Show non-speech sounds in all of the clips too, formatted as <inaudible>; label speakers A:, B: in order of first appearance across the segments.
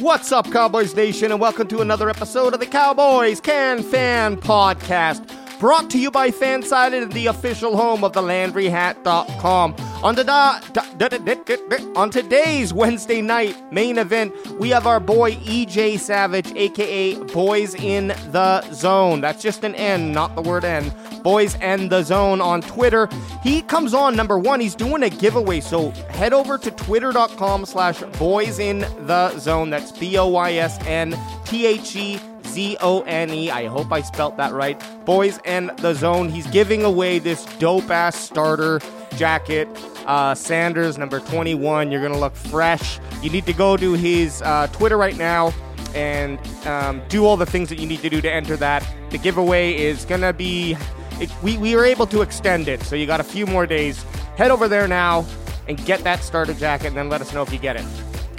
A: What's up, Cowboys Nation, and welcome to another episode of the Cowboys Can Fan Podcast. Brought to you by Fansided, the official home of the LandryHat.com. On, the da, da, da, da, da, da, da- on today's Wednesday night main event, we have our boy EJ Savage, aka Boys in the Zone. That's just an N, not the word N. Boys and the Zone on Twitter. He comes on number one. He's doing a giveaway, so head over to twitter.com slash boys in the zone. That's B O Y S N T H E Z O N E. I hope I spelt that right. Boys and the Zone. He's giving away this dope ass starter jacket. Uh, Sanders, number 21. You're going to look fresh. You need to go to his uh, Twitter right now and um, do all the things that you need to do to enter that. The giveaway is going to be. It, we, we were able to extend it, so you got a few more days. Head over there now and get that starter jacket, and then let us know if you get it.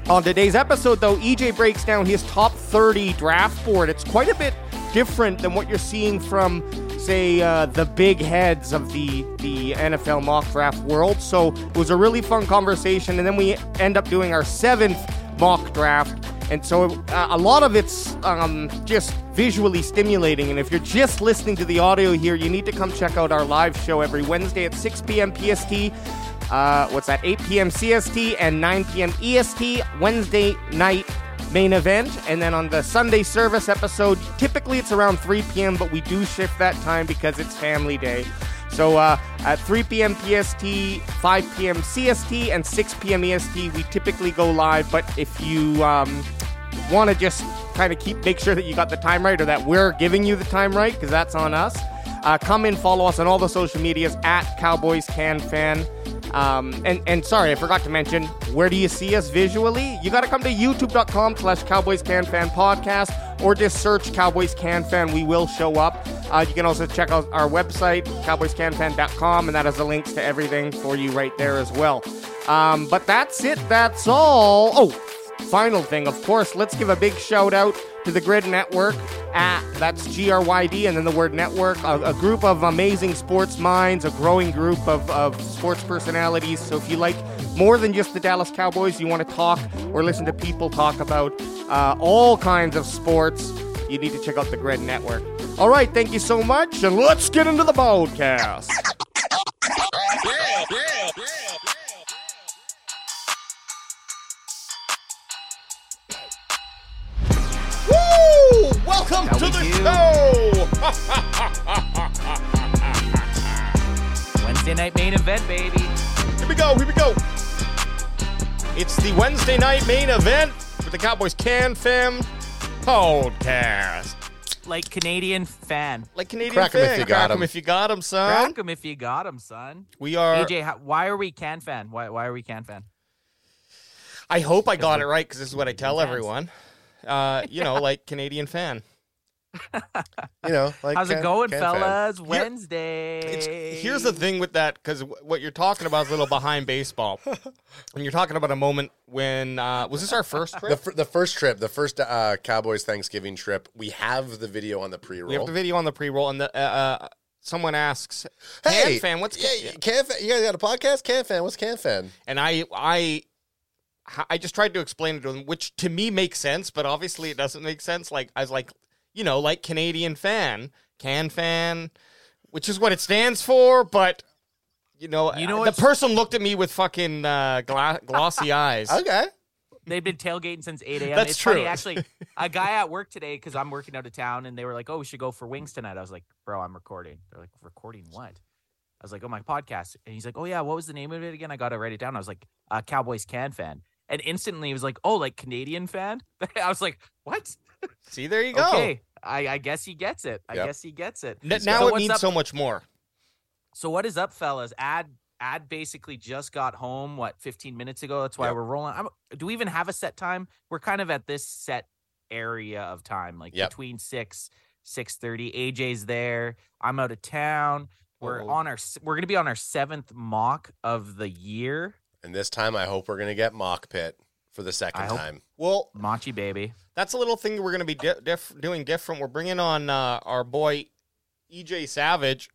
A: On today's episode, though, EJ breaks down his top 30 draft board. It's quite a bit different than what you're seeing from, say, uh, the big heads of the, the NFL mock draft world. So it was a really fun conversation. And then we end up doing our seventh mock draft. And so uh, a lot of it's um, just visually stimulating. And if you're just listening to the audio here, you need to come check out our live show every Wednesday at 6 p.m. PST uh, what's that, 8 p.m. CST and 9 p.m. EST, E Wednesday night main event. And then on the Sunday service episode, typically it's around 3 p.m., but we do shift that time because it's family day. So uh, at 3 p.m. PST, 5 p.m. CST, and 6 p.m. EST, E we typically go live. But if you um, want to just kind of keep make sure that you got the time right or that we're giving you the time right because that's on us uh, come and follow us on all the social medias at cowboys can fan um, and and sorry i forgot to mention where do you see us visually you got to come to youtube.com slash cowboys can fan podcast or just search cowboys can fan we will show up uh, you can also check out our website cowboyscanfan.com and that has the links to everything for you right there as well um, but that's it that's all oh Final thing, of course, let's give a big shout out to the Grid Network. At, that's G R Y D and then the word network. A, a group of amazing sports minds, a growing group of, of sports personalities. So if you like more than just the Dallas Cowboys, you want to talk or listen to people talk about uh, all kinds of sports, you need to check out the Grid Network. All right, thank you so much, and let's get into the podcast. Woo! Welcome to the show!
B: Wednesday night main event, baby.
A: Here we go, here we go. It's the Wednesday night main event with the Cowboys Can Fam podcast.
B: Like Canadian fan.
A: Like Canadian
C: Crack 'em if
A: fan,
C: you got
A: crack
C: 'em.
A: 'em if you got 'em, son.
B: Crack 'em if you got 'em, son.
A: We are.
B: AJ, how, why are we can fan? Why why are we can fan?
A: I hope I got it right because this is what I tell everyone. Uh, you know, like Canadian fan.
C: you <laughs> know, like
B: How's it
C: can-
B: going,
C: can fan.
B: fellas? Wednesday.
A: It's, here's the thing with that because what you're talking about is a little behind
B: <laughs>
A: baseball. And you're talking about a moment when uh, was this our
B: <laughs>
A: first
C: The,
A: trip?
C: fir- the first trip, the first uh, Cowboys Thanksgiving trip, we have the video on the
A: we have
C: pre-roll.
A: the video on the pre-roll, and the, uh, uh, someone asks,
C: hey,
A: "Can fan, what's
C: yeah,
A: Can-
C: yeah, can fan? You guys got a podcast? Can fan? What's can fan?
A: and I I I just tried to explain it to him, which to me makes sense, but obviously it doesn't make sense. Like I was like, you know, like Canadian fan, can fan, which is what it stands for, but. You know,
B: You know
A: the
B: what's-
A: person looked at me with fucking uh, gla-
B: <laughs>
A: glossy eyes.
C: Okay,
B: They've been tailgating since 8 a.m.
A: That's
B: it's
A: true.
B: funny, actually. a guy at work today, because I'm working out of town, and they were like, oh, we should go for wings tonight. I was like, bro, I'm recording. They're like, recording what? I was like, oh, my podcast. And he's like, oh, yeah, what was the name of it again? I got to write it down. I was like, uh, Cowboys Can Fan. And instantly he was like, oh, like Canadian fan? <laughs> I was like, what?
A: See, there you go.
B: Okay. I, I guess he gets it. I
C: Yep.
B: guess he gets it.
A: N-
B: So
A: now it
B: what's
A: means
B: up-
A: so much more.
B: So what is up, fellas? Add Ad basically just got home what 15 minutes ago. That's why
C: Yep.
B: we're rolling. I'm, do we even have a set time? We're kind of at this set area of time, like
C: Yep.
B: between six six thirty. AJ's there. I'm out of town. We're
A: Uh-oh.
B: on our. s- We're gonna be on our seventh mock of the year.
C: And this time, I hope we're going to get Mock Pit for the second
B: I hope-
C: time.
A: Well,
B: Machi baby.
A: that's a little thing we're going to be di- diff- doing different. We're bringing on uh, our boy EJ Savage,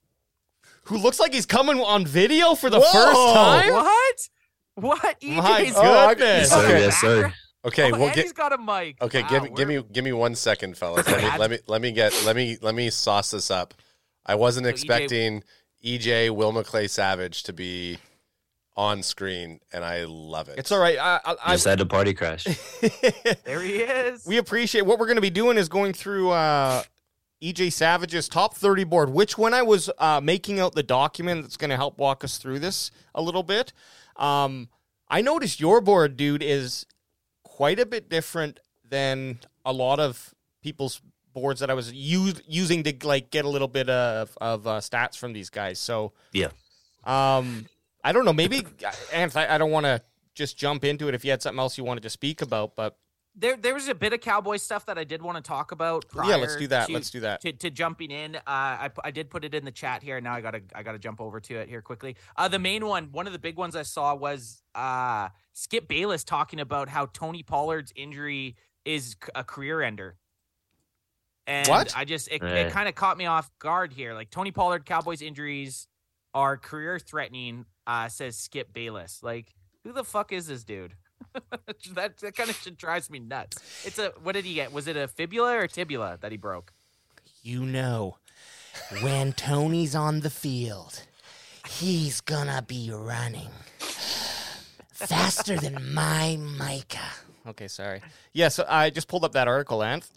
A: who looks like he's coming on video for the
C: Whoa!
A: first time.
B: What? What?
A: Oh.
B: E
A: My
B: EJ's
A: God.
B: got
C: I-
A: goodness.
B: a
D: Sir, yes, sir.
B: background?
C: Oh, Okay,
B: Oh,
C: we'll
B: and
C: get.
B: he's got a mic.
C: Okay,
B: Wow,
C: give me, give
B: we're-
C: me, give me one second, fellas. Let me,
B: Ad-
C: let me, let me get, let me, let me sauce this up. I wasn't
B: So EJ
C: expecting E EJ, Wilma Clay Savage to be on screen, and I love it.
A: It's all right. I, I,
D: Just had a party crash.
A: I,
B: There he is.
A: we appreciate what we're going to be doing is going through uh, EJ Savage's top 30 board, which when I was uh, making out the document that's going to help walk us through this a little bit, um, I noticed your board, dude, is quite a bit different than a lot of people's boards that I was used, using to like get a little bit of, of uh, stats from these guys. So
D: Yeah.
A: um, I don't know. Maybe, <laughs> Anth, I, I don't want to just jump into it if you had something else you wanted to speak about, but
B: there there was a bit of cowboy stuff that I did want to talk about. Prior
A: yeah, let's do that.
B: To,
A: let's do that.
B: to, to jumping in. Uh, I pu- I did put it in the chat here. Now I gotta I gotta jump over to it here quickly. Uh, the main one, one of the big ones I saw was uh Skip Bayless talking about how Tony Pollard's injury is c- a career ender. And
A: What?
B: I just it,
D: Eh.
B: it kind of caught me off guard here. Like Tony Pollard, Cowboys injuries are career threatening. Uh, says Skip Bayless. Like who the fuck is this dude? <laughs> that that kind of shit drives me nuts. It's a what did he get? Was it a fibula or tibula that he broke?
E: You know, when Tony's on the field, he's gonna be running faster than my Micah.
A: Okay, sorry. Yeah, so I just pulled up that article, Anth.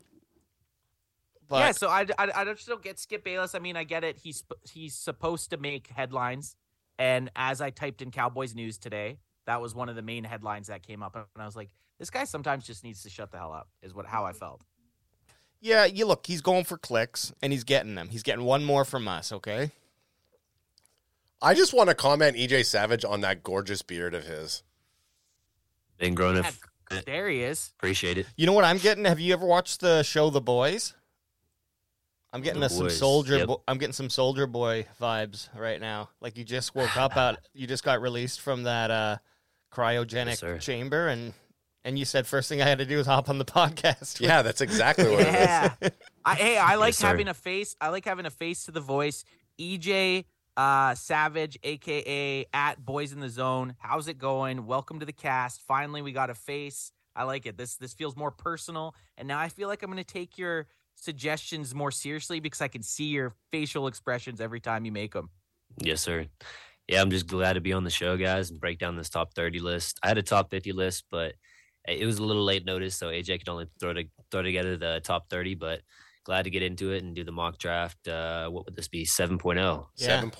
A: But
B: yeah, so I, I, I just don't get Skip Bayless. I mean, I get it. He's he's supposed to make headlines, and as I typed in Cowboys news today, that was one of the main headlines that came up, and I was like, this guy sometimes just needs to shut the hell up. Is what how I felt.
A: yeah, you look, he's going for clicks and he's getting them. He's getting one more from us, okay?
C: I just want to comment EJ Savage on that gorgeous beard of his.
D: Been grown up.
B: Yeah, there he is.
D: Appreciate it.
A: You know what I'm getting? Have you ever watched the show The Boys? I'm getting
D: The
A: a, some
D: Boys,
A: soldier.
D: yep.
A: Bo- I'm getting some soldier boy vibes right now. Like you just woke up
C: <sighs>
A: out. You just got released from that uh,
D: Yes,
A: cryogenic
D: sir.
A: chamber, and and you said first thing I had to do was hop on the <laughs> podcast.
C: Yeah, <laughs> that's exactly what it is. <laughs>
B: Yeah. I, hey, I like
D: sir.
B: having a face. I like having a face to the voice. EJ uh, Savage, aka at Boys in the Zone. How's it going? Welcome to the cast. Finally, we got a face. I like it. This this feels more personal, and now I feel like I'm going to take your suggestions more seriously because I can see your facial expressions every time you make them.
D: Yes, sir. Yeah, I'm just glad to be on the show, guys, and break down this top 30 list. I had a top 50 list, but it was a little late notice, so AJ could only throw to, throw together the top 30. But glad to get into it and do the mock draft. Uh, what would this be? oh. 7.0.
A: <laughs> Yeah.
C: 7.0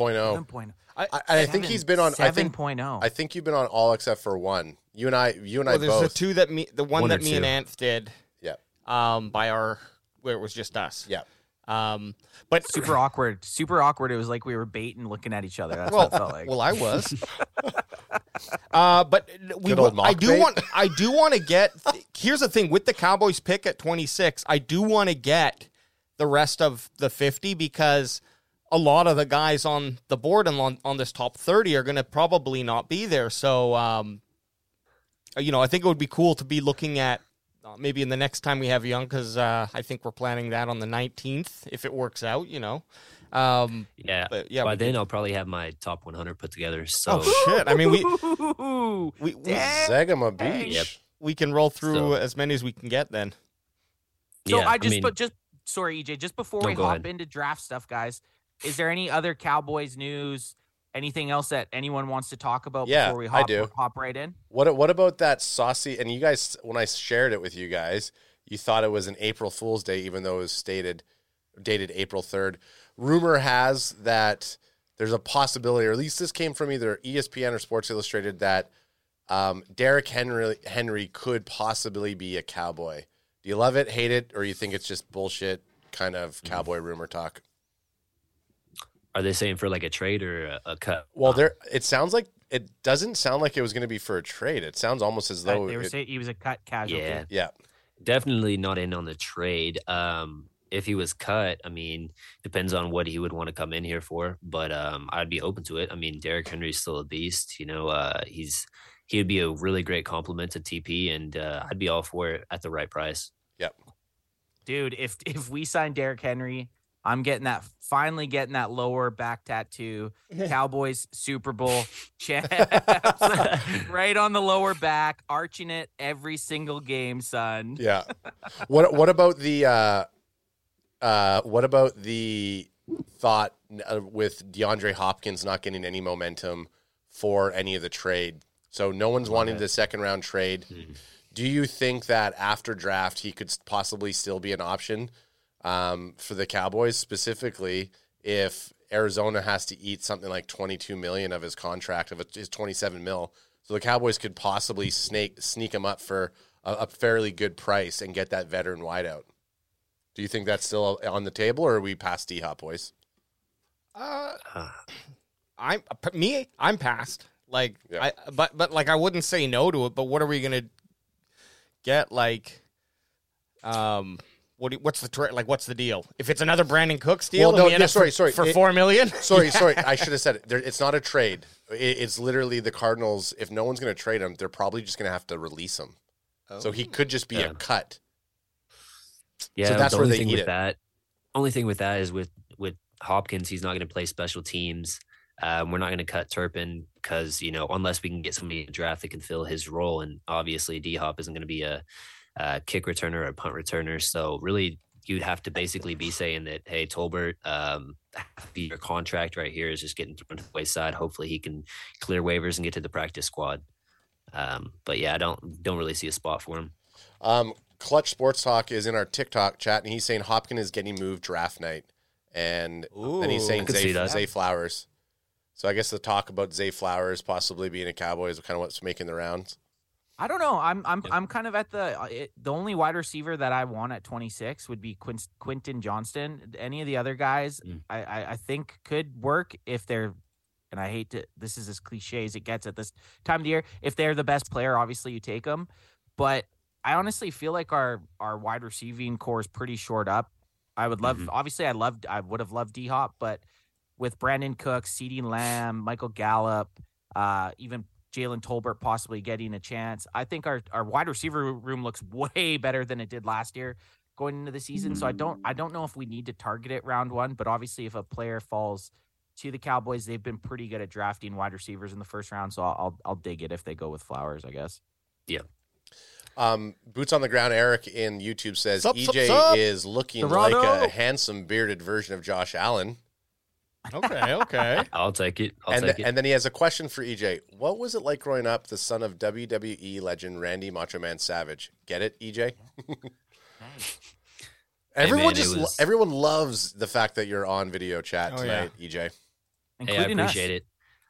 B: 7.0.
C: I, Oh. I think he's been on I think
B: 7.0.
C: I think you've been on all except for one. You and I you and
A: oh. Well,
C: I
A: there's
C: both.
A: the two that me, the one,
D: One
A: that
D: or
A: me and
D: two.
A: Anth did.
C: Yeah.
A: Um, by our where it was just us.
C: Yeah.
A: Um, but
B: super awkward. Super awkward. It was like we were baiting, looking at each other. That's
A: well,
B: what it felt like.
A: well, I
C: <laughs>
A: was. uh, but we,
C: Good old
A: I
C: mock
A: do
C: bait.
A: want, I do want to get. Here's the thing with the Cowboys pick at 26, I do want to get the rest of the 50 because a lot of the guys on the board and on, on this top 30 are going to probably not be there. So, um, uh, you know, I think it would be cool to be looking at uh, maybe in the next time we have Young because uh, I think we're planning that on the 19th if it works out, you know. Um,
D: Yeah.
A: but yeah,
D: By
A: we
D: then, I'll probably have my top 100 put together. So,
A: Oh shit! I mean, we
B: <laughs> Ooh.
A: we we,
B: Damn.
C: Zegama Beach.
D: Yep.
A: we can roll through
D: So-
A: as many as we can get. Then
B: So
D: yeah,
B: I just
D: mean,
B: but just sorry, EJ, just before
D: No,
B: we
D: go
B: hop
D: ahead.
B: into draft stuff, guys, is there any other Cowboys news? Anything else that anyone wants to talk about
C: Yeah,
B: before we
C: I
B: hop
C: do.
B: hop right in?
C: What what about that saucy? And you guys, when I shared it with you guys, you thought it was an April Fool's Day, even though it was stated dated April third. Rumor has that there's a possibility, or at least this came from either E ESPN or Sports Illustrated, that um, Derek Henry Henry could possibly be a cowboy. Do you love
B: Mm-hmm.
C: it, hate it, or you think it's just bullshit kind of cowboy rumor talk?
D: Are they saying for like a trade or a, a cut?
C: Well, there it sounds like it doesn't sound like it was going to be for a trade. It sounds almost as though
B: they were
C: it-
B: saying he was a cut casualty.
D: Yeah,
C: yeah.
D: definitely not in on the trade. Um, if he was cut, I mean, depends on what he would want to come in here for. But um, I'd be open to it. I mean, Derrick Henry's still a beast. You know, uh, he's he would be a really great compliment to TP, and uh, I'd be all for it at the right price.
B: dude. If if we sign Derrick Henry, I'm getting that finally getting that lower back tattoo. Cowboys Super Bowl champs, <laughs> right on the lower back, arching it every single game, son.
C: Yeah. What what about the uh uh what about the thought uh, with DeAndre Hopkins not getting any momentum for any of the trade? So no one's wanting the second round trade.
D: Mhm.
C: Do you think that after draft he could possibly still be an option um, for the Cowboys specifically if Arizona has to eat something like 22 million of his contract of his 27 mil? So the Cowboys could possibly snake sneak him up for a, a fairly good price and get that veteran wideout. Do you think that's still on the table, or are we past D Hop boys?
F: Uh,
D: Uh,
F: I'm p- me. I'm past. Like
C: Yeah.
F: I, but but like I wouldn't say no to it. But what are we gonna get? Like, um, what do, what's the tra- like? What's the deal? If it's another Brandon Cooks deal,
C: Well,
F: and
C: no,
F: we end
C: yeah,
F: up
C: sorry,
F: for,
C: sorry.
F: for
C: It-
F: four million. <laughs>
C: Sorry, sorry, I should have said it. There, it's not a trade. It, it's literally the Cardinals. If no one's going to trade him, they're probably just going to have to release him.
F: Oh.
C: So he could just be
D: Yeah.
C: a cut.
D: yeah,
C: that's
D: the
C: where
D: only
C: they
D: thing
C: eat
D: with
C: it.
D: that. Only thing with that is with with Hopkins, he's not going to play special teams. Um, we're not going to cut Turpin because you know unless we can get somebody in draft that can fill his role, and obviously D Hop isn't going to be a, a kick returner or a punt returner. So really, you'd have to basically be saying that hey Tolbert, um, half your contract right here is just getting thrown to the wayside. Hopefully, he can clear waivers and get to the practice squad. Um, but yeah, I don't don't really see a spot for him.
C: Um, Clutch Sports Talk is in our TikTok chat, and he's saying Hopkins is getting moved draft night, and then he's
F: Ooh.
C: saying
D: I could see
C: Zay,
D: that.
C: Zay Flowers. So I guess the talk about Zay Flowers possibly being a Cowboy is kind of what's making the rounds.
B: I don't know. I'm I'm I'm kind of at the uh, it, the only wide receiver that I want at 26 would be Quin- Quinton Johnston. Any of the other guys,
D: Mm.
B: I, I I think could work if they're. And I hate to. This is as cliche as it gets at this time of the year. If they're the best player, obviously you take them. But I honestly feel like our our wide receiving core is pretty short up. I would love.
D: Mhm.
B: Obviously, I loved. I would have loved D Hop, but with Brandon Cooks, Ceedee Lamb, Michael Gallup, uh, even Jalen Tolbert possibly getting a chance. I think our, our wide receiver room looks <laughs> way better than it did last year going into the season. So I don't I don't know if we need to target it round one, but obviously if a player falls to the Cowboys, they've been pretty good at drafting wide receivers in the first round. So I'll I'll, I'll dig it if they go with Flowers, I guess.
C: Um, Boots on the ground, Eric in YouTube says
F: Sup, sup,
C: EJ
F: sup?
C: is looking like
F: Toronto.
C: a handsome bearded version of Josh Allen.
F: okay, okay.
D: I'll take it. I'll
C: and,
D: take it.
C: and then he has a question for EJ. What was it like growing up the son of WWE legend Randy Macho Man Savage? Get it, EJ? everyone
D: man, it
C: just lo-
D: was-
C: everyone loves the fact that you're on video chat
F: Oh,
C: tonight, E EJ.
D: Hey, I appreciate it.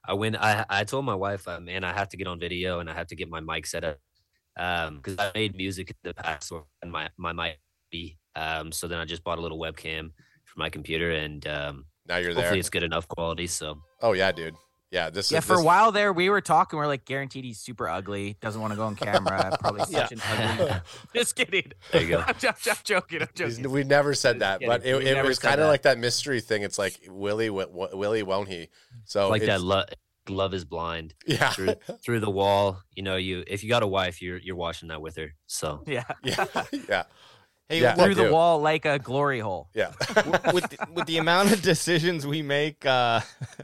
D: I went. I I told my wife, uh, man, I have to get on video and I have to get my mic set up because I made music in the past and my my mic be. Um, so then I just bought a little webcam for my computer and um,
C: Now you're
D: hopefully
C: there.
D: it's good enough quality. So
C: Oh yeah, dude. Yeah, this
B: Yeah,
C: is
B: for a
C: this-
B: while there, we were talking. We're like, guaranteed he's super ugly. Doesn't want to go on camera. Probably such an
D: <laughs>
B: ugly. <laughs> Just kidding.
D: there you go.
B: <laughs> I'm, jo- I'm joking. I'm
C: He's-
B: joking.
C: We never said that,
B: Just
C: but it,
B: kidding. We
C: it
B: never
C: was
B: said
C: kind of
B: that.
C: like that mystery thing. It's like Willie, w- Willie, won't he? So
D: like that.
C: Oh, it's-
D: Lo- love is blind.
C: <laughs> yeah,
D: Through through the wall. You know, you if you got a wife, you're you're watching that with her. So
B: Yeah.
C: <laughs> yeah, yeah,
F: <laughs> Hey,
C: Yeah.
F: look,
B: Through the
C: dude.
B: wall like a glory hole.
C: yeah.
F: w- with the, with the amount of decisions we make, uh, <laughs>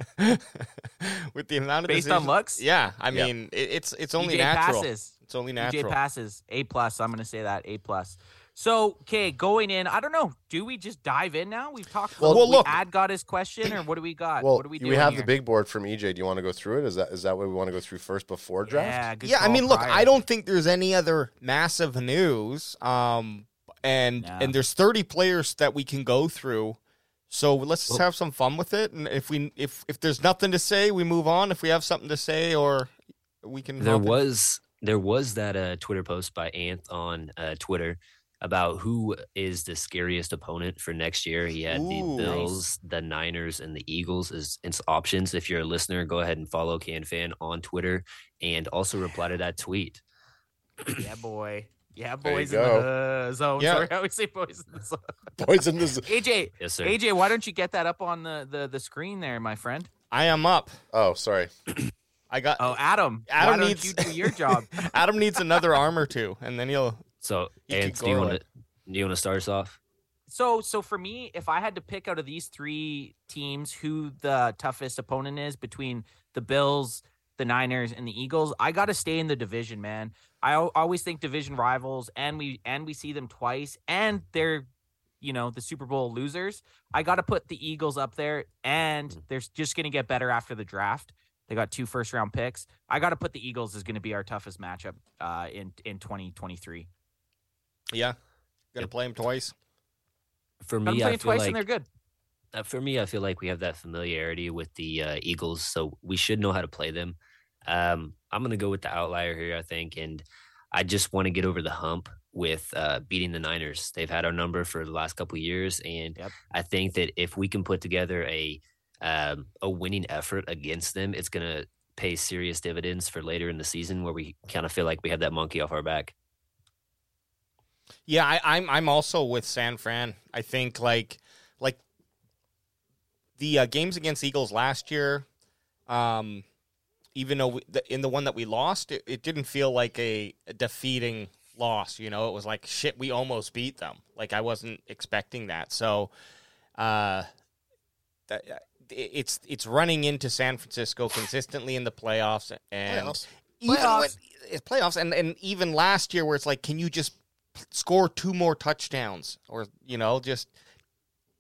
F: with the amount of
B: Based
F: decisions,
B: on looks?
F: Yeah, I
C: Yeah.
F: mean it, it's it's only
B: DJ
F: natural.
B: passes.
F: It's only
B: DJ
F: natural.
B: passes. A plus. I'm gonna say that. A plus. So okay, going in. I don't know. Do we just dive in now? We've talked.
C: Well, well, look.
B: Ad got his question, or what do we got?
C: Well,
B: Uh, what do we do?
C: have the big board from EJ. Do you want to go through it? Is that is that what we want to go through first before draft? <laughs>
B: Yeah. Good
F: yeah, I
B: call,
F: mean, look,
B: Pryor.
F: I don't think there's any other massive news. Um, and
B: Nah.
F: and there's 30 players that we can go through. So let's just
D: Well-
F: have some fun with it. And if we if if there's nothing to say, we move on. If we have something to say, or we can.
D: There
F: hop in.
D: was there was that uh, Twitter post by Anth on uh, Twitter about who is the scariest opponent for next year. He had
A: Ooh.
D: the Bills, the Niners, and the Eagles as its options. If you're a listener, go ahead and follow Can Fan on Twitter and also reply to that tweet.
B: yeah, boy. Yeah,
C: There you
B: boys in the
C: go.
B: uh, zone.
C: Yeah.
B: Sorry, I always say boys in the zone.
C: Boys in the z-
B: AJ,
D: Yes, sir.
B: AJ, why don't you get that up on the the, the screen there, my friend?
A: I am up.
C: Oh, sorry.
A: I got
B: Oh, Adam.
A: Adam
B: why don't
A: needs-
B: you do your
F: <laughs>
B: job?
A: Adam needs another arm or two, and then he'll.
D: So,
C: You can
D: Ants, do you
C: go
D: want
C: like-
D: to do you want to start us off?
B: so so for me, if I had to pick out of these three teams who the toughest opponent is between the Bills, the Niners, and the Eagles, I got to stay in the division, man. I al- always think division rivals, and we and we see them twice, and they're you know the Super Bowl losers. I got to put the Eagles up there,
D: Mm.
B: and they're just going to get better after the draft. They got two first round picks. I got to put the Eagles is going to be our toughest matchup uh, in in 2023.
A: Yeah, gonna play him twice.
D: For
B: I'm
D: me, I
B: playing
D: feel
B: twice,
D: like
B: and they're good.
D: uh, for me, I feel like we have that familiarity with the uh, Eagles, so we should know how to play them. Um, I'm going to go with the outlier here, I think, and I just want to get over the hump with uh, beating the Niners. They've had our number for the last couple of years, and
B: Yep.
D: I think that if we can put together a um, a winning effort against them, it's going to pay serious dividends for later in the season, where we kind of feel like we have that monkey off our back.
A: Yeah, I, I'm I'm also with San Fran. I think like like the uh, games against Eagles last year, um, even though we, the, in the one that we lost, it, it didn't feel like a defeating loss. You know, it was like shit. We almost beat them. Like I wasn't expecting that. So, uh, that, uh, it- it's it's running into San Francisco consistently in the playoffs and
C: Playoffs.
A: even
B: Playoffs.
A: when- it's playoffs and, and even last year where it's like can you just score two more touchdowns or you know just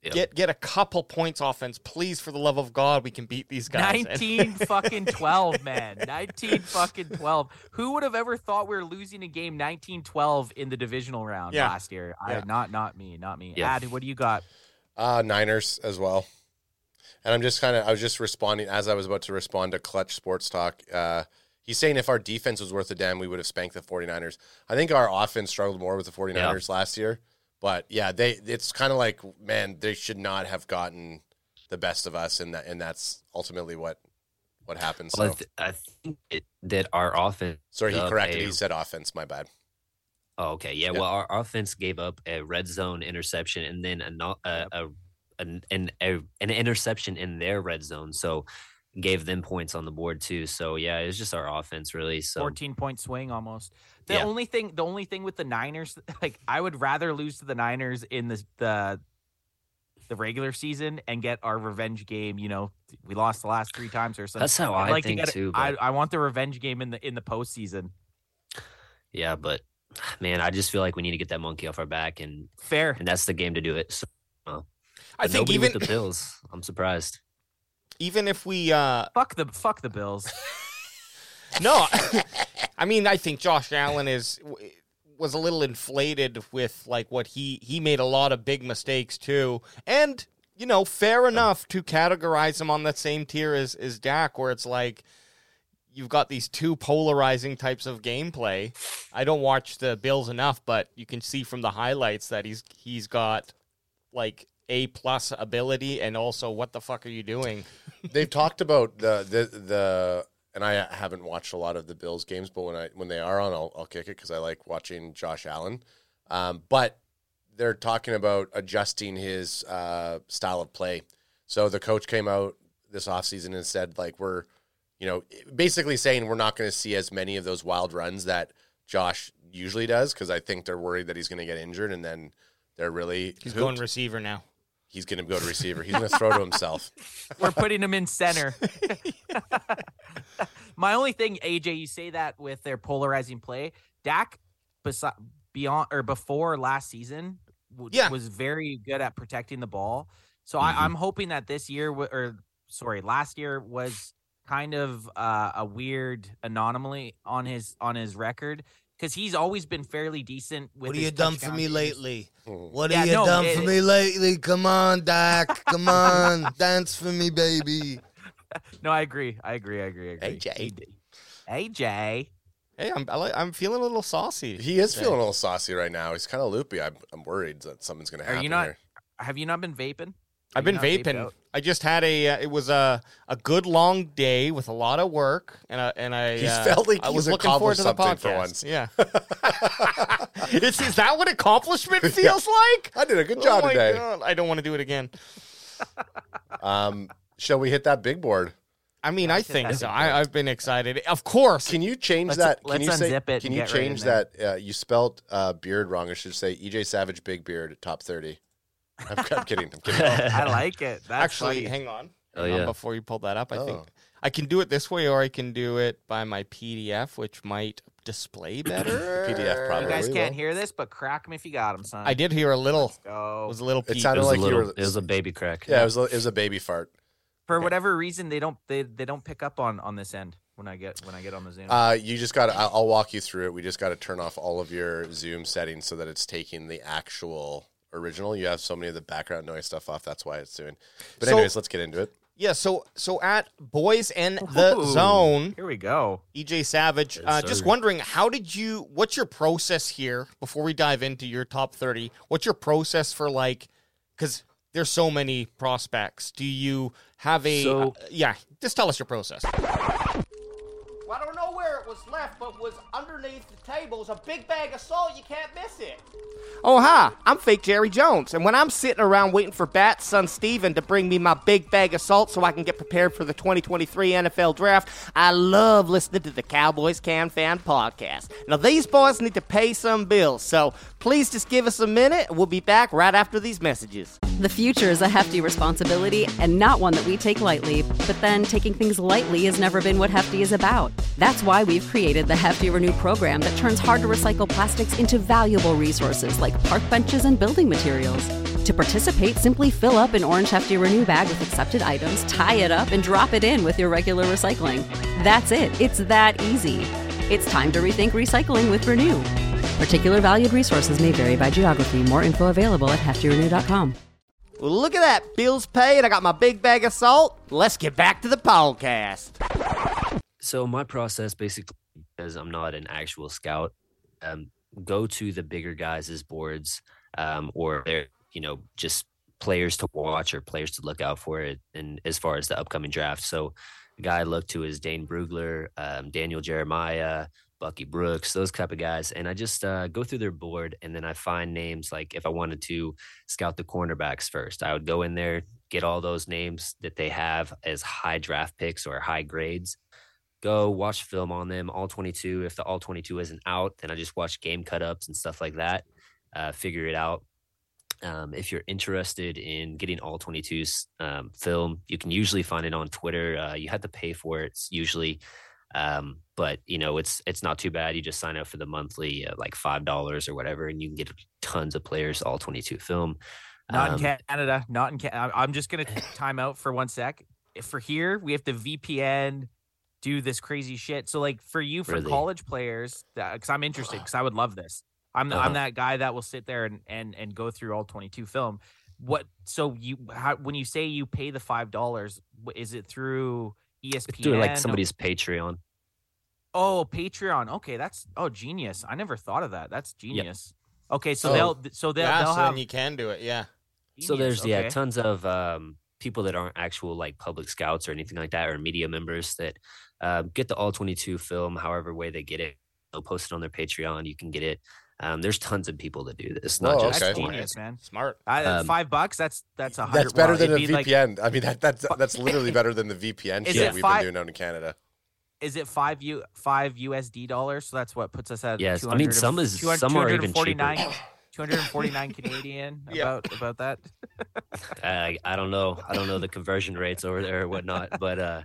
D: Yeah.
A: get get a couple points offense please for the love of god we can beat these guys And-
D: <laughs>
B: 19 fucking 12, man. 19 fucking 12. Who would have ever thought we were losing a game 19 12 in the divisional round
A: Yeah.
B: last year?
A: Yeah.
B: I, not not me, not me.
D: Yeah.
B: Ad, what do you got?
C: Uh, Niners as well. And I'm just kind of, I was just responding as I was about to respond to Clutch Sports Talk. Uh, he's saying if our defense was worth a damn, we would have spanked the 49ers. I think our offense struggled more with the 49ers last year. But yeah, they, it's kind of like, man, they should not have gotten the best of us. And that, and that's ultimately what, what happened. So,
D: Well, I, th- I think it, that our offense
C: sorry, he
D: uh,
C: corrected.
D: a
C: He said offense. My bad.
D: Oh, okay. Yeah.
C: Yeah.
D: Well, our offense gave up a red zone interception and then a no- a, a, an, an, a an interception in their red zone. So gave them points on the board too. So yeah, it was just our offense really. So
B: 14 point swing almost. The
D: Yeah.
B: only thing the only thing with the Niners, <laughs> like I would rather lose to the Niners in the the the regular season and get our revenge game, you know, we lost the last three times or something.
D: that's how
B: I'd
D: I
B: like to
D: think
B: get it-
D: too.
B: I,
D: but-
B: I want the revenge game in the in the postseason.
D: yeah, but <sighs> man, I just feel like we need to get that monkey off our back, and
B: Fair.
D: and that's the game to do it. So, uh,
A: i
D: but
A: think
D: nobody
A: even
D: with the Bills. I'm surprised.
A: even if we uh
B: Fuck the fuck the Bills.
A: no <laughs> i mean i think josh allen is was a little inflated with like what he he made a lot of big mistakes too and you know fair enough to categorize him on that same tier as as dak where it's like you've got these two polarizing types of gameplay i don't watch the bills enough but you can see from the highlights that he's he's got like a plus ability and also what the fuck are you doing
C: they've talked about the the the and I haven't watched a lot of the Bills games, but when I when they are on, I'll, I'll kick it because I like watching Josh Allen. Um, but they're talking about adjusting his uh, style of play. So the coach came out this offseason and said, like, we're, you know, basically saying we're not going to see as many of those wild runs that Josh usually does because I think they're worried that he's going to get injured and then they're really
A: he's
C: hooped.
A: going receiver now
C: he's going to go to receiver. He's going to throw
A: <laughs>
C: to himself.
B: We're putting him in center.
G: <laughs>
B: My only thing, AJ, you say that with their polarizing play, Dak, besi- beyond or before last season, w-
A: Yeah.
B: was very good at protecting the ball. So
D: Mhm.
B: I,
G: Mm-hmm.
B: I'm hoping that this year, w- or sorry, last year was kind of uh, a weird anomaly on his on his record because he's always been fairly decent. With
G: What have
B: his
G: you done for
B: touchdown
G: me
B: games.
G: lately? What
B: Yeah,
G: have you
B: no,
G: done
B: it-
G: for me lately? Come on, Doc. Come on, <laughs> dance for me, baby.
B: No, I agree. I agree. I agree. I agree.
C: AJ.
B: He did. AJ.
A: Hey, I'm I like, I'm feeling a little saucy.
C: He is feeling a little saucy right now. He's kind of loopy. I'm, I'm worried that something's going to happen
B: Are you not?
C: here. <laughs>
B: Have you not been vaping?
A: I've
B: Are
A: been
B: you not vaped
A: vaping.
B: out?
A: I just had a. Uh, it was a a good long day with a lot of work, and I and I.
C: He
A: uh,
C: felt like
A: I
C: he's
A: was looking forward
C: accomplished
A: to the
C: something for
A: podcast.
C: once.
A: Yeah.
C: <laughs>
A: it's, is that what accomplishment feels like?
C: I did a good job
A: oh my
C: today.
A: God. I don't want to do it again.
C: Um, shall we hit that big board?
A: I mean, I think
B: that's
A: so.
B: a
A: I, I've been excited. Of course.
C: Can you change
B: Let's-
C: that?
B: let's
C: can you say,
B: unzip it
C: Can
B: and
C: you
B: get right in
C: change
B: there.
C: that? Uh, you spelt uh, beard wrong. I should say EJ Savage Big Beard top thirty. I'm, I'm kidding. I'm
B: <laughs>
C: kidding.
B: Oh, I
A: <laughs>
B: like it. That's
A: Actually,
B: funny.
A: hang on.
D: Oh,
A: Hang on
D: yeah.
A: before you pull that up, I think
C: Oh.
A: I can do it this way, or I can do it by my PDF, which might
C: <clears throat>
A: display better.
C: PDF
B: you
C: probably.
B: guys can't
C: will.
B: hear this, but crack 'em if you got 'em, son.
A: I did hear a little.
B: Oh,
A: was a little.
C: It
A: peep.
D: It
C: sounded
D: was,
C: like
D: a
C: you
D: little,
C: were-
D: it was a baby crack.
C: Yeah, it was a, it was a baby fart.
B: for whatever reason, they don't they, they don't pick up on on this end when I get when I get on the Zoom.
C: Uh, you just got. to I'll walk you through it. We just got to turn off all of your Zoom settings so that it's taking the actual original. You have so many of the background noise stuff off. That's why it's doing. But
A: So-
C: anyways, let's get into it.
A: Yeah, so so at Boys in the
B: Ooh,
A: Zone,
B: Here we go.
A: EJ Savage.
D: Yes,
A: Uh,
D: sir.
A: just wondering, how did you? What's your process here? Before we dive into your top thirty, what's your process for like? Because there's so many prospects. Do you have a?
D: So-
A: uh, yeah, just tell us your process. I don't know where it was left, but was underneath the table. It's a big bag of salt. You can't miss it. Oh, hi. I'm fake Jerry Jones. And when I'm sitting around waiting for Bat's son Steven to bring me my big bag of salt so I can get prepared for the 2023 NFL draft, I love listening to the Cowboys Can Fan podcast. Now, these boys need to pay some bills, so please just give us a minute. We'll be back right after these messages.
H: The future is a hefty responsibility and not one that we take lightly, but then taking things lightly has never been what Hefty is about. That's why we've created the Hefty Renew program that turns hard to recycle plastics into valuable resources like park benches and building materials. To participate, simply fill up an orange Hefty Renew bag with accepted items, tie it up, and drop it in with your regular recycling. That's it, it's that easy. It's time to rethink recycling with Renew. Particular valued resources may vary by geography. More info available at heftyrenew.com.
A: Well, look at that. Bills paid. I got my big bag of salt. Let's get back to the podcast.
D: so my process basically because i'm not an actual scout um, go to the bigger guys' boards um, or they're you know just players to watch or players to look out for it and as far as the upcoming draft so the guy i look to is dane brugler um, daniel jeremiah bucky brooks those type of guys and i just uh, go through their board and then i find names like if i wanted to scout the cornerbacks first i would go in there get all those names that they have as high draft picks or high grades go watch film on them all 22 if the all 22 isn't out then i just watch game cut ups and stuff like that uh, figure it out um, if you're interested in getting all 22's um, film you can usually find it on twitter uh, you have to pay for it it's usually um, but you know it's it's not too bad you just sign up for the monthly uh, like five dollars or whatever and you can get tons of players all 22 film
B: Not
D: Um,
B: in Canada. Not in Canada. I'm just gonna time out for one sec. If for here, we have to VPN, do this crazy shit. So like for you, for
D: Really?
B: college players, because I'm interested, because I would love this. I'm I'm
D: Uh-huh.
B: that guy that will sit there and and and go through all 22 film. What? So you how, when you say you pay the five dollars, is it through E ESPN?
D: through like somebody's patreon
B: Oh, Patreon. Okay, that's oh genius. I never thought of that. That's genius. Okay, so
C: Oh.
B: they'll so they'll
A: yeah,
B: they'll
A: so
B: have
A: then you can do it. Yeah.
D: So there's
B: genius,
D: yeah
B: okay.
D: tons of um, people that aren't actual like public scouts or anything like that or media members that um, get the all 22 film however way they get it. They'll post it on their Patreon. You can get it. Um, there's tons of people that do this, not
C: Whoa,
D: just
C: okay.
B: That's
D: one.
B: genius, man.
A: Smart.
B: I, uh,
D: Um,
B: five bucks. That's that's a hundred.
C: That's better
B: wow,
C: than a
B: it'd be like-
C: VPN. I mean, that that's that's literally better than the VPN
B: Is
C: shit
B: it
C: we've
B: fi-
C: been doing out in Canada.
B: is it five U five USD dollars? So that's what puts us at.
D: Yes, I mean, some is- some are even cheaper. <laughs>
B: 249 Canadian
A: Yeah.
B: about about that.
D: I, I don't know. I don't know the conversion rates over there or whatnot, but uh,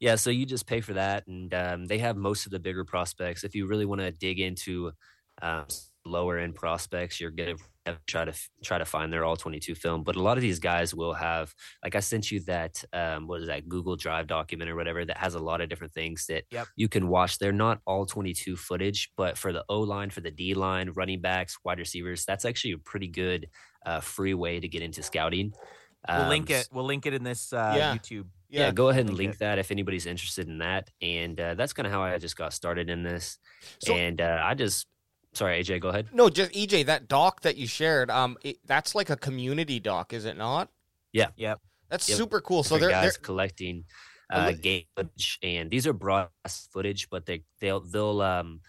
D: yeah. So you just pay for that, and um, they have most of the bigger prospects. If you really want to dig into um, lower end prospects, you're gonna have to try to f- try to find their all 22 film. But a lot of these guys will have, like I sent you that um, what is that Google Drive document or whatever that has a lot of different things that
B: Yep.
D: you can watch. They're not all 22 footage, but for the O line, for the D line, running backs, wide receivers, that's actually a pretty good uh, free way to get into scouting.
B: We'll link
D: Um,
B: it. We'll link it in this uh,
A: Yeah.
B: YouTube.
D: yeah, go ahead and link that if anybody's interested in that. And uh, that's kind of how I just got started in this.
F: So-
D: and uh, I just, sorry, AJ, go ahead.
A: No, just EJ, that doc that you shared, um, it, that's like a community doc, is it not?
D: Yeah.
B: Yep.
A: That's
D: Yep.
A: super cool. So
D: So
A: they're,
D: guys
A: they're
D: collecting
A: I
D: uh,
A: li-
D: game footage, and these are broadcast footage, but they they'll they'll um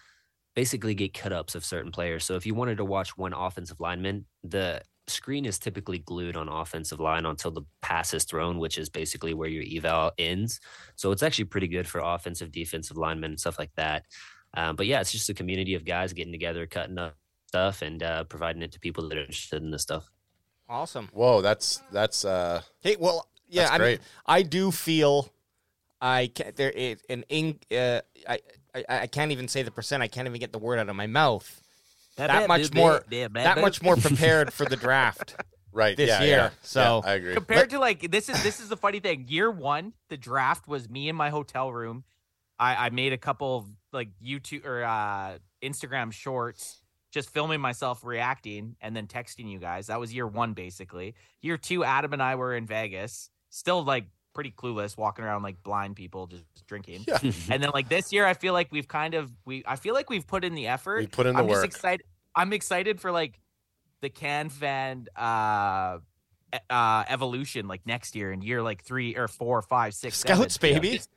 D: basically get cut ups of certain players. So if you wanted to watch one offensive lineman, the screen is typically glued on offensive line until the pass is thrown, which is basically where your eval ends. So it's actually pretty good for offensive, defensive linemen, and stuff like that. Um, but yeah, it's just a community of guys getting together, cutting up stuff, and uh, providing it to people that are interested in
A: <laughs>
D: this stuff.
A: awesome.
C: Whoa, that's that's uh
A: Hey, well, yeah,
C: That's
A: I mean,
C: great.
A: I do feel I can't. There is an ing. Uh, I, I I can't even say the percent. I can't even get the word out of my mouth. That much more. That much more prepared for the draft
C: right
A: this
C: yeah,
A: year.
C: yeah.
A: So
C: Yeah, I agree.
B: compared to like this is this is the funny thing year one the draft was me in my hotel room i i made a couple of like youtube or uh instagram shorts just filming myself reacting and then texting you guys that was year one basically year two adam and i were in vegas still like pretty clueless walking around like blind people just drinking
C: Yeah.
B: and then like this year i feel like we've kind of we i feel like we've put in the effort
C: We put in the
B: I'm just
C: work.
B: excited. I'm excited for like the Can Fan uh, e- uh, evolution, like next year and year like three or four, five, six. seven.
A: scouts, baby.
B: It's,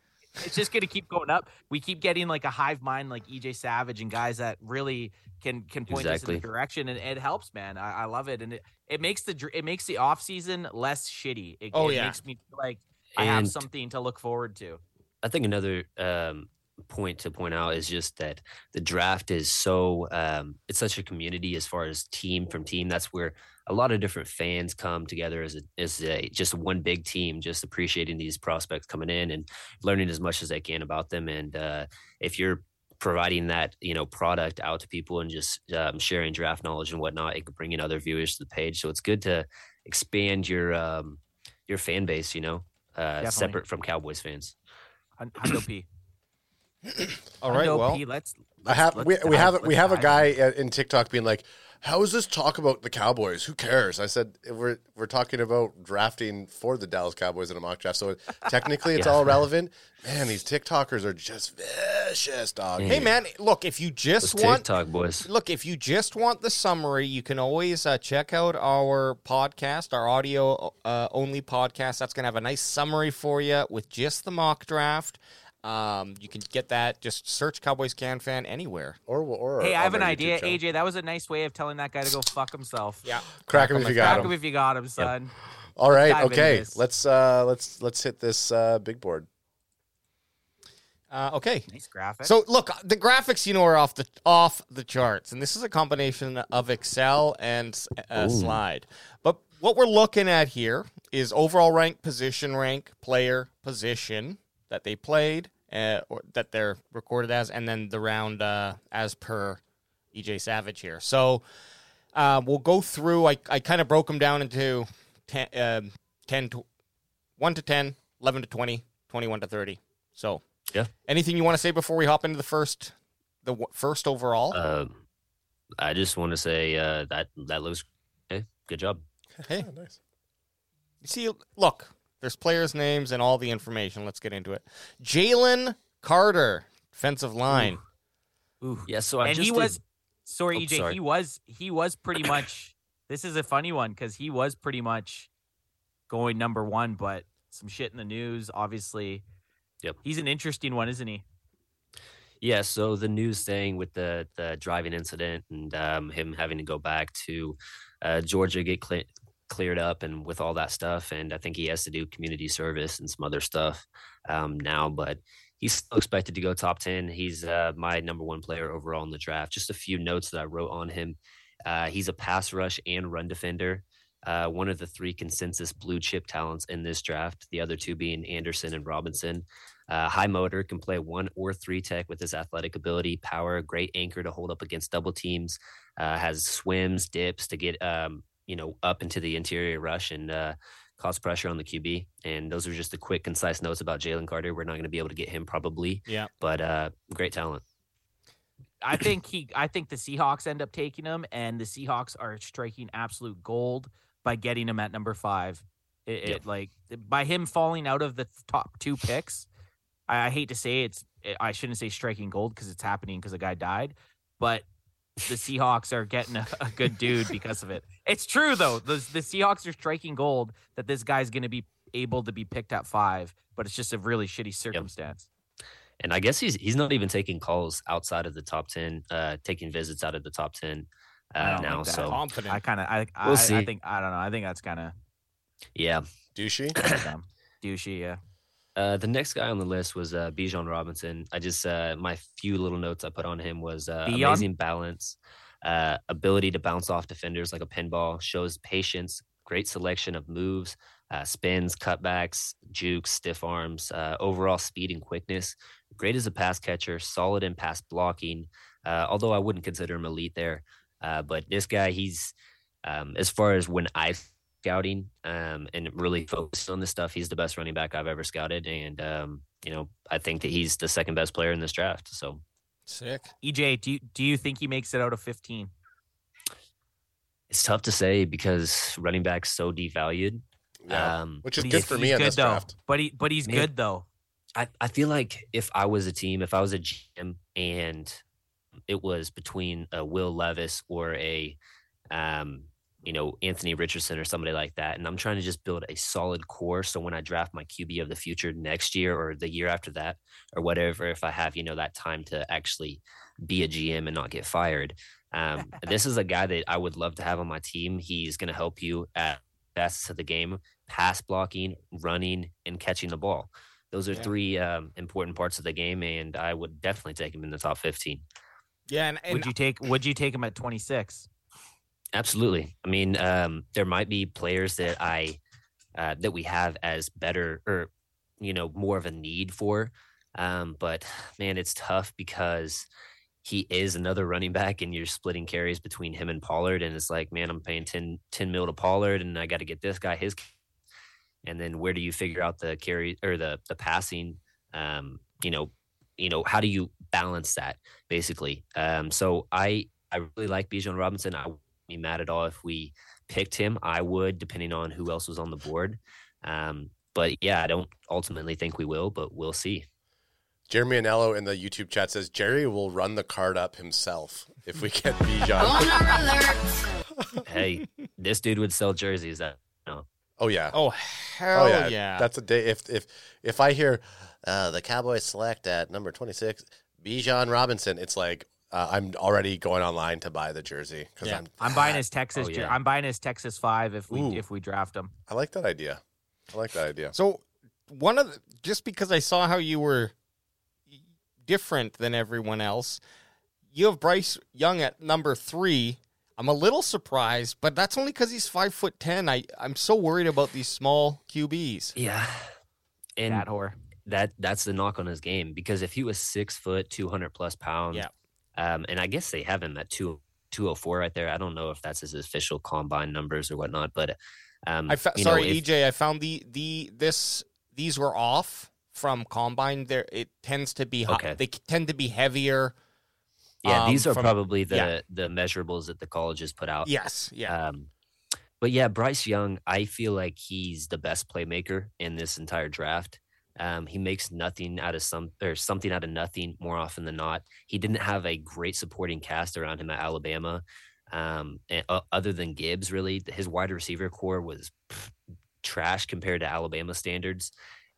B: it's just gonna keep going up. We keep getting like a hive mind, like EJ Savage and guys that really can can point us
D: Exactly.
B: in the direction, and it helps, man. I, I love it, and it, it makes the dr- it makes the off season less shitty. It,
A: Oh,
B: it
A: yeah.
B: makes me feel like I have
D: And-
B: something to look forward to.
D: I think another um, point to point out is just that the draft is so um, it's such a community as far as team from team. That's where a lot of different fans come together as a, as a, just one big team, just appreciating these prospects coming in and learning as much as they can about them. And uh, if you're providing that you know product out to people and just um, sharing draft knowledge and whatnot, it could bring in other viewers to the page. So it's good to expand your um, your fan base. You know, uh,
B: Definitely.
D: separate from Cowboys fans.
A: <clears throat>
B: Hun- Hundo P.
A: All right,
B: Hundo
A: well,
B: P, let's.
C: I have
B: let's-
C: we,
B: let's
C: we
B: dive-
C: have we
B: let's
C: have a
B: dive.
C: guy uh, in TikTok being like, "How is this talk about the Cowboys? Who cares?" I said, "We're we're talking about drafting for the Dallas Cowboys in a mock draft, so technically it's
D: Yeah.
C: all relevant." Man, these TikTokers are just vicious, dog.
B: Mm.
D: Yeah.
A: hey man, look if you
D: Those
A: just want
D: TikTok boys.
A: Look, if you just want the summary, you can always uh, check out our podcast, our audio uh, only podcast. That's going to have a nice summary for you with just the mock draft. Um, you can get that. Just search Cowboys Can Fan anywhere.
C: Or or
B: Hey, I
C: on
B: have an
C: their YouTube
B: idea,
C: channel.
B: AJ. That was a nice way of telling that guy to go fuck himself.
A: Yeah.
C: Crack him if you got
B: Crack him
C: him.
B: if you got him, son.
C: All right,
B: dive into
C: okay.
B: this.
C: Let's uh let's let's hit this uh big board.
A: Uh, okay.
B: Nice graphic.
A: So look, the graphics you know are off the off the charts, and this is a combination of Excel and uh,
D: Ooh.
A: Slide. But what we're looking at here is overall rank, position rank, player position that they played, uh, or that they're recorded as, and then the round uh, as per EJ Savage here. So uh, we'll go through. I, I kind of broke them down into ten, um 10 to 1 to 10, 11 to 20, 21 to 30. So
D: Yeah.
A: Anything you want to say before we hop into the first, the w- first overall?
B: Oh.
D: Um, I just want to say uh, that that looks okay. Good job.
A: hey,
C: Oh, nice.
A: you see, look, there's players' names and all the information. Let's get into it. Jalen Carter, defensive line.
B: Ooh.
D: Yeah. So I
B: and
D: just
B: he
D: did-
B: was sorry,
D: Oh,
B: EJ.
D: sorry.
B: He was he was pretty much. this is a funny one because he was pretty much going number one, but some shit in the news, obviously.
D: Yep.
B: He's an interesting one, isn't he?
D: yeah. So the news thing with the the driving incident and um, him having to go back to uh, Georgia get cle cleared up and with all that stuff, and I think he has to do community service and some other stuff um, now, but. He's still expected to go top 10. He's uh, my number one player overall in the draft. Just a few notes that I wrote on him. Uh, he's a pass rush and run defender. Uh, one of the three consensus blue chip talents in this draft, the other two being Anderson and Robinson. Uh, high motor can play one or three tech with his athletic ability, power, great anchor to hold up against double teams, uh, has swims, dips to get um, you know up into the interior rush and uh, cause pressure on the QB. And those are just the quick, concise notes about Jalen Carter. We're not going to be able to get him probably,
A: Yeah.
D: but uh, great talent.
B: I think he I think the Seahawks end up taking him and the Seahawks are striking absolute gold by getting him at number 5 It,
D: Yep.
B: it like by him falling out of the top two picks. I, I hate to say it's I shouldn't say striking gold because it's happening because a guy died, but the Seahawks are getting a, a good dude because of it. It's true though. The the Seahawks are striking gold that this guy's going to be able to be picked at five, but it's just a really shitty circumstance.
D: and I guess he's he's not even taking calls outside of the top ten, uh, taking visits out of the top ten
B: I
D: uh,
B: don't
D: now.
B: like that.
D: so
A: Confident.
B: I kind of I I,
D: We'll
B: I
D: see.
B: think I don't know. I think that's kind of
D: yeah,
C: douchey.
B: dumb. douchey. Yeah.
D: uh, the next guy on the list was uh, Bijan Robinson. I just uh, my few little notes I put on him was uh,
B: Bijan?
D: amazing balance, uh, ability to bounce off defenders like a pinball, shows patience, great selection of moves, uh, spins, cutbacks, jukes, stiff arms, uh, overall speed and quickness. Great as a pass catcher, solid in pass blocking. Uh, although I wouldn't consider him elite there, uh, but this guy, he's um, as far as when I scouting um, and really focused on this stuff, he's the best running back I've ever scouted, and um, you know I think that he's the second best player in this draft. So
A: Sick.
B: EJ, E do you, do you think he makes it out of fifteen?
D: it's tough to say because running backs so devalued.
C: Yeah.
D: Um,
C: Which is
B: But
C: good
B: he's-
C: for
B: he's
C: me on
B: good,
C: this
B: though.
C: draft.
B: But he but he's
D: Me-
B: good though.
D: I, I feel like if I was a team, if I was a GM and it was between a Will Levis or a, um, you know, Anthony Richardson or somebody like that, and I'm trying to just build a solid core. So when I draft my QB of the future next year or the year after that or whatever, if I have, you know, that time to actually be a GM and not get fired, um, this is a guy that I would love to have on my team. He's going to help you at best of the game, pass blocking, running, and catching the ball. Those are
A: Yeah.
D: three um, important parts of the game, and I would definitely take him in the top 15.
A: Yeah, and, and
B: would you take would you take him at 26
D: Absolutely. I mean, um, there might be players that I uh, that we have as better or you know more of a need for, um, but man, it's tough because he is another running back, and you're splitting carries between him and Pollard, and it's like, man, I'm paying 10, 10 mil to Pollard, and I got to get this guy his, and then where do you figure out the carry or the the passing? Um, you know, you know, how do you balance that basically? Um, so I. I really like Bijan Robinson. I be mad at all if we picked him. I would, depending on who else was on the board. Um, but yeah, I don't ultimately think we will, but we'll see.
C: Jeremy Anello in the YouTube chat says Jerry will run the card up himself if we get
B: <laughs>
C: Bijan.
A: <laughs>
D: Hey, this dude would sell jerseys. That
C: oh yeah.
A: oh hell yeah,
C: That's a day. If if if I hear uh, the Cowboys select at number twenty six, Bijan Robinson, it's like uh, I'm already going online to buy the jersey because
A: Yeah.
C: I'm
B: i'm buying his texas
D: Oh,
B: jer-
D: yeah.
B: i'm buying his texas 5 if we
C: Ooh.
B: if we draft him
C: I like that idea. I like that idea.
A: So one of the, just because I saw how you were different than everyone else, you have Bryce Young at number three. I'm a little surprised, but that's only because he's five foot ten. I I'm so worried about these small QBs.
D: yeah, and
B: that whore
D: that that's the knock on his game because if he was six foot, two hundred plus pounds,
A: Yeah.
D: um, and I guess they have him at two two hundred four right there. I don't know if that's his official combine numbers or whatnot, but um,
A: I fa-
D: you know,
A: sorry, E
D: if-
A: EJ. I found the the this these were off from combine. There it tends to be high.
D: Okay.
A: They tend to be heavier.
D: yeah,
A: um,
D: these are
A: from-
D: probably the
A: yeah.
D: the measurables that the colleges put out.
A: Yes. Yeah.
D: Um, but yeah, Bryce Young, I feel like he's the best playmaker in this entire draft. Um, he makes nothing out of some or something out of nothing more often than not. He didn't have a great supporting cast around him at Alabama, um, and, o- other than Gibbs. Really, his wide receiver core was pff, trash compared to Alabama standards,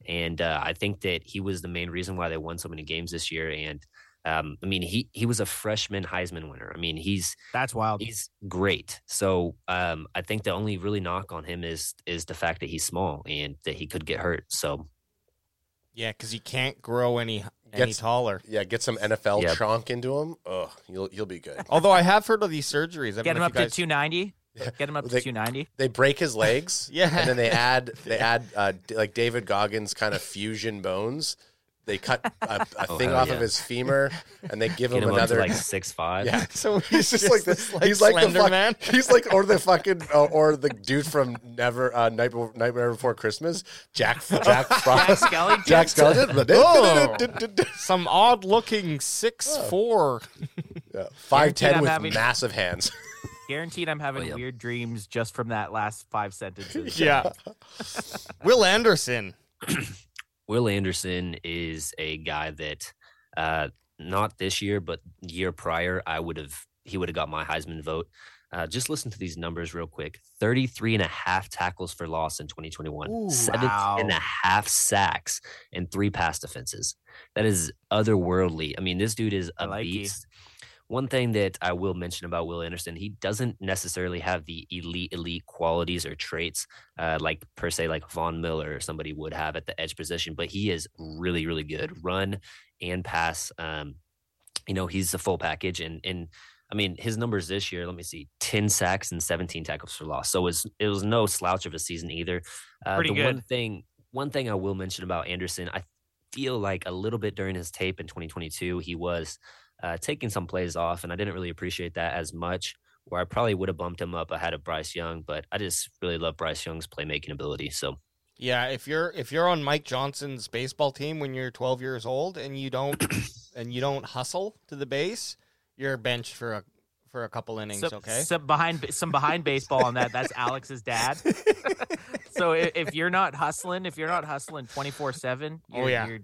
D: and uh, I think that he was the main reason why they won so many games this year. And um, I mean, he he was a freshman Heisman winner. I mean, he's
B: that's wild
D: he's great. So um, I think the only really knock on him is is the fact that he's small and that he could get hurt. So
A: yeah, because he can't grow any any
C: Gets-
A: taller.
C: Yeah, get some NFL
D: Yeah.
C: chonk into him. Oh, you'll you'll be good.
A: Although I have heard of these surgeries. I
B: get
A: don't
B: him
A: know if
B: up
A: you
B: to
A: guys-
B: 290
C: Yeah.
B: get him up
C: They-
B: to 290
C: They break his
D: <laughs>
C: legs.
A: Yeah.
C: and then they add they add uh, d- like David Goggins kind of fusion bones. They cut a, a
D: <laughs> Oh,
C: thing
D: hell
C: off
D: yeah.
C: of his femur, and they give
D: get
C: him,
D: him
C: another <laughs>
D: up to like six five.
C: Yeah.
A: <laughs> So
C: He's just like
A: <laughs>
C: this. he's like the
A: Slender
C: fuck,
A: Man.
C: <laughs> He's like or the fucking uh, or the dude from Never uh, Night Be- Nightmare Before Christmas, Jack Jack
B: jack
C: Frost,
B: skellington
C: Jack Skeleton.
A: <laughs>
C: <laughs>
A: Oh. Some
C: Oh.
A: odd looking six four.
C: Five ten
B: I'm
C: with
B: having-
C: massive hands.
B: Guaranteed, I'm having
D: Oh, yeah.
B: weird dreams just from that last five
C: <laughs>
B: sentences.
A: Yeah. Will Anderson.
D: Will Anderson is a guy that uh, not this year, but year prior, I would have he would have got my Heisman vote. Uh, just listen to these numbers real quick 33 and a half tackles for loss in 2021,
A: Ooh,
D: seven and a
B: wow.
D: half sacks, and three pass defenses. That is otherworldly. I mean, this dude is
B: I
D: a
B: like you.
D: beast. One thing that I will mention about Will Anderson, he doesn't necessarily have the elite, elite qualities or traits uh, like per se like Von Miller or somebody would have at the edge position, but he is really, really good run and pass. Um, you know, he's the full package and and I mean his numbers this year, let me see, 10 sacks and 17 tackles for loss. So it was it was no slouch of a season either. Uh,
B: Pretty
D: the one
B: good.
D: thing one thing I will mention about Anderson, I feel like a little bit during his tape in 2022, he was uh, taking some plays off, and I didn't really appreciate that as much. Where I probably would have bumped him up ahead of Bryce Young, but I just really love Bryce Young's playmaking ability. So
A: Yeah, if you're if you're on Mike Johnson's baseball team when you're 12 years old and you
C: <coughs>
A: don't and you don't hustle to the base, you're benched for a for a couple innings,
B: Some,
D: <laughs>
A: okay?
B: some behind some behind baseball on that. That's Alex's dad. so if, if you're not hustling, if you're not hustling 24 seven,
A: Oh, yeah.
B: you're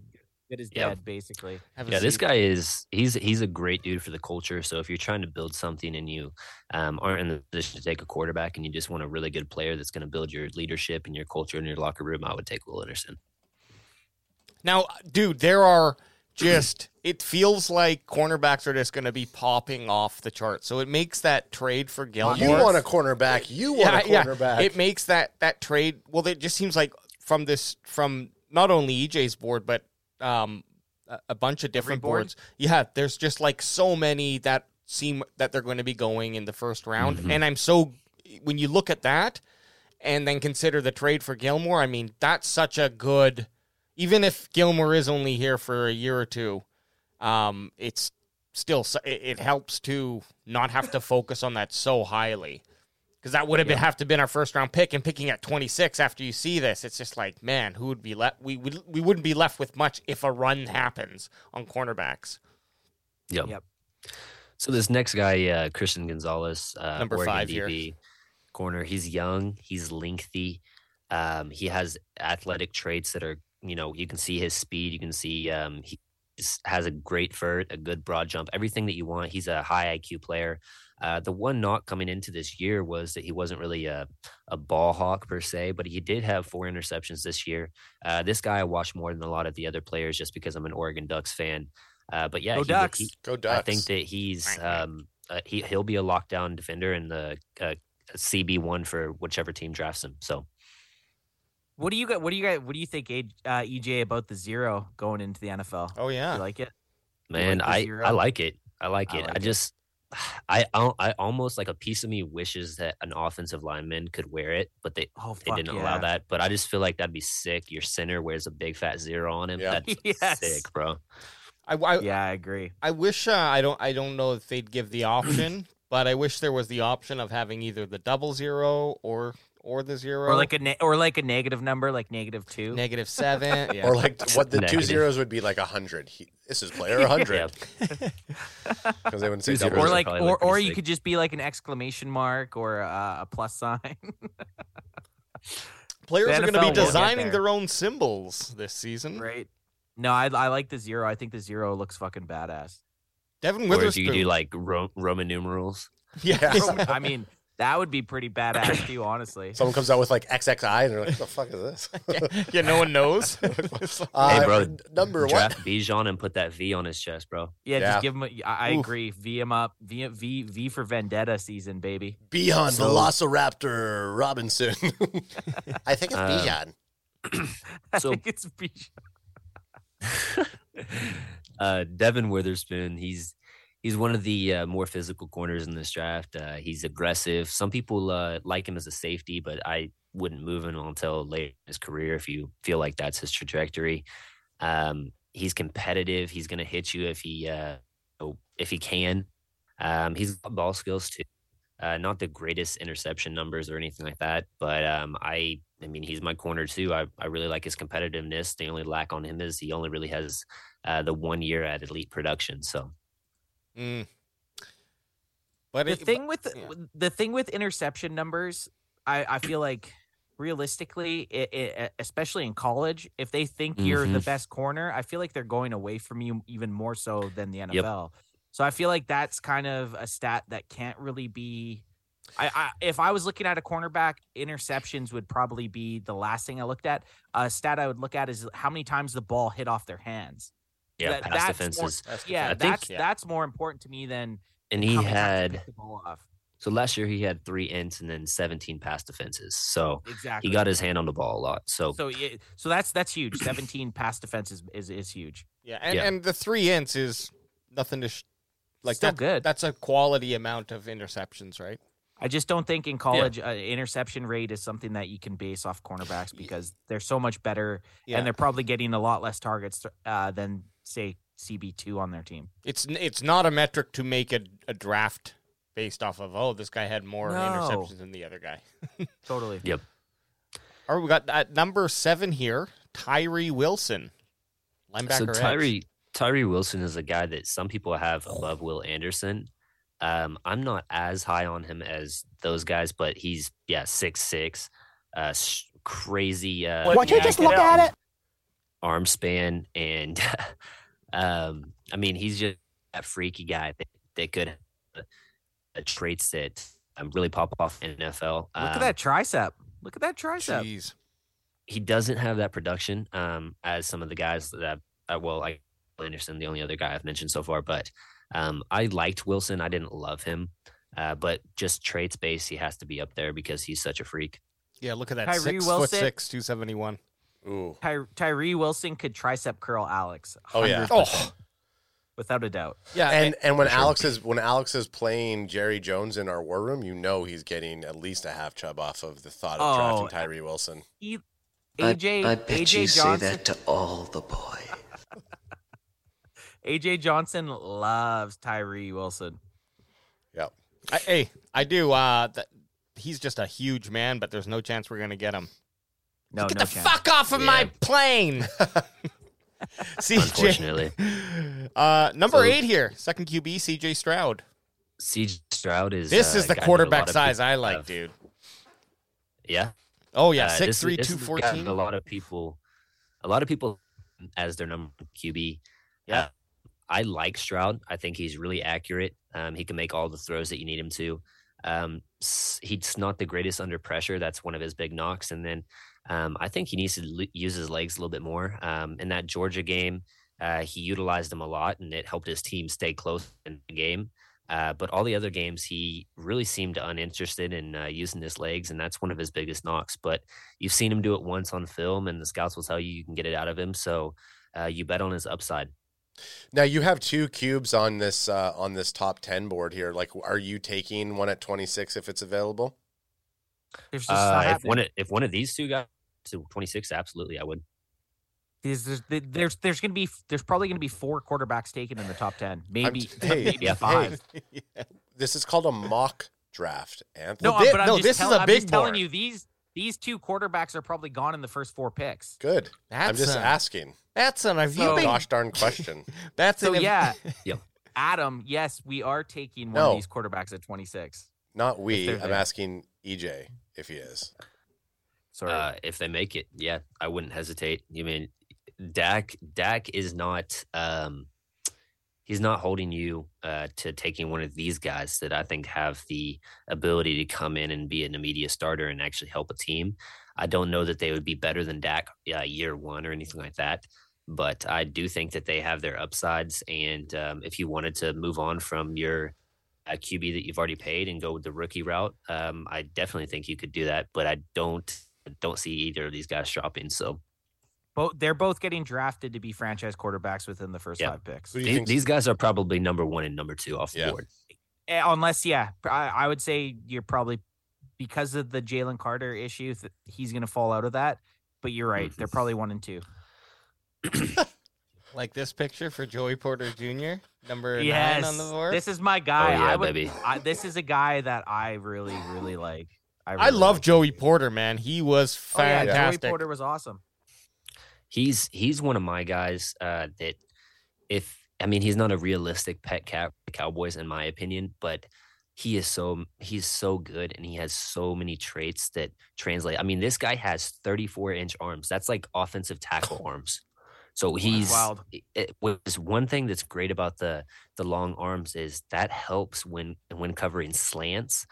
B: good as
D: Yeah.
B: dead basically.
A: <laughs> Have a
D: yeah, this
A: seat.
D: guy is he's he's a great dude for the culture. So if you're trying to build something and you um, aren't in the position to take a quarterback and you just want a really good player that's going to build your leadership and your culture in your locker room, I would take Will Anderson.
A: Now, dude, there are just it feels like cornerbacks are just going to be popping off the chart. So it makes that trade for Gilmore.
C: You want a cornerback. You want a cornerback.
A: It makes that that trade. Well, it just seems like from this from not only EJ's board, but um, a, a bunch of different
B: board?
A: boards. Yeah, there's just like so many that seem that they're going to be going in the first round,
C: Mm-hmm.
A: and I'm so when you look at that, and then consider the trade for Gilmore. I mean, that's such a good. Even if Gilmore is only here for a year or two, um, it's still so- it, it helps to not have to focus on that so highly because that would have been, have to been our first round pick and picking at 26 after you see this it's just like man who would be left we would we wouldn't be left with much if a run happens on cornerbacks
D: Yep.
B: Yep.
D: So this next guy, uh, Christian Gonzalez, uh,
A: Number
D: Oregon
A: five here.
D: DB, corner. He's young. He's lengthy. Um, he has athletic traits that are, you know, you can see his speed. You can see um, he s- has a great vert, a good broad jump, everything that you want. He's a high IQ player. Uh, the one knock coming into this year was that he wasn't really a, a ball hawk per se, but he did have four interceptions this year. Uh, this guy I watch more than a lot of the other players just because I'm an Oregon Ducks fan. Uh, but yeah,
B: Go
D: he-
B: Ducks.
D: he-
C: Go Ducks.
D: I think that he's
A: Right, right.
D: um, uh, he he'll be a lockdown defender in the uh, CB one for whichever team drafts him. So
B: What do you got? What do you got? What do you think, A- uh, EJ, about the zero going into the NFL?
A: oh
B: You
A: yeah
B: like it? You like
D: man,
B: the
D: I,
B: zero?
D: I like it. I like
B: I
D: it. I,
B: like it.
D: just <sighs> I al- I almost like a piece of me wishes that an offensive lineman could wear it, but they
B: Oh,
D: they
B: fuck
D: didn't
B: yeah.
D: allow that. But I just feel like that'd be sick. Your center wears a big fat zero on him.
C: Yeah.
D: That's
B: <laughs> Yes.
D: sick, bro.
A: i, I,
B: Yeah, I agree.
A: I wish uh, i don't i don't know if they'd give the <clears throat> option but i wish there was the option of having either the double zero or or the zero
B: Or like a ne- or like a negative number, like negative two.
A: negative
B: <laughs>
A: seven yeah.
C: Or like what the two
D: Negative.
C: zeros would be like a hundred. He- This is player hundred because they wouldn't say
D: Two
C: double.
D: zeros
B: or
C: zero.
D: are
B: like,
D: probably,
B: or
D: like,
B: or
D: pretty
B: you
D: sick.
B: could just be like an exclamation mark or uh, a plus sign. <laughs>
A: Mm-hmm. players
B: The
A: are going to be
B: NFL will get
A: designing
B: there.
A: their own symbols this season
B: Right. No, I, I like the zero. I think the zero looks fucking badass.
A: devin
D: or if you
A: witherspoon
D: could do like Ro- Roman numerals.
A: <laughs> yeah
B: <laughs> Roman- I mean, that would be pretty badass too, honestly.
C: Someone comes out with like XXI and they're like, "What the fuck is this?" <laughs>
A: <laughs> yeah no one knows
C: Uh,
D: bro,
C: n- number one.
D: Draft Bijan and put that V on his
B: <laughs>
D: chest, bro.
B: Yeah,
C: Yeah.
B: just give him. A, I I
A: Oof.
B: agree. V him up. V V V for Vendetta season, baby.
C: Beyond
D: So-
C: Velociraptor Robinson. <laughs> I think it's
D: Um,
C: Beyond.
B: <laughs> I
D: So-
B: think it's Bijan.
D: uh, Devin Witherspoon, he's he's one of the uh, more physical corners in this draft. Uh, he's aggressive. Some people uh, like him as a safety, but I wouldn't move him until late in his career if you feel like that's his trajectory. Um, he's competitive. He's going to hit you if he uh, oh, if he can. Um, he's got ball skills too. Uh, not the greatest interception numbers or anything like that, but um, I, I mean, he's my corner too. I, I really like his competitiveness. The only lack on him is he only really has uh, the one year at elite production. So
A: Mm. But
B: the
A: it,
B: thing with
A: yeah.
B: the thing with interception numbers, I, I feel like realistically, i i especially in college, if they think you're
D: Mm-hmm.
B: the best corner, I feel like they're going away from you even more so than the NFL. So I feel like that's kind of a stat that can't really be. I, I if I was looking at a cornerback, interceptions would probably be the last thing I looked at. A stat I would look at is how many times the ball hit off their hands.
D: Yeah,
B: That-
D: pass
B: that's more-
D: defenses.
A: that's
B: Yeah,
D: I think-
B: that's
A: yeah.
B: that's more important to me than
D: And he
B: how many times they
D: had
B: picked the ball off.
D: so last year he had three ints and then 17 pass defenses. So
B: Exactly.
D: he got his hand on the ball a lot. So,
B: So yeah, so that's that's huge. Seventeen <clears throat> pass defense is is, is huge.
A: Yeah, and,
D: Yeah.
A: and the three ints is nothing to sh- like.
B: Still
A: that-
B: good.
A: That's a quality amount of interceptions, right?
B: I just don't think in college uh, interception rate is something that you can base off cornerbacks because they're so much better
A: Yeah.
B: and they're probably getting a lot less targets uh, than say CB two on their team.
A: It's n- it's not a metric to make a, a draft based off of. Oh, this guy had more
B: No.
A: interceptions than the other guy.
B: Totally.
D: yep.
A: All right, we got at number seven here, Tyree Wilson, linebacker.
D: So
A: edge.
D: Tyree Tyree Wilson is a guy that some people have above Will Anderson. Um, I'm not as high on him as those guys, but he's yeah six six, uh, sh- crazy. Uh,
I: Would you just look at it?
D: arm span and <laughs> um i mean he's just a freaky guy that, that could have uh, traits that um, really pop off in nfl
B: Look at
D: Um,
B: that tricep. Look at that tricep.
A: Jeez.
D: he doesn't have that production um as some of the guys that uh, well i anderson the only other guy i've mentioned so far but um i liked wilson i didn't love him uh, but just traits based, he has to be up there because he's such
A: <laughs>
D: a freak.
A: Yeah, look at that.
B: Tyree
A: six foot
B: Wilson.
A: six, two seventy one.
C: Ooh.
B: Ty- Tyree Wilson could tricep curl Alex.
C: Oh, yeah.
B: 100%,
A: Oh,
B: without a doubt.
A: <laughs> yeah, and
C: And and when Alex is when Alex is playing Jerry Jones in our war room, you know he's getting at least a half chub off of the thought of
B: Oh.
C: drafting Tyree Wilson.
B: He,
J: I-
B: AJ
J: I, bet
B: AJ
J: you
B: Johnson
J: say that to all the boys.
B: AJ Johnson loves Tyree Wilson.
C: Yep.
A: I, hey, I do. Uh, th- he's just a huge man, but there's no chance we're gonna get him.
B: No,
A: Get
B: no
A: the
B: chance.
A: fuck off of my <laughs> plane. CJ.
D: Unfortunately,
A: Uh, number
D: So-
A: eight here, second QB, CJ Stroud.
D: CJ Stroud is.
A: This
D: uh,
A: is
D: a
A: the
D: guy that a lot
A: quarterback
D: of
A: size
D: people
A: I like,
D: have.
A: dude.
D: Yeah,
A: Oh, yeah,
D: Uh, this
A: six
D: is-
A: three
D: this
A: two
D: is the guy that
A: fourteen.
D: A lot of people, a lot of people, as their number one QB.
A: Yeah.
D: Uh, I like Stroud. I think he's really accurate. Um, he can make all the throws that you need him to. Um, s- he's not the greatest under pressure. That's one of his big knocks. And then um, I think he needs to l- use his legs a little bit more. Um, in that Georgia game, uh, he utilized them a lot, and it helped his team stay close in the game. Uh, but all the other games, he really seemed uninterested in uh, using his legs, and that's one of his biggest knocks. But you've seen him do it once on film, and the scouts will tell you you can get it out of him. So uh, you bet on his upside.
C: Now you have two cubes on this uh, on this top ten board here. Like, are you taking one at twenty six if it's available?
B: There's just
D: Uh,
B: not
D: if
B: happening.
D: one of, if one of these two got to 26, absolutely, I would.
B: There's there's there's, there's going to be there's probably going to be four quarterbacks taken in the top ten, maybe <laughs>
C: t- hey,
B: maybe
D: yeah, hey.
B: five.
A: <laughs>
C: This is called a mock draft, Anthony.
B: No,
A: thi-
B: but I'm
A: no,
B: just
A: this is
B: tell-
A: a
B: I'm
A: big
B: just telling
A: board.
B: you these these two quarterbacks are probably gone in the first four picks.
C: Good.
A: That's
C: I'm just
A: a-
C: asking.
A: That's an. Have you
B: So-
A: been?
C: Gosh darn question.
A: That's
B: So
A: an.
B: yeah,
D: Yep.
B: Adam, yes, we are taking one
C: No.
B: of these quarterbacks at 26.
C: Not we.
B: they're
C: I'm
B: there.
C: asking EJ if he is.
B: Sorry,
D: Uh, if they make it, yeah, I wouldn't hesitate. You mean Dak? Dak is not. Um, he's not holding you uh, to taking one of these guys that I think have the ability to come in and be an immediate starter and actually help a team. I don't know that they would be better than Dak uh, year one or anything like that, but I do think that they have their upsides. And um, if you wanted to move on from your uh, QB that you've already paid and go with the rookie route, um, I definitely think you could do that. But I don't don't see either of these guys dropping. So
B: both they're both getting drafted to be franchise quarterbacks within the first
D: Yeah.
B: five picks.
C: Who do you
D: these,
C: think's-
D: these guys are probably number one and number two off the
C: Yeah.
D: board.
B: Eh, Unless, yeah, I, I would say you're probably because of the Jalen Carter issue, th- he's going to fall out of that. But you're right;
D: Mm-hmm.
B: they're probably one and two.
A: <laughs> Like this picture for Joey Porter Jr. Number
B: yes,
A: nine on the board.
B: this is my guy.
D: oh yeah,
B: I would,
D: baby.
B: I, this is a guy that I really, really like.
A: I
B: really
A: love
B: like.
A: Joey Porter, man. He was
B: Oh, yeah, Joey
A: fantastic.
B: Porter was awesome.
D: He's he's one of my guys uh, that if I mean he's not a realistic pet cat for the Cowboys in my opinion, but he is so he's so good and he has so many traits that translate. I mean, this guy has 34 inch arms. That's like offensive tackle arms. So he's
B: wild.
D: it- It was one thing that's great about the the long arms is that helps when when covering slants.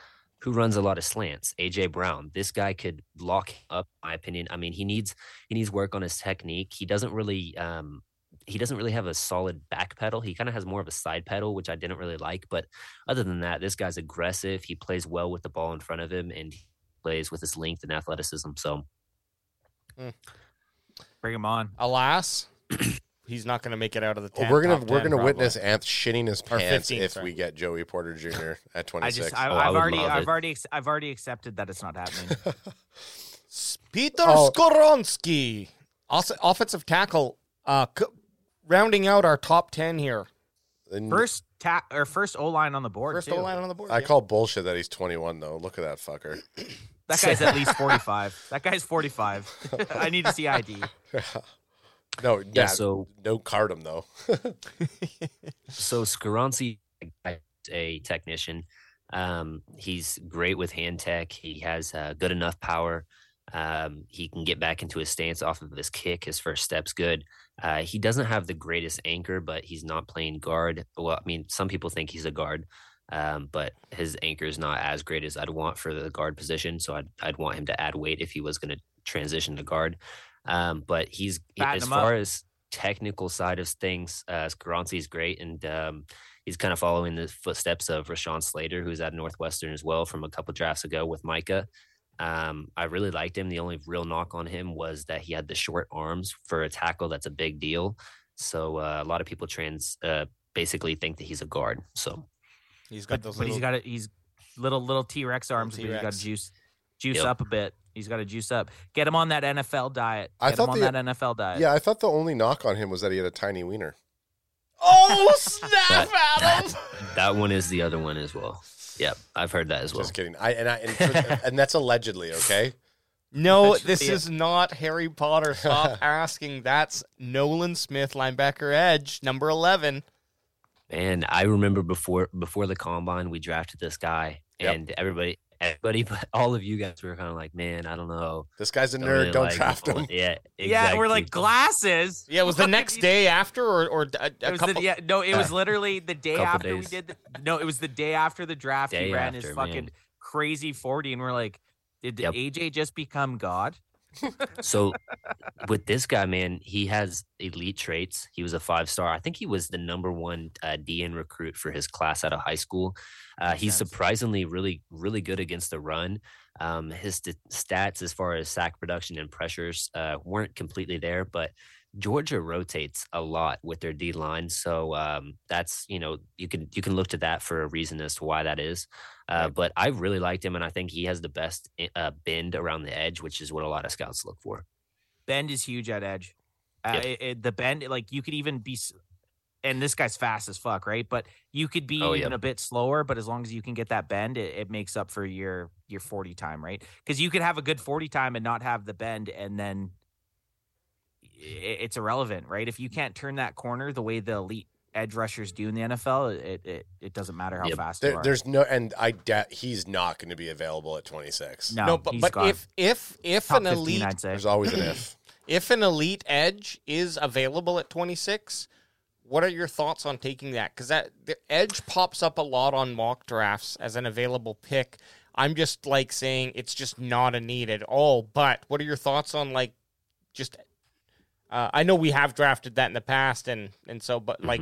D: Who runs a lot of slants? AJ Brown. This guy could lock up. in My opinion. I mean, he needs he needs work on his technique. He doesn't really um, he doesn't really have a solid back pedal. He kind of has more of a side pedal, which I didn't really like. But other than that, this guy's aggressive. He plays well with the ball in front of him and he plays with his length and athleticism. So
B: Bring him on.
A: Alas, <clears throat> he's not going to make it out of the.
C: Well,
A: Ten,
C: we're gonna
A: top
C: we're
A: 10
C: gonna
A: probably.
C: witness Anth shitting his
A: Or
C: pants
A: 15,
C: if
A: sorry.
C: we get Joey Porter Jr. at
B: I
C: 26.
B: just, I,
D: Oh, I
B: I've
D: would
B: already,
D: love
B: I've <laughs>
D: it.
B: already, ex- I've already accepted that it's
A: <laughs>
B: not happening.
A: Peter
C: Oh.
A: Skoronsky, also offensive tackle, uh, c- rounding out our top ten here.
C: And
B: first ta- or first O line on the board.
A: First
B: too.
A: O line on the board.
C: I
A: yeah.
C: call bullshit that he's 21 though. Look at that fucker. <laughs>
A: <laughs>
B: That guy's at least 45. That guy's 45. <laughs> I need to see ID.
C: no, yeah,
D: yeah, so
C: no card him though. <laughs>
D: so Skaronsi a technician. Um, he's great with hand tech. He has uh, good enough power. Um, he can get back into his stance off of his kick. His first step's good. Uh, he doesn't have the greatest anchor, but he's not playing guard. Well, I mean, some people think he's a guard, um, but his anchor is not as great as I'd want for the guard position. So I'd, I'd want him to add weight if he was going to transition to guard. Um, but he's
B: Fatten
D: as
B: him up.
D: far as technical side of things, uh, Skaronsi is great, and um, he's kind of following the footsteps of Rashawn Slater, who's at Northwestern as well from a couple drafts ago with Micah. Um, I really liked him. The only real knock on him was that he had the short arms for a tackle. That's a big deal. So uh, a lot of people trans uh, basically think that he's a guard. So
A: He's <laughs> got
B: But,
A: those.
B: but he's
A: little-
B: got a, he's little little T Rex arms, but he's got
A: T-Rex.
B: to juice juice
D: Yep.
B: up a bit. He's got to juice up. Get him on that NFL diet.
C: I
B: Get
C: thought
B: him on
C: the-
B: that NFL diet.
C: yeah, I thought the only knock on him was that he had a tiny wiener.
A: oh snap,
D: That-
B: <laughs>
A: Adam!
D: that one is the other one as well. Yep, I've heard that as well.
C: Just kidding. I and
D: <laughs>
C: I and, and that's allegedly okay.
A: No,
B: That should
A: this
B: be it.
A: is not Harry Potter.
B: <laughs>
A: Stop asking. That's Nolan Smith, linebacker edge, number 11.
D: And I remember before before the combine, we drafted this guy,
C: Yep.
D: and everybody, everybody, <laughs> but all of you guys were kind of like, "Man, I don't know."
C: This guy's a
D: Don't
C: nerd.
D: really
C: Don't
D: like
C: draft
D: Nolan."
C: him.
D: Yeah, exactly.
B: Yeah, we're like glasses.
A: Yeah, it was the
B: <laughs> What?
A: next
B: You-
A: day after or, or a,
B: It
A: a
B: was
A: couple.
B: the, yeah,
A: <laughs>
B: no, it was literally the day
D: Couple
B: after
D: days.
B: we did. The, no, it was the day after the draft.
D: Day
B: he ran
D: after,
B: his
D: man.
B: fucking crazy forty, and we're like, did
D: Yep.
B: AJ just become God?
D: So with this guy, man, he has elite traits. He was a five star. I think he was the number one uh, DN recruit for his class out of high school. Uh,
B: Makes
D: he's
B: sense.
D: surprisingly really, really good against the run. Um, his st- stats as far as sack production and pressures uh, weren't completely there, but Georgia rotates a lot with their D line, so um, that's you know you can you can look to that for a reason as to why that is. Uh, But I really liked him, and I think he has the best i- uh, bend around the edge, which is what a lot of scouts look for.
B: Bend is huge at edge. Uh,
D: Yep.
B: it- it- the bend, like you could even be, s- and this guy's fast as fuck, right? But you could be
D: Oh,
B: even
D: yeah.
B: a bit slower, but as long as you can get that bend, it, it makes up for your your forty time, right? Because you could have a good forty time and not have the bend, and then i- it's irrelevant, right? If you can't turn that corner the way the elite edge rushers do in the NFL, it it, it doesn't matter how
D: Yep.
B: fast you
C: There,
B: are.
C: there's no, and I doubt he's not going to be available at 26.
B: no,
A: No, but,
B: he's
A: but
B: gone.
A: if if if
B: top
A: an
B: 15,
A: elite
B: I'd say.
C: There's always an if.
A: if an elite edge is available at 26, what are your thoughts on taking that? Because that the edge pops up a lot on mock drafts as an available pick. I'm just like saying it's just not a need at all. But what are your thoughts on like just? Uh, I know we have drafted that in the past, and and so, but like,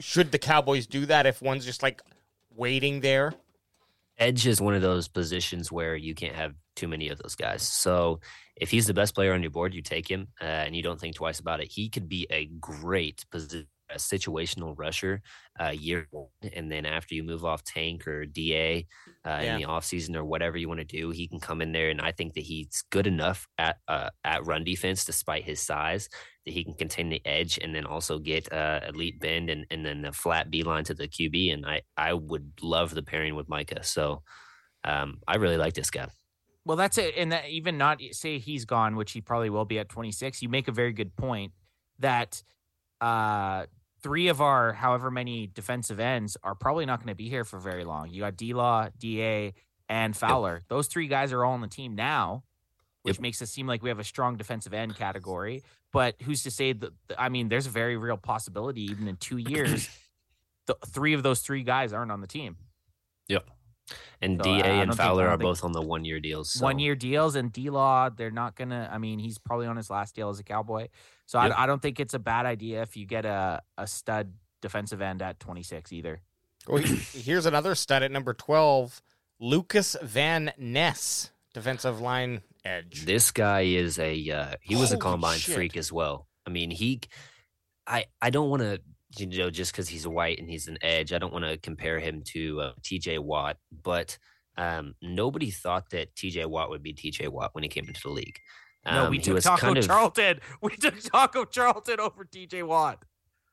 A: should the Cowboys do that if one's just like waiting there?
D: Edge is one of those positions where you can't have too many of those guys. So if he's the best player on your board, you take him uh, and you don't think twice about it. He could be a great position, a situational rusher uh, year one. And then after you move off tank or DA uh,
A: Yeah.
D: in the offseason or whatever you want to do, he can come in there. And I think that he's good enough at, uh, at run defense, despite his size, that he can contain the edge and then also get uh, elite bend and, and then a flat beeline to the QB. And I, I would love the pairing with Micah. So um, I really like this guy.
B: Well, that's it. And that even not say he's gone, which he probably will be at 26, you make a very good point that uh, three of our however many defensive ends are probably not going to be here for very long. You got D Law, DA, and Fowler. Those three guys are all on the team now, which
D: Yep.
B: makes it seem like we have a strong defensive end category. But who's to say that? I mean, there's a very real possibility, even in two years, the, three of those three guys aren't on the team.
D: And
B: So, I- I
D: Da
B: don't
D: and
B: think-
D: Fowler
B: I don't
D: are
B: think-
D: both on the one year deals. so-
B: One year deals and D Law, they're not gonna. I mean, he's probably on his last deal as a Cowboy, so
D: Yep.
B: I, I don't think it's a bad idea if you get a a stud defensive end at 26 either.
A: Well, he- <coughs> here's another stud at number 12 Lucas Van Ness, defensive line edge.
D: This guy is a uh, he was
A: Holy
D: a combine
A: shit.
D: freak as well. I mean, he I I don't want to you know just because he's white and he's an edge, I don't want to compare him to uh, T.J. Watt, but um, nobody thought that T.J. Watt would be T.J. Watt when he came into the league.
B: No,
D: Um,
B: we
D: he
B: took
D: was
B: Taco
D: kind of-
B: Charlton. <laughs> We took Taco Charlton over DJ Watt.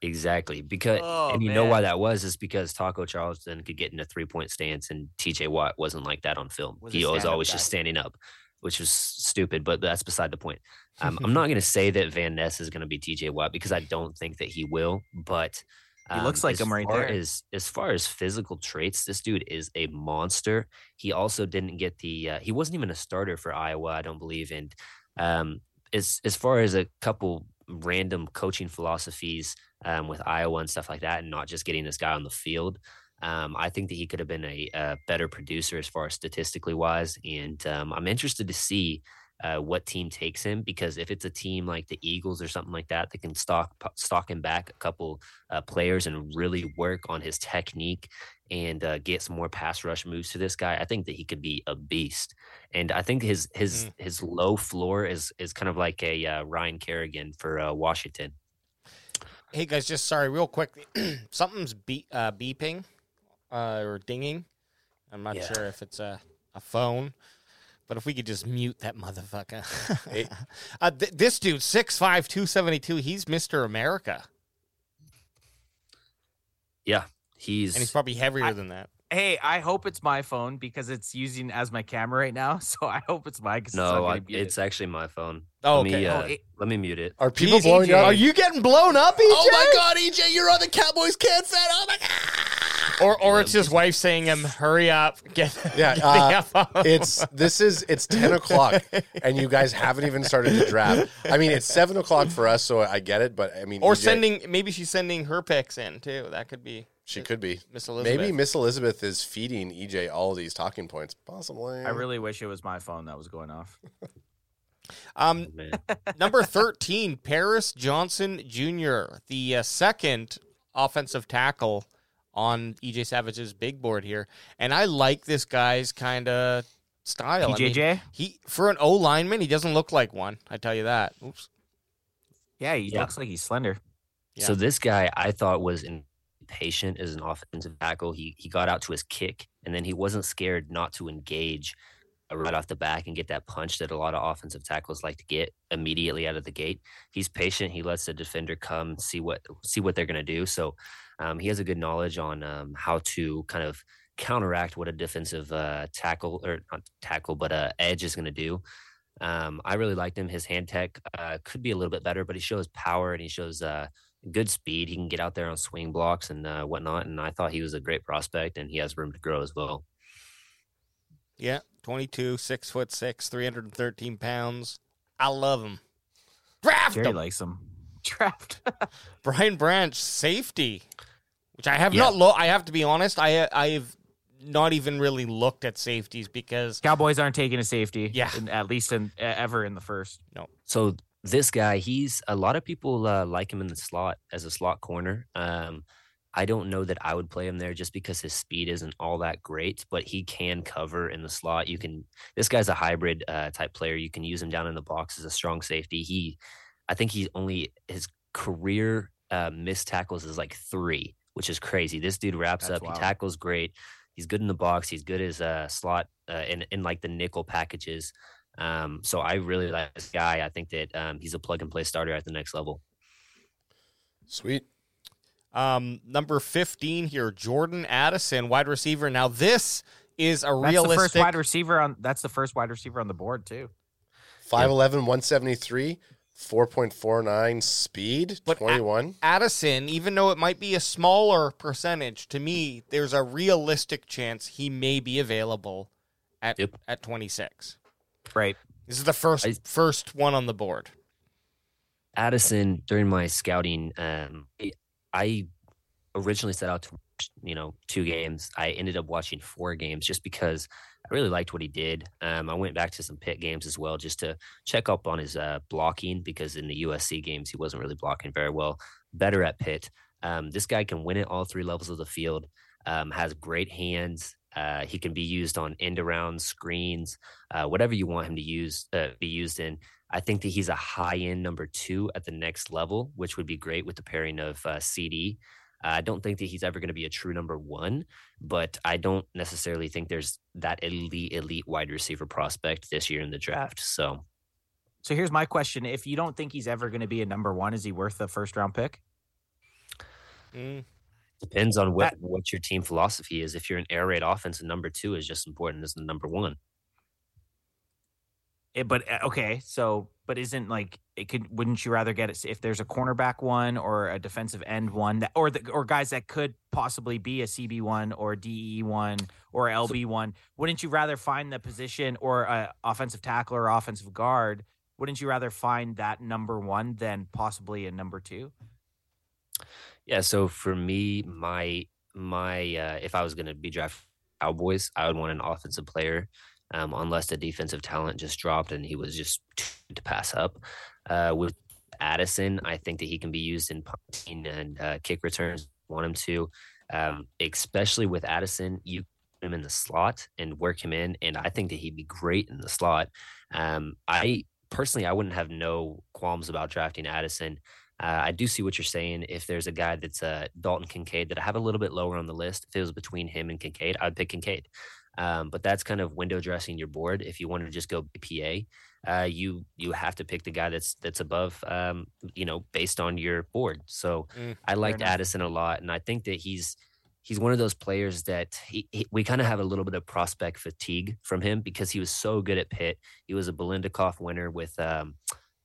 D: Exactly. Because
B: Oh,
D: and you know why
B: man.
D: that was is because Taco Charlton could get in a three point stance and TJ Watt wasn't like that on film.
B: Was a
D: he was
B: stand-up
D: always
B: guy.
D: just standing up, which was stupid, but that's beside the point.
B: <laughs>
D: Um, I'm not gonna say that Van Ness is gonna be TJ Watt because I don't think that he will, but
B: He looks like
D: Um, as
B: him right
D: far
B: there.
D: As, as far as physical traits, this dude is a monster. He also didn't get the uh, he wasn't even a starter for Iowa, I don't believe. And um, as as far as a couple random coaching philosophies um, with Iowa and stuff like that, and not just getting this guy on the field. Um, I think that he could have been a, uh better producer as far as statistically wise, and um, I'm interested to see uh, what team takes him because if it's a team like the Eagles or something like that that can stock p- stock him back a couple uh, players and really work on his technique and uh, get some more pass rush moves to this guy, I think that he could be a beast. And I think his his his low floor is is kind of like a uh, Ryan Kerrigan for uh, Washington.
A: Hey guys, just sorry, real quick. <clears throat> Something's be- uh, beeping uh, or dinging. I'm not
D: Yeah.
A: sure if it's a, a phone, but if we could just mute that motherfucker.
C: Hey.
A: <laughs> uh, th- this dude, 6'5, 272, he's Mr. America.
D: Yeah, he's,
A: And he's probably heavier
B: I-
A: than that.
B: Hey, I hope it's my phone because it's using as my camera right now. <laughs> So I hope it's mine. 'cause not
D: no,
B: gonna
D: I,
B: be
D: it's actually my phone.
A: Oh,
D: let
A: okay.
D: me,
B: Oh,
D: uh,
B: it-
D: let me mute it.
C: Are people
A: Jeez,
C: blowing
A: EJ.
C: you up?
A: Are you getting blown up, E EJ?
C: Oh my God, EJ, you're on the Cowboys can't set. Oh my God.
A: Or, or it's his wife saying him, hurry up, get, <laughs> get
C: Yeah, <laughs>
A: the
C: uh,
A: F up.
C: It's this is it's ten
A: <laughs>
C: o'clock, and you guys haven't even started the draft. I mean, it's seven o'clock for us, so I get it. But I mean, E
A: Or
C: EJ,
A: sending, maybe she's sending her pics in too. That could be
C: she could be.
A: Miss Elizabeth.
C: Maybe Miss Elizabeth is feeding EJ all these talking points. Possibly.
B: I really wish it was my phone that was going off.
A: Um,
D: Oh, Man.
A: Number 13, Paris Johnson Jr., the uh, second offensive tackle on EJ Savage's big board here. And I like this guy's kind of style. I mean,
B: PJJ?
A: he for an O lineman, he doesn't look like one. I tell you that. Oops.
B: Yeah, he
D: Yeah.
B: looks like he's slender.
D: So
A: Yeah.
D: this guy I thought was impatient as an offensive tackle. He he got out to his kick and then he wasn't scared not to engage uh, right off the back and get that punch that a lot of offensive tackles like to get immediately out of the gate. He's patient. He lets the defender come see what see what they're gonna do. So um, he has a good knowledge on um, how to kind of counteract what a defensive uh, tackle or not tackle but uh, edge is gonna do. Um, I really liked him. His hand tech uh, could be a little bit better, but he shows power and he shows uh, good speed. He can get out there on swing blocks and uh, whatnot. And I thought he was a great prospect, and he has room to grow as well.
A: Yeah. 22, 6 foot 6, 313 pounds. I love him. Draft
B: Jerry
A: him.
B: likes him. <laughs> Trapped.
A: Brian Branch safety, which I have
D: Yeah.
A: not. Lo- I have to be honest. I I've not even really looked at safeties because
B: Cowboys aren't taking a safety.
A: Yeah.
B: in- at least in e- ever in the first.
D: So this guy, he's a lot of people uh, like him in the slot as a slot corner. Um, I don't know that I would play him there just because his speed isn't all that great, but he can cover in the slot. You can this guy's a hybrid uh, type player. You can use him down in the box as a strong safety. He, I think he's only his career uh, missed tackles is like three, which is crazy. This dude wraps
B: That's
D: up.
B: wild.
D: He tackles great. He's good in the box. He's good as a slot uh, in in like the nickel packages. Um, so I really like this guy. I think that um, he's a plug and play starter at the next level.
C: Sweet.
A: um number fifteen here, Jordan Addison, wide receiver. Now this is a
B: That's the first
A: realistic.
B: wide receiver on. That's the first wide receiver on the board too.
C: 5'11", 173, 4.49 speed,
A: But a-
C: 21.
A: Addison, even though it might be a smaller percentage, to me, there's a realistic chance he may be available at
D: Yep.
A: at 26.
B: Right.
A: This is the first
D: I-
A: first one on the board.
D: Addison during my scouting, um, I- I originally set out to watch, you know two games. I ended up watching four games just because I really liked what he did. Um, I went back to some pit games as well just to check up on his uh, blocking because in the USC games he wasn't really blocking very well. Better at pit. Um, this guy can win at all three levels of the field. Um, has great hands. Uh, he can be used on end around screens, uh, whatever you want him to use uh, be used in. I think that he's a high end number two at the next level, which would be great with the pairing of uh, CD. I don't think that he's ever going to be a true number one, but I don't necessarily think there's that elite, elite wide receiver prospect this year in the draft. So
B: So here's my question: If you don't think he's ever going to be a number one, is he worth the first round pick?
A: Mm.
D: depends on what,
B: That-
D: what your team philosophy is. If you're an air raid offense, a number two is just important as the number one.
B: It, but uh, okay, so but isn't like it could? Wouldn't you rather get it s- if there's a cornerback one or a defensive end one that or the or guys that could possibly be a CB one or DE one or LB one? Wouldn't you rather find the position or a offensive tackle or offensive guard? Wouldn't you rather find that number one than possibly a number two?
D: Yeah. So for me, my my uh, if I was going to be draft Cowboys, I would want an offensive player, um, unless the defensive talent just dropped and he was just too good to pass up. Uh, with Addison, I think that he can be used in punting and uh, kick returns. Want him to, um, especially with Addison, you put him in the slot and work him in, and I think that he'd be great in the slot. Um, I personally, I wouldn't have no qualms about drafting Addison. Uh, I do see what you're saying. If there's a guy that's uh, Dalton Kincaid that I have a little bit lower on the list, if it was between him and Kincaid, I'd pick Kincaid. Um, but that's kind of window dressing your board. If you want to just go PA, uh, you you have to pick the guy that's that's above, um, you know, based on your board. So
A: Mm,
D: I liked
B: enough.
D: Addison a lot, and I think that he's he's one of those players that he, he, we kind of have a little bit of prospect fatigue from him because he was so good at Pitt. He was a Belinda Koff winner with um,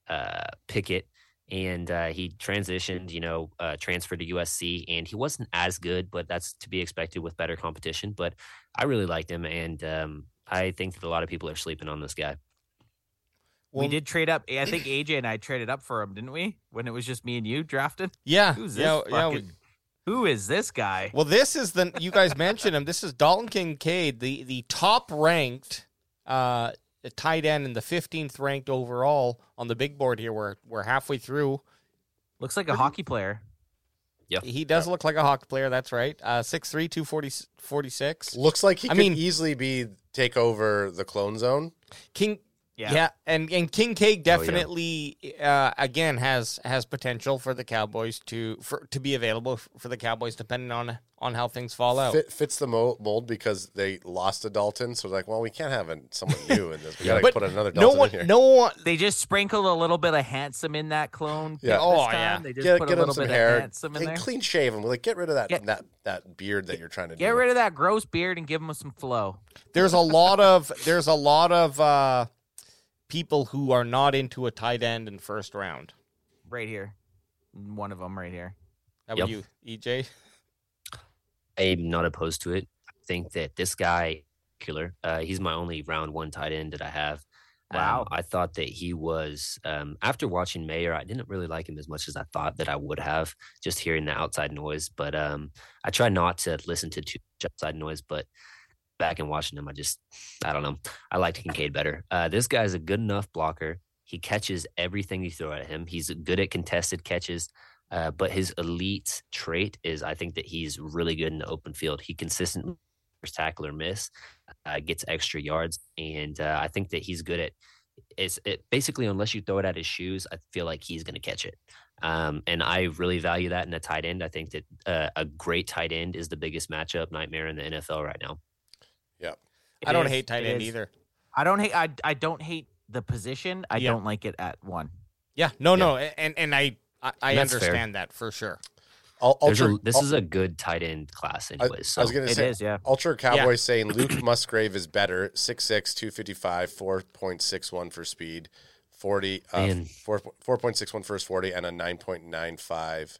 D: uh, Pickett and uh, he transitioned, you know, uh, transferred to USC, and he wasn't as good, but that's to be expected with better competition. But I really liked him, and um, I think that a lot of people are sleeping on this guy.
B: we
A: Well,
B: did trade up. eh,
A: <clears throat>
B: I think AJ and I traded up for him, didn't we? When it was just me and you drafted.
A: Yeah.
B: Who's this?
A: yeah, yeah, we-
B: fucking, who is this guy?
A: Well, this is the you guys mentioned him. This is Dalton Kincaid, the the top ranked uh tight end and the fifteenth ranked overall on the big board here. We're we're halfway through.
B: Looks like a hockey player.
A: He does look like a hockey player, that's right. Uh 6'3", 240 46.
C: Looks like he
A: I
C: could
A: mean-
C: easily be take over the clone zone.
A: King yeah.
B: Yeah.
A: and and Kincaid definitely uh, again has has potential for the Cowboys to for to be available f- for the Cowboys depending on on how things fall out.
C: Fit, fits the mo- mold because they lost to Dalton, so like, well, we can't have an, someone new in this. We gotta
A: But
C: put another
A: No
C: Dalton
A: one,
C: in here.
A: no one.
B: They just sprinkled a little bit of handsome in that clone.
C: Yeah.
B: pick
A: Oh,
B: this
A: yeah.
B: time. They just
C: get
B: put
C: get
B: a
C: him
B: little
C: some
B: bit of
C: hair
B: handsome in
C: and
B: there.
C: clean shave him. Like, get rid of that
B: Yeah.
C: that that beard that you're trying to
B: Get
C: do.
B: rid of that gross beard and give him some flow.
A: There's a lot of there's a lot of uh, people who are not into a tight end in first round.
B: Right here, one of them right here.
A: How
D: Yep.
A: about you, E EJ?
D: I'm not opposed to it. I think that this guy, killer, uh, he's my only round one tight end that I have. Um,
B: Wow.
D: I thought that he was, um, after watching Mayer, I didn't really like him as much as I thought that I would have just hearing the outside noise. But um, I try not to listen to too much outside noise, but back and watching him, I just, I don't know. I liked Kincaid better. Uh, this guy's a good enough blocker. He catches everything you throw at him. He's good at contested catches. Uh, but his elite trait is, I think, that he's really good in the open field. He consistently first tackle or miss, uh, gets extra yards, and uh, I think that he's good at. It's it, basically unless you throw it at his shoes, I feel like he's going to catch it. Um, and I really value that in a tight end. I think that uh, a great tight end is the biggest matchup nightmare in the NFL right now.
A: I don't
B: It is-
A: hate tight
B: it
A: end
B: is.
A: either.
B: I don't hate. I I don't hate the position. I
A: Yeah.
B: don't like it at one.
A: Yeah, no, no, and and I I, I
D: That's fair.
A: understand that for sure.
C: Ul-
D: There's
C: Ultra,
D: a, this
C: ul-
D: is a good tight end class,
C: I,
D: anyways.
C: I was
D: so-
C: gonna
B: It is,
C: say
B: yeah.
C: Ultra Cowboy saying Luke Musgrave is better. 6'6", 255, 4.61 for speed, 40, uh,
D: Man.
C: 4, 4.61 first 40, and a 9.95.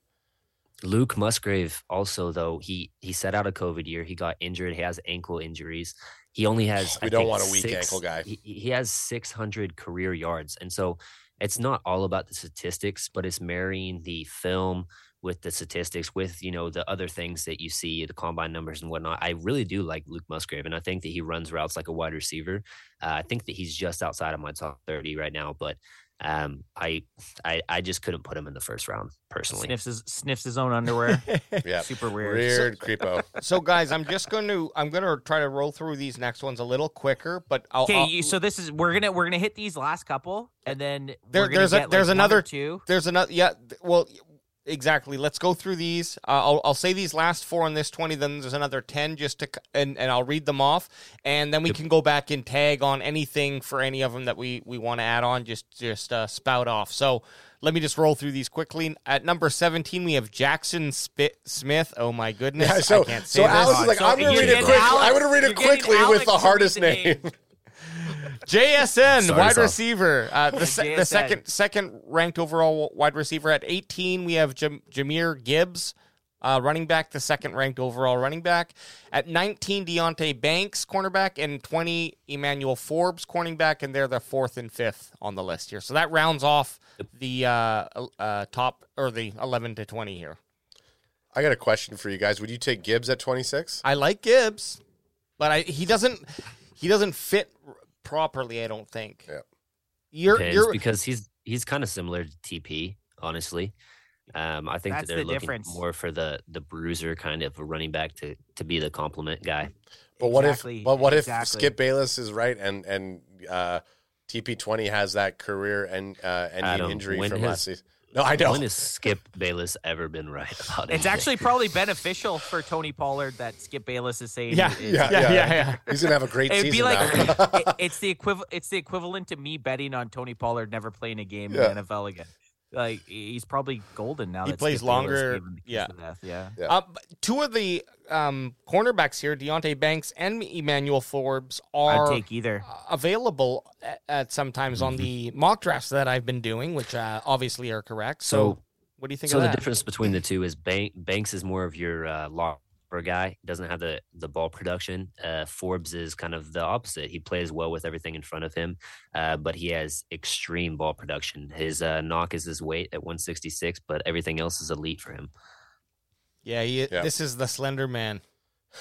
D: Luke Musgrave also though he he set out a COVID year. He got injured. He has ankle injuries. He
C: <sighs>
D: only has.
C: We
D: I
C: don't
D: think,
C: want a weak
D: six-
C: ankle guy.
D: He, he has 600 career yards, and so it's not all about the statistics, but it's marrying the film with the statistics, with you know the other things that you see, the combine numbers and whatnot. I really do like Luke Musgrave, and I think that he runs routes like a wide receiver. Uh, I think that he's just outside of my top 30 right now, but um, I, I I just couldn't put him in the first round personally.
B: Sniffs his sniffs his own underwear.
C: <laughs> Yeah.
B: Super weird.
C: Weird creepo.
A: So guys, I'm just going to I'm going to try to roll through these next ones a little quicker, but I'll,
B: Okay,
A: I'll-
B: you, so this is we're gonna we're gonna hit these last couple, and then
A: There-
B: we're gonna
A: there's a-
B: get, like,
A: there's
B: one or
A: another-
B: two.
A: there's another yeah, th- well exactly. Let's go through these. Uh, I'll I'll say these last 4 on this 20, then there's another 10 just to c- and and I'll read them off and then we can go back and tag on anything for any of them that we we want to add on just just uh, spout off. So let me just roll through these quickly. At number 17, we have Jackson Spit Smith. Oh my goodness.
C: Yeah, so
A: I can't say
C: so
A: this.
C: Alex is like,
B: So
C: I'm gonna
B: you're
C: read it
B: getting
C: quickly.
B: Alex-
C: I'm gonna read
B: you're
C: it
B: getting
C: quickly
B: Alex
C: with
B: to
C: the
B: read
C: hardest
B: the
C: name. <laughs>
B: name.
A: JSN,
C: Sorry,
A: wide
C: Sal.
A: receiver. Uh, the, se- the
B: JSN.
A: second second ranked overall wide receiver at 18. We have Jam- Jameer Gibbs, uh, running back, the second ranked overall running back. At 19, Deontay Banks, cornerback, and 20, Emmanuel Forbes, cornerback, and they're the fourth and fifth on the list here. So that rounds off the uh, uh, top or the 11 to 20 here.
C: I got a question for you guys. Would you take Gibbs at 26?
A: I like Gibbs, but I he doesn't he doesn't fit properly. I don't think.
C: Yeah.
A: You're,
D: Depends,
A: you're
D: because he's he's kind of similar to TP, honestly. Um, I think
B: That's
D: that they're
B: the
D: looking
B: difference.
D: more for the the bruiser kind of a running back to to be the compliment
A: <laughs>
D: guy.
C: But what
B: Exactly,
C: if? But what
B: exactly.
C: if Skip Bayless is right and and uh, TP twenty has that career and uh, ending
D: Adam,
C: injury
D: when
C: from
D: has-
C: last season? No, I know.
D: When has Skip Bayless ever been right <laughs> about
B: It's
D: anything?
B: actually probably beneficial for Tony Pollard that Skip Bayless is saying.
A: Yeah,
B: is-
C: <laughs> yeah, yeah,
A: <laughs> yeah, yeah, yeah.
C: He's gonna have a great
B: It'd
C: season
B: be like
C: <laughs> now.
B: it- it's the equivalent. It's the equivalent to me betting on Tony Pollard never playing a game
C: Yeah.
B: in the NFL again. Like he's probably golden now.
A: He
B: that
A: plays
B: Skip Bayless
A: longer,
B: gave him the kiss
A: yeah.
B: of death, yeah.
C: Yeah.
A: Uh, but two of the um, cornerbacks here, Deontay Banks and Emmanuel Forbes,
B: I'd
A: are
B: take either.
A: available at, at sometimes on the
D: Mm-hmm.
A: mock drafts that I've been doing, which uh, obviously are correct. So,
D: So-
A: what do you think
D: So
A: of
D: the
A: that?
D: difference between the two is Bank, Banks is more of your uh, locker guy, doesn't have the the ball production. Uh, Forbes is kind of the opposite. He plays well with everything in front of him, uh, but he has extreme ball production. His uh, knock is his weight at 166, but everything else is elite for him.
A: yeah, he,
C: Yeah.
A: this is the Slender
D: <laughs>
A: Man.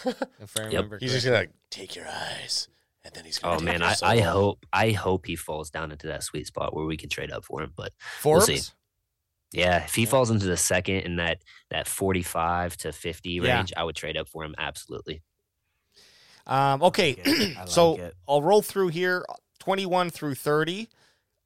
A: if I remember
C: he's just
A: correctly.
C: gonna like, take your eyes, and then he's <laughs> gonna.
D: Oh
C: take
D: man,
C: your
D: I, I
C: soul."
D: hope I hope he falls down into that sweet spot where we can trade up for him. But
A: Forbes.
D: see. yeah, if he falls into the second in that that forty five to fifty
A: Yeah.
D: range, I would trade up for him absolutely.
A: Um, okay,
B: it. I like
A: so
B: it.
A: I'll roll through here, twenty-one through thirty.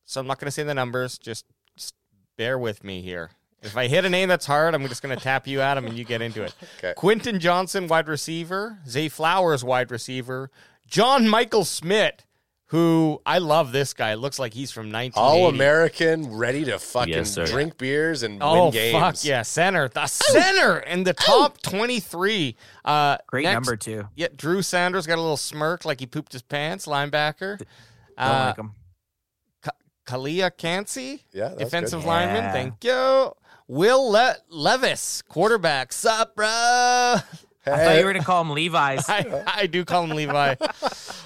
A: So I'm not going to say the numbers. Just, just bear with me here. If I hit a name that's hard, I'm just going to tap you, Adam, and you get into it.
C: Okay.
A: Quinton Johnson, wide receiver. Zay Flowers, wide receiver. John Michael Smith, who I love. This guy looks like he's from 1980.
C: All American, ready to fucking
D: Yes, sir.
C: drink beers and
A: Oh
C: win games.
A: fuck yeah, center, the center in the top twenty-three. Uh,
B: Great
A: next-
B: number too.
A: Yeah, Drew Sanders got a little smirk like he pooped his pants.
C: <laughs>
A: Linebacker.
C: Oh
B: Don't
A: Uh,
B: like him.
A: Kalia Cansey,
C: Yeah, that's good.
A: defensive lineman.
B: Yeah.
A: Thank you. Will Le- Levis, quarterback. Sup, bro? I,
B: I thought you were gonna call him Levi's.
A: <laughs> I do call him Levi.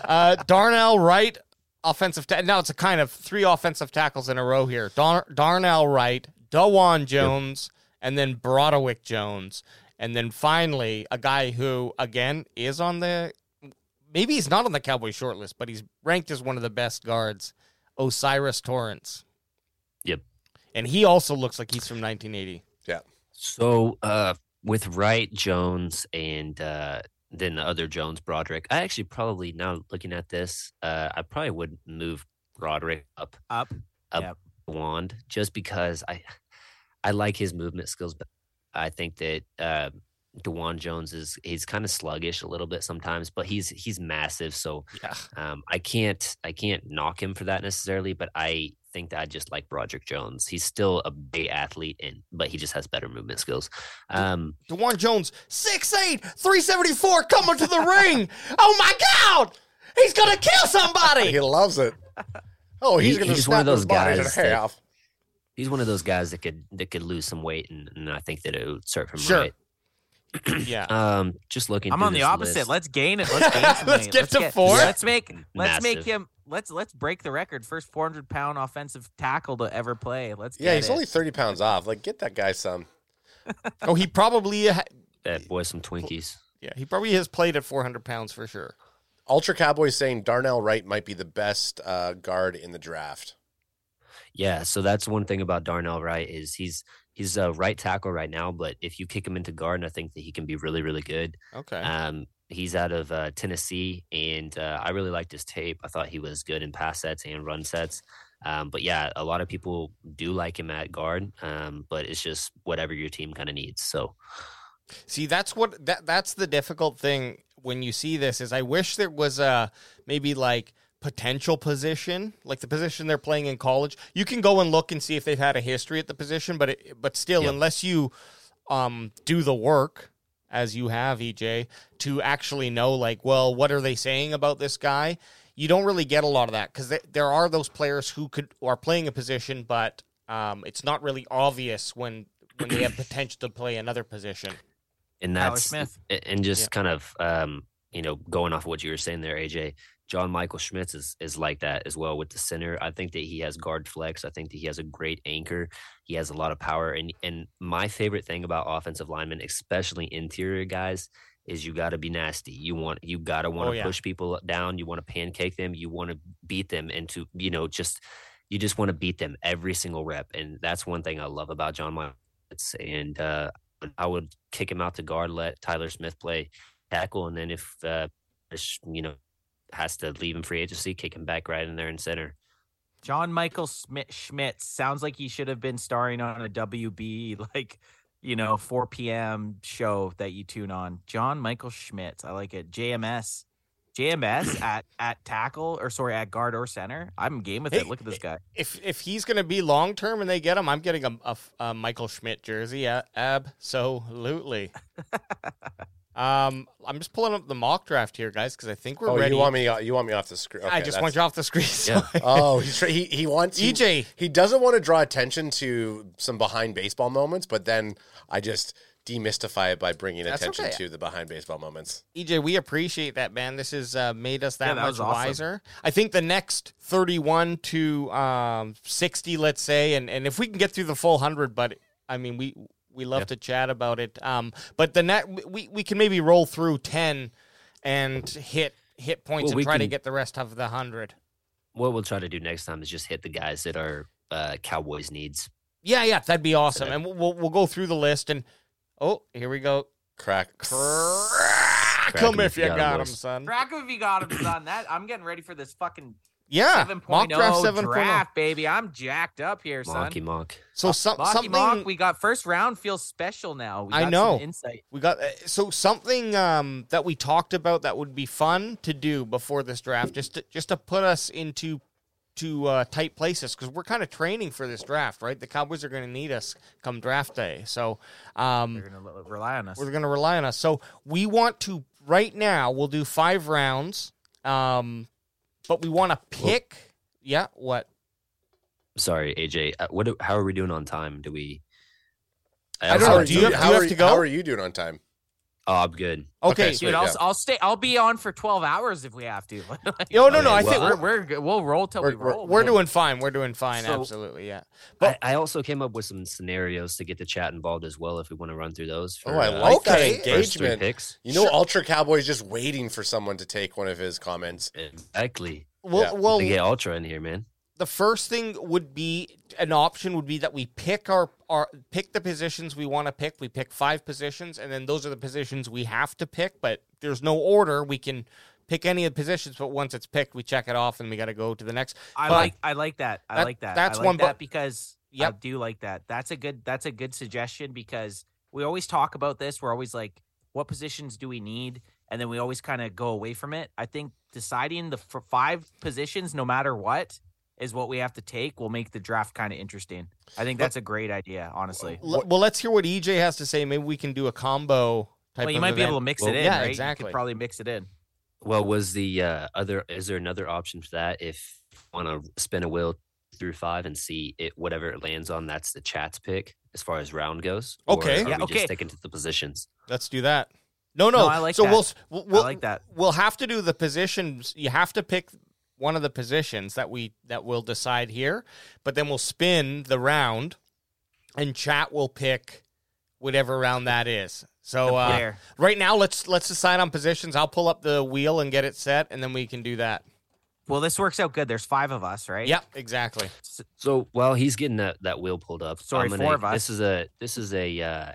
A: Uh, Darnell Wright, offensive. Ta- now it's a kind of three offensive tackles in a row here. Dar- Darnell Wright, Dawan Jones, and then Brodowick Jones. And then finally, a guy who, again, is on the. Maybe he's not on the Cowboy shortlist, but he's ranked as one of the best guards, Osiris Torrance
D: Yep.
A: and he also looks like he's from 1980.
D: So uh, with Wright Jones and uh, then the other Jones Broderick, I actually probably now looking at this, uh, I probably would move Broderick up
B: Up.
D: Blonde just because I I like his movement skills. But I think that uh, Dewan Jones is he's kind of sluggish a little bit sometimes, but he's he's massive. So
A: Yeah.
D: um, I can't I can't knock him for that necessarily. But I think that I just like Broderick Jones. He's still a big athlete, and but he just has better movement skills. Um,
A: DeWan Jones, 6'8, 374, coming to the ring. Oh my God! He's gonna kill somebody!
C: He loves it. Oh, he's
D: He-
C: gonna
D: he's
C: snap
D: one of
C: his
D: those
C: body in
D: guys that-
C: half.
D: He's one of those guys that could that could lose some weight, and, and I think that it would serve him
A: Sure.
D: right.
A: yeah.
D: Um, just looking.
B: I'm
D: through
B: on the
D: this
B: opposite.
D: list-
B: Let's
A: <laughs>
B: gain it. Let's gain some
A: Let's
B: weight.
A: get to four.
B: Let's make let's make
D: Massive.
B: him let's let's break the record. First 400 pound offensive tackle to ever play. Let's
C: Yeah,
B: get
C: he's
B: it.
C: only thirty pounds off. Like, get that guy some.
A: Oh, he probably. Ha-
D: that boy some Twinkies.
A: yeah, he probably has played at 400 pounds for sure.
C: Ultra Cowboy saying Darnell Wright might be the best uh, guard in the draft.
D: Yeah, so that's one thing about Darnell Wright is he's he's a right tackle right now, but if you kick him into guard, and I think that he can be really really good.
A: Okay.
D: Um, he's out of uh, Tennessee, and uh, I really liked his tape. I thought he was good in pass sets and run sets. Um, but yeah, a lot of people do like him at guard, um, but it's just whatever your team kind of needs. So
A: See, that's what that that's the difficult thing when you see this is I wish there was a maybe like potential position, like the position they're playing in college. You can go and look and see if they've had a history at the position, but it, but still
D: Yep.
A: unless you um do the work as you have EJ to actually know like well what are they saying about this guy? You don't really get a lot of that cuz there are those players who could who are playing a position but um it's not really obvious when when they have potential to play another position.
D: and
B: Tyler
D: that's
B: Smith.
D: a- and just
A: Yeah.
D: kind of um, you know going off of what you were saying there, AJ. John Michael Schmitz is is like that as well with the center. I think that he has guard flex. I think that he has a great anchor. He has a lot of power. And and my favorite thing about offensive linemen, especially interior guys, is you got to be nasty. You want you got to want to
A: yeah.
D: push people down. You want to pancake them. You want to beat them into you know just you just want to beat them every single rep. And that's one thing I love about John Michael. Schmitz. And uh, I would kick him out to guard, let Tyler Smith play tackle, and then if uh, Sh- you know has to leave in free agency, kick him back right in there in center.
B: John Michael Smith Schmitz sounds like he should have been starring on a WB like you know 4 p.m. show that you tune on. John Michael Schmitz, I like it. JMS,
A: <clears throat>
B: JMS at at tackle or sorry at guard or center. I'm game with it.
A: Hey,
B: Look at this guy.
A: if if he's going to be long term and they get him, I'm getting a, a- a Michael Schmidt jersey. Yeah,
C: <laughs>
A: absolutely. um, I'm just pulling up the mock draft here, guys, because I think we're
C: oh,
A: ready.
C: you want me? You want me off the screen?
A: I just want E you off the screen. <laughs> so-
C: <laughs> Oh, he's tra- he he wants he-
A: EJ.
C: He doesn't want to draw attention to some behind baseball moments, but then I just demystify it by bringing
A: That's
C: attention
A: okay.
C: to the behind baseball moments.
A: EJ, E we appreciate that, man. This has uh, made us that,
B: Yeah, that
A: much
B: was awesome.
A: wiser. I think the next 31 to um, 60, let's say, and, and if we can get through the full 100, but I mean, we we love to chat about it. Um, but the net, we, we can maybe roll through 10 and hit hit points
D: Well,
A: and
D: we
A: try to
D: can-
A: get the rest of the 100.
D: What we'll try to do next time is just hit the guys that are uh, Cowboys needs.
A: Yeah, yeah, that'd be awesome. And we'll, we'll, we'll go through the list. And oh, here we go.
C: Crack.
A: Crack 'em
D: 'em
A: if you got 'em, son.
B: Track if you got him on that. I'm getting ready for this fucking
A: Yeah.
B: 7.0
A: Ah, Mock draft oh. 7.0.
B: oh, draft, baby. I'm jacked up here, son.
D: Monkey Monk.
A: So some,
B: Mocky
A: something.
B: mock, we got first round feels special now. We
A: I
B: got some
A: know.
B: insight.
A: We got uh, so something um, that we talked about that would be fun to do before this draft, just to, just to put us into to uh, tight places because we're kind of training for this draft, right? The Cowboys are going to need us come draft day, so um,
B: They're gonna l- rely on us.
A: we're going to rely on us. So we want to right now. We'll do five rounds, um, but we want to pick. yeah, what?
D: Sorry, AJ. Uh, what? do- How are we doing on time? Do we?
A: I don't
C: How
A: know.
C: are
A: Do you have- do
C: how
A: you have
C: are
A: to go?
C: How are you doing on time?
D: Oh, I'm good.
A: Okay.
C: Okay, so-
B: Dude, I'll,
C: yeah.
B: I'll stay. I'll be on for twelve hours if we have to. <laughs> Like,
A: oh no, no.
D: Okay,
A: I
D: well,
A: think
B: we're,
A: we're,
B: we're good. we'll roll till we
C: We're- we're-
B: roll.
A: we're doing fine. We're doing fine.
B: So-
A: absolutely. Yeah.
D: I, I also came up with some scenarios to get the chat involved as well. If we want to run through those. For,
C: oh, I
D: uh,
C: like
A: okay.
C: that
D: first three
C: engagement.
D: picks.
C: You know, Ultra Cowboy's just waiting for someone to take one of his comments.
D: Exactly.
A: Well,
C: Yeah.
A: well,
D: to get Ultra in here, man.
A: the first thing would be an option would be that we pick our, our pick the positions we want to pick. We pick five positions, and then those are the positions we have to pick. But there's no order. We can pick any of the positions, but once it's picked, we check it off, and we got to go to the next.
B: I
A: But-
B: like. I like that. I
A: That-
B: like that.
A: that's
B: I like
A: one bu-
B: that because I
A: Yep.
B: do like that. That's a good. That's a good suggestion because we always talk about this. We're always like, what positions do we need, and then we always kind of go away from it. I think deciding the f- five positions, no matter what, is what we have to take. Will make the draft kind of interesting. I think that's a great idea. Honestly,
A: L- well, let's hear what EJ has to say. Maybe we can do a combo. Type
B: well, you
A: of
B: might be
A: event.
B: able to mix
D: Well,
B: it in.
A: yeah,
B: right? You
A: exactly.
B: could probably mix it in.
D: Well, was the uh, other? Is there another option for that? If want to spin a wheel through five and see it whatever it lands on. That's the chat's pick as far as round goes. Or
A: Okay.
D: are
B: Yeah,
D: we
B: okay.
D: just sticking to the positions.
A: Let's do that. No, no.
B: No, I like
A: so
B: that.
A: we'll s- we'll, we'll
B: like that.
A: We'll have to do the positions. You have to pick one of the positions that we that we'll decide here, but then we'll spin the round, and chat will pick whatever round that is. So uh,
B: player.
A: right now, let's let's decide on positions. I'll pull up the wheel and get it set, and then we can do that.
B: Well, this works out good. There's five of us, right?
A: Yep, exactly.
D: So while he's getting that, that wheel pulled up,
B: Sorry,
D: I'm gonna-
B: four of us.
D: This is a this is a uh,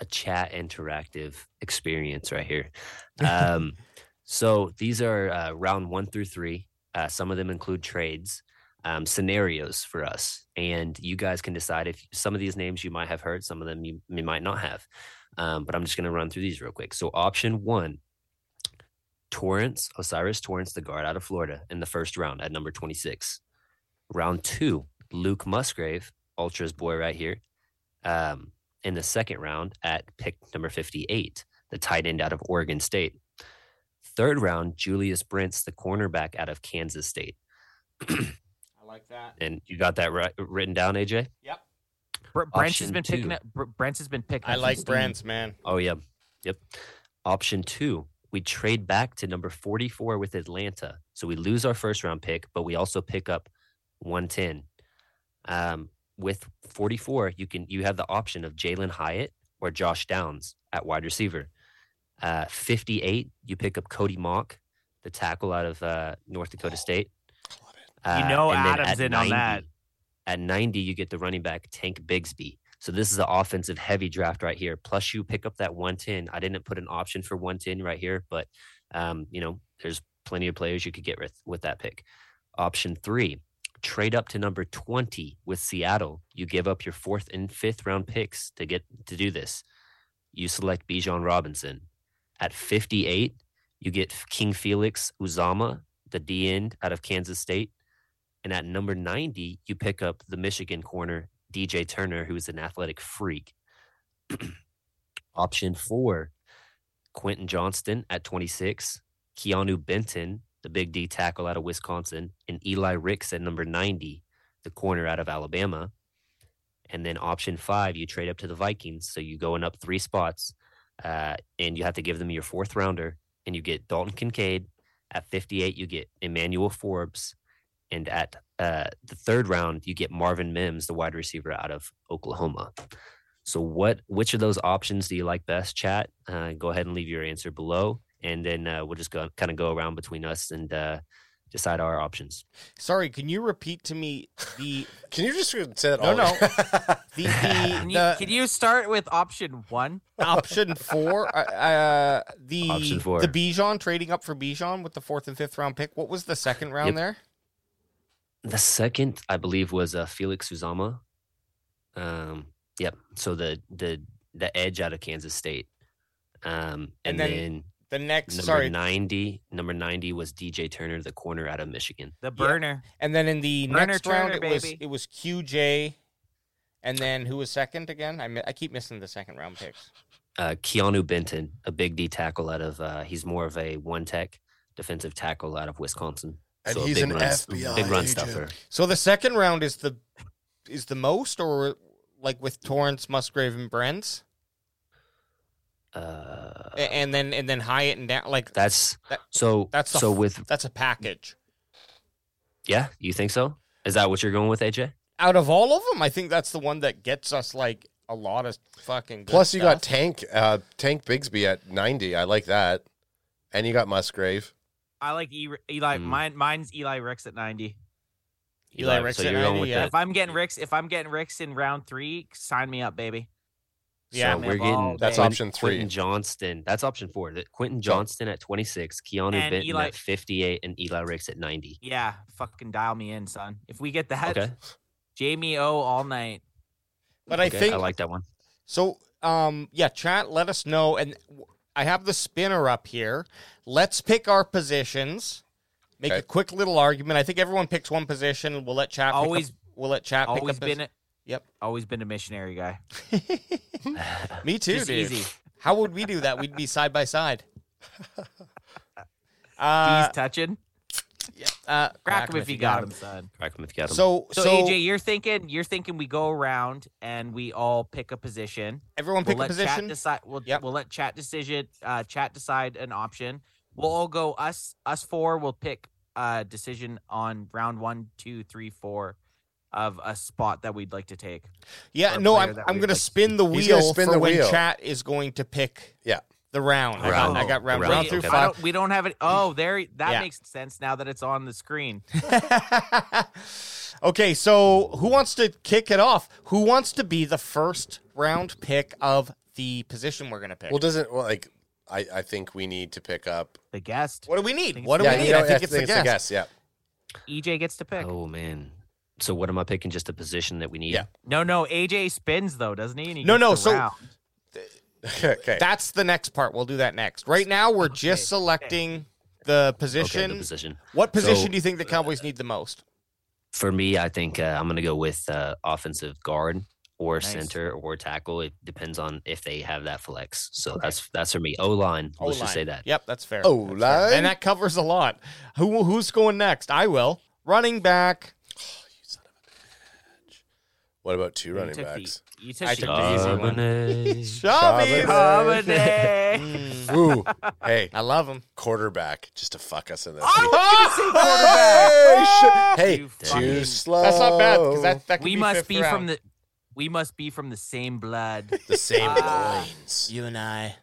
D: a chat interactive experience right here.
B: <laughs>
D: Um, so these are uh, round one through three. Uh, some of them include trades, um, scenarios for us, and you guys can decide if some of these names you might have heard, some of them you, you might not have. Um, but I'm just gonna run through these real quick. So option one. Torrance, Osiris Torrance, the guard out of Florida in the first round at number 26 round two, Luke Musgrave, Ultra's boy right here, um, in the second round at pick number 58, the tight end out of Oregon State. Third round, Julius Brents, the cornerback out of Kansas State.
A: I like that.
D: And you got that right, written down, AJ?
B: Br- Brent has
D: Option
B: been picking
D: two.
B: up. Br- Brent has been picking.
A: I
B: up some
A: like
B: steam.
A: brands, man.
D: Oh, yeah. Yep. Option two, we trade back to number 44 with Atlanta. So we lose our first round pick, but we also pick up 110. Um, with 44, you can you have the option of Jalen Hyatt or Josh Downs at wide receiver. Uh, 58, you pick up Cody Mock, the tackle out of uh, North Dakota State.
B: You
D: Uh,
B: know
D: and then
B: Adam's
D: at
B: in on that.
D: At 90, you get the running back Tank Bigsby. So this is an offensive heavy draft right here. Plus, you pick up that 110. I didn't put an option for 110 right here, but um, you know, there's plenty of players you could get with with that pick. Option three, trade up to number 20 with Seattle. You give up your fourth and fifth round picks to get to do this. You select Bijan Robinson. At 58, you get King Felix Uzama, the D end out of Kansas State. And at number 90, you pick up the Michigan corner, DJ Turner, who is an athletic freak. <clears throat> Option four, Quentin Johnston at 26, Keanu Benton, the big D tackle out of Wisconsin, and Eli Ricks at number 90, the corner out of Alabama. And then option five, you trade up to the Vikings. So you going up three spots, uh, and you have to give them your fourth rounder, and you get Dalton Kincaid. At 58, you get Emmanuel Forbes. And at uh, the third round, you get Marvin Mims, the wide receiver out of Oklahoma. So, what which of those options do you like best? Chat. Uh, go ahead and leave your answer below, and then uh, we'll just go kind of go around between us and uh, decide our options.
A: Sorry, can you repeat to me the
C: Can you just say that
A: No,
C: all
A: no. <laughs>
C: no.
A: the
B: <laughs> Can
A: the,
B: you,
A: the
B: can you start with option one?
A: option four, uh, uh, the
D: Option four.
A: the Bijan trading up for Bijan with the fourth and fifth round pick. What was the second round
D: Yep.
A: there?
D: The second, I believe, was uh, Felix Uzama. Um, yep. So the the the edge out of Kansas State, um,
A: And
D: and,
A: then-
D: then,
A: The next,
D: number
A: sorry,
D: ninety, number ninety was DJ Turner, the corner out of Michigan.
B: The burner.
A: and then in the
B: Turner,
A: next round
B: Turner,
A: it was
B: baby.
A: it was QJ, and then who was second again? I mi- I keep missing the second round picks.
D: uh, Keanu Benton, a big D tackle out of. Uh, he's more of a one tech defensive tackle out of Wisconsin.
C: And
D: a
C: he's
D: big
C: an
D: run,
C: FBI
D: big run
C: agent.
D: stuffer.
A: So the second round is the is the most, or like with Torrance, Musgrave, and Brents,
D: Uh,
A: A- and then and then Hyatt and down like
D: that's
A: that-
D: so.
A: that's the
D: so
A: f-
D: with
A: that's a package.
D: yeah. You think so? Is that what you're going with, AJ?
A: Out of all of them, I think that's the one that gets us like a lot of fucking. Good
C: Plus, you got
A: stuff.
C: Tank uh, Tank Bigsby at ninety. I like that, and you got Musgrave.
B: I like E- Eli.
D: Mm.
B: Mine, mine's Eli Ricks at ninety.
A: Eli
D: Eli,
A: Ricks
D: so
A: at
D: you're going
A: 90,
D: with
A: yeah.
D: the-
B: If I'm getting Ricks, if I'm getting Ricks in round three, sign me up, baby.
A: Yeah,
D: so
B: man,
D: we're
B: all
D: getting
C: That's
D: Quin-
C: option three.
D: Quentin Johnston. That's option four. That Quentin Johnston at 26, Keanu
B: And
D: Benton
B: Eli-
D: at 58, and Eli Ricks at 90.
B: Yeah, fucking dial me in, son. If we get that,
D: Okay.
B: Jamie O all night.
A: But I
D: okay,
A: think
D: I like that one.
A: so. Um, yeah, chat. Let us know. And w- I have the spinner up here. Let's pick our positions. Make a
C: Okay.
A: quick little argument. I think everyone picks one position. We'll let chat.
B: Always-
A: pick up, we'll let chat.
B: Always
A: pick
B: been, a,
A: Yep.
B: always been a missionary guy.
A: up <laughs> me too,
B: Just
A: dude.
B: easy.
A: How would we do that? We'd be side by side.
B: He's
A: Uh,
B: touching.
A: Uh,
B: Crack him if you got him, son.
D: Crack 'em if you got 'em.
A: So,
B: So,
A: so,
B: AJ, you're thinking you're thinking we go around and we all pick a position.
A: everyone
B: We'll
A: pick a
B: let chat
A: position.
B: decide. We'll,
A: Yep.
B: we'll let chat decision. Uh, chat decide an option. We'll all go us us four. will pick a decision on round one, two, three, four of a spot that we'd like to take.
A: Yeah,
B: or
A: no,
B: player
A: I'm,
B: that
A: I'm
B: we
A: going to
B: like.
A: spin the
C: He's gonna
A: wheel
C: spin
A: for
C: the
A: when
C: wheel.
A: chat is going to pick
C: Yeah.
A: the round. I got, I
D: Round.
A: got round,
D: Round.
A: round through
D: Okay.
B: I
A: five.
B: don't, we don't have it. Oh, there. That
A: Yeah.
B: makes sense now that it's on the screen.
A: <laughs> okay, so who wants to kick it off? Who wants to be the first round pick of the position we're going to pick?
C: Well, doesn't well, like I, I think we need to pick up.
B: The guest.
A: what do we need? What do
C: yeah,
A: we
C: you
A: need?
C: know,
A: I think it's the guess.
C: Yeah, <laughs>
B: EJ E gets to pick.
D: oh man. So what am I picking? Just a position that we need.
C: Yeah.
B: No, no. AJ spins though, doesn't he? And he
A: No,
B: gets
A: no,
B: the
A: so-
B: round.
C: okay.
A: That's the next part. We'll do that next. Right now, we're just selecting the
D: Okay,
A: position.
D: the position.
A: What position
D: So-
A: do you think the Cowboys need the most?
D: For me, I think uh, I'm going to go with uh, offensive guard or
B: Nice.
D: center or tackle. It depends on if they have that flex. So that's that's for me. O line. Let's just say
A: O-line.
D: that.
A: Yep, that's fair.
C: O-line.
A: That's fair. and that covers a lot. Who who's going next? I will. Running back.
C: What about two
B: You
C: running
B: took the-
C: backs?
B: You took
A: I
B: the
A: took the easy one. <laughs>
D: Charbonnet.
A: Shabbie.
B: <laughs> Charbonnet.
A: Mm, <laughs>
C: Ooh, hey,
A: I love him.
C: quarterback, just to fuck us in this.
B: I was gonna say quarterback.
C: Oh, hey,
B: You
C: sh- hey,
B: fucking-
C: too
B: That's
C: slow.
A: That's not bad because that, that could
B: we
A: be
B: must
A: fifth
B: be
A: round.
B: from the we must be from the same blood.
C: the same
B: Ah.
C: lines.
A: you and I.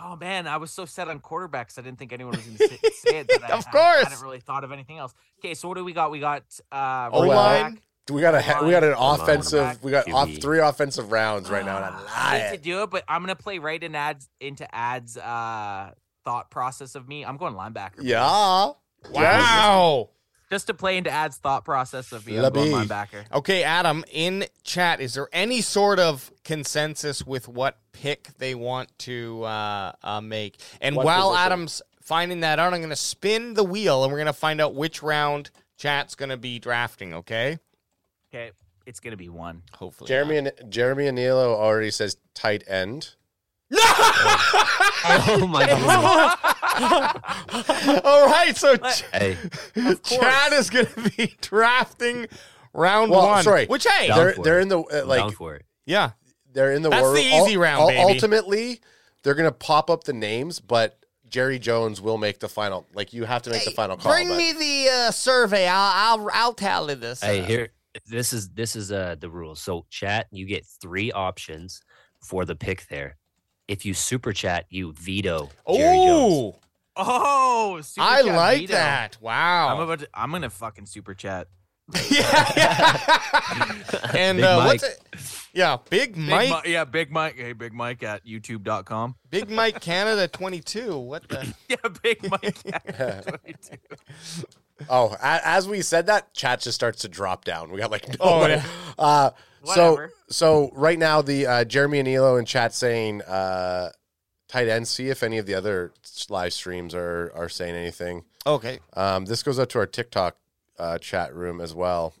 B: oh man, I was so set on quarterbacks. I didn't think anyone was going to say it. But I,
A: Of
B: I
A: course.
B: hadn't really thought of anything else. Okay, so what do we got? We got uh,
A: O
B: running
A: line.
B: back.
C: We got a he- we got an
D: Line.
C: offensive. We got off,
D: QB.
C: three offensive rounds right now, and I
B: Ah,
D: Ah,
B: I hate to
C: lie.
B: do it, but I'm gonna play right in ads into ads uh, thought process of me. I'm going linebacker.
C: Yeah,
A: Wow.
B: Just to play into ads thought process of me. I'm
C: Labby.
B: going linebacker.
A: Okay, Adam, in chat, is there any sort of consensus with what pick they want to uh, uh, make? And
C: What
A: while
C: position?
A: Adam's finding that out, I'm going to spin the wheel and we're going to find out which round chat's going to be drafting, okay?
B: Okay, it's gonna be one.
A: Hopefully. <laughs>
C: Jeremy and Jeremy Anilo already says tight end.
D: <laughs> oh
A: <laughs>
D: my god.
A: not. All right, so Ch-
D: Hey,
A: <laughs> Chad is going to be <laughs> drafting round
C: Well,
A: one.
C: sorry.
A: Which, hey,
D: Down
C: They're
D: for
C: they're
D: it.
C: in the uh,
D: I'm
C: like
D: down for it.
A: yeah.
C: they're in the
A: That's
C: war-
A: the easy round, baby.
C: Ultimately, they're gonna pop up the names, but Jerry Jones will make the final. Like you have to make the final call.
A: Bring
C: but-
A: me the uh, survey. I'll, I'll, I'll tally this.
D: Hey,
A: up.
D: here. This is this is uh the rules. So chat, you get three options for the pick there. If you super chat, you veto Jerry Jones.
A: Oh,
B: Oh, super
A: I
B: chat
A: like
B: veto.
A: that. Wow.
B: I'm about. To, I'm gonna fucking super chat.
A: <laughs> yeah, and
D: Big
A: uh, what's
D: Mike.
A: it? Yeah, Big
B: Big
A: Mike,
B: Mi- yeah, Big Mike. Hey, Big Mike at YouTube.com.
A: Big Mike Canada 22. What
D: <coughs>
A: the?
B: <laughs> Yeah, Big Mike <laughs> at 22.
C: Oh, a- as we said that, chat just starts to drop down. We got like <laughs> no.
A: Oh,
C: one.
A: yeah.
C: Uh, so
B: Whatever.
C: so right now the uh, Jeremy and Elo in chat saying uh, tight end. See if any of the other s- live streams are are saying anything.
A: Okay.
C: Um, this goes up to our TikTok uh, chat room as well.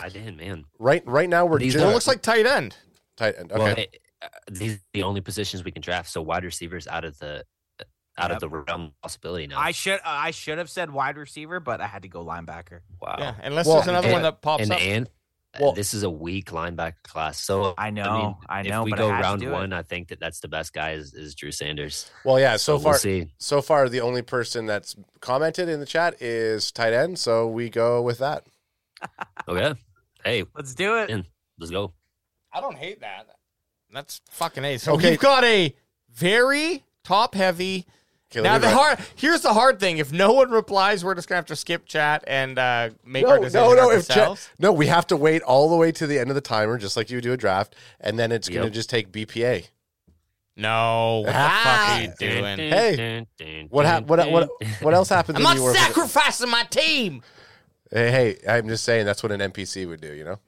D: I did, man.
C: Right right now we're
D: These
C: just
D: are-
A: It looks like tight end.
C: tight end. Okay,
D: Well, hey, uh, these are the only positions we can draft. So wide receivers out of the uh,
B: Yep.
D: out of the realm of possibility now.
B: I should uh, I should have said wide receiver, but I had to go linebacker.
D: wow.
A: Yeah, unless
C: Well,
A: there's another one
D: and-
A: that pops
D: and
A: up.
D: and uh,
C: Well-
D: this is a weak linebacker class. So
B: I know,
D: mean,
B: I know.
D: if we
B: but
D: go
B: I had
D: round
B: to do
D: one,
B: it.
D: I think that that's the best guy is, is Drew Sanders.
C: Well, yeah. So
D: But
C: far,
D: we'll see.
C: so far, the only person that's commented in the chat is tight end. So we go with that.
D: Okay. Hey,
B: let's do it.
D: Yeah. let's go.
A: I don't hate that. That's fucking ace. So
C: Okay.
A: we've got a very top heavy.
C: Okay, let
A: now
C: me
A: the
C: write-
A: hard here's the hard thing. If no one replies, we're just gonna have to skip chat and uh, make our decision
C: If chat-
A: ourselves.
C: no, we have to wait all the way to the end of the timer, just like you do a draft, and then it's going to
D: Yep.
C: just take BPA.
A: no, what the fuck
C: Ah.
A: are you doing?
C: Hey, What hap- what what what else
A: <laughs>
C: happened?
A: I'm
C: to
A: not
C: you were-
A: sacrificing my team.
C: Hey, hey, I'm just saying that's what an NPC would do. You know,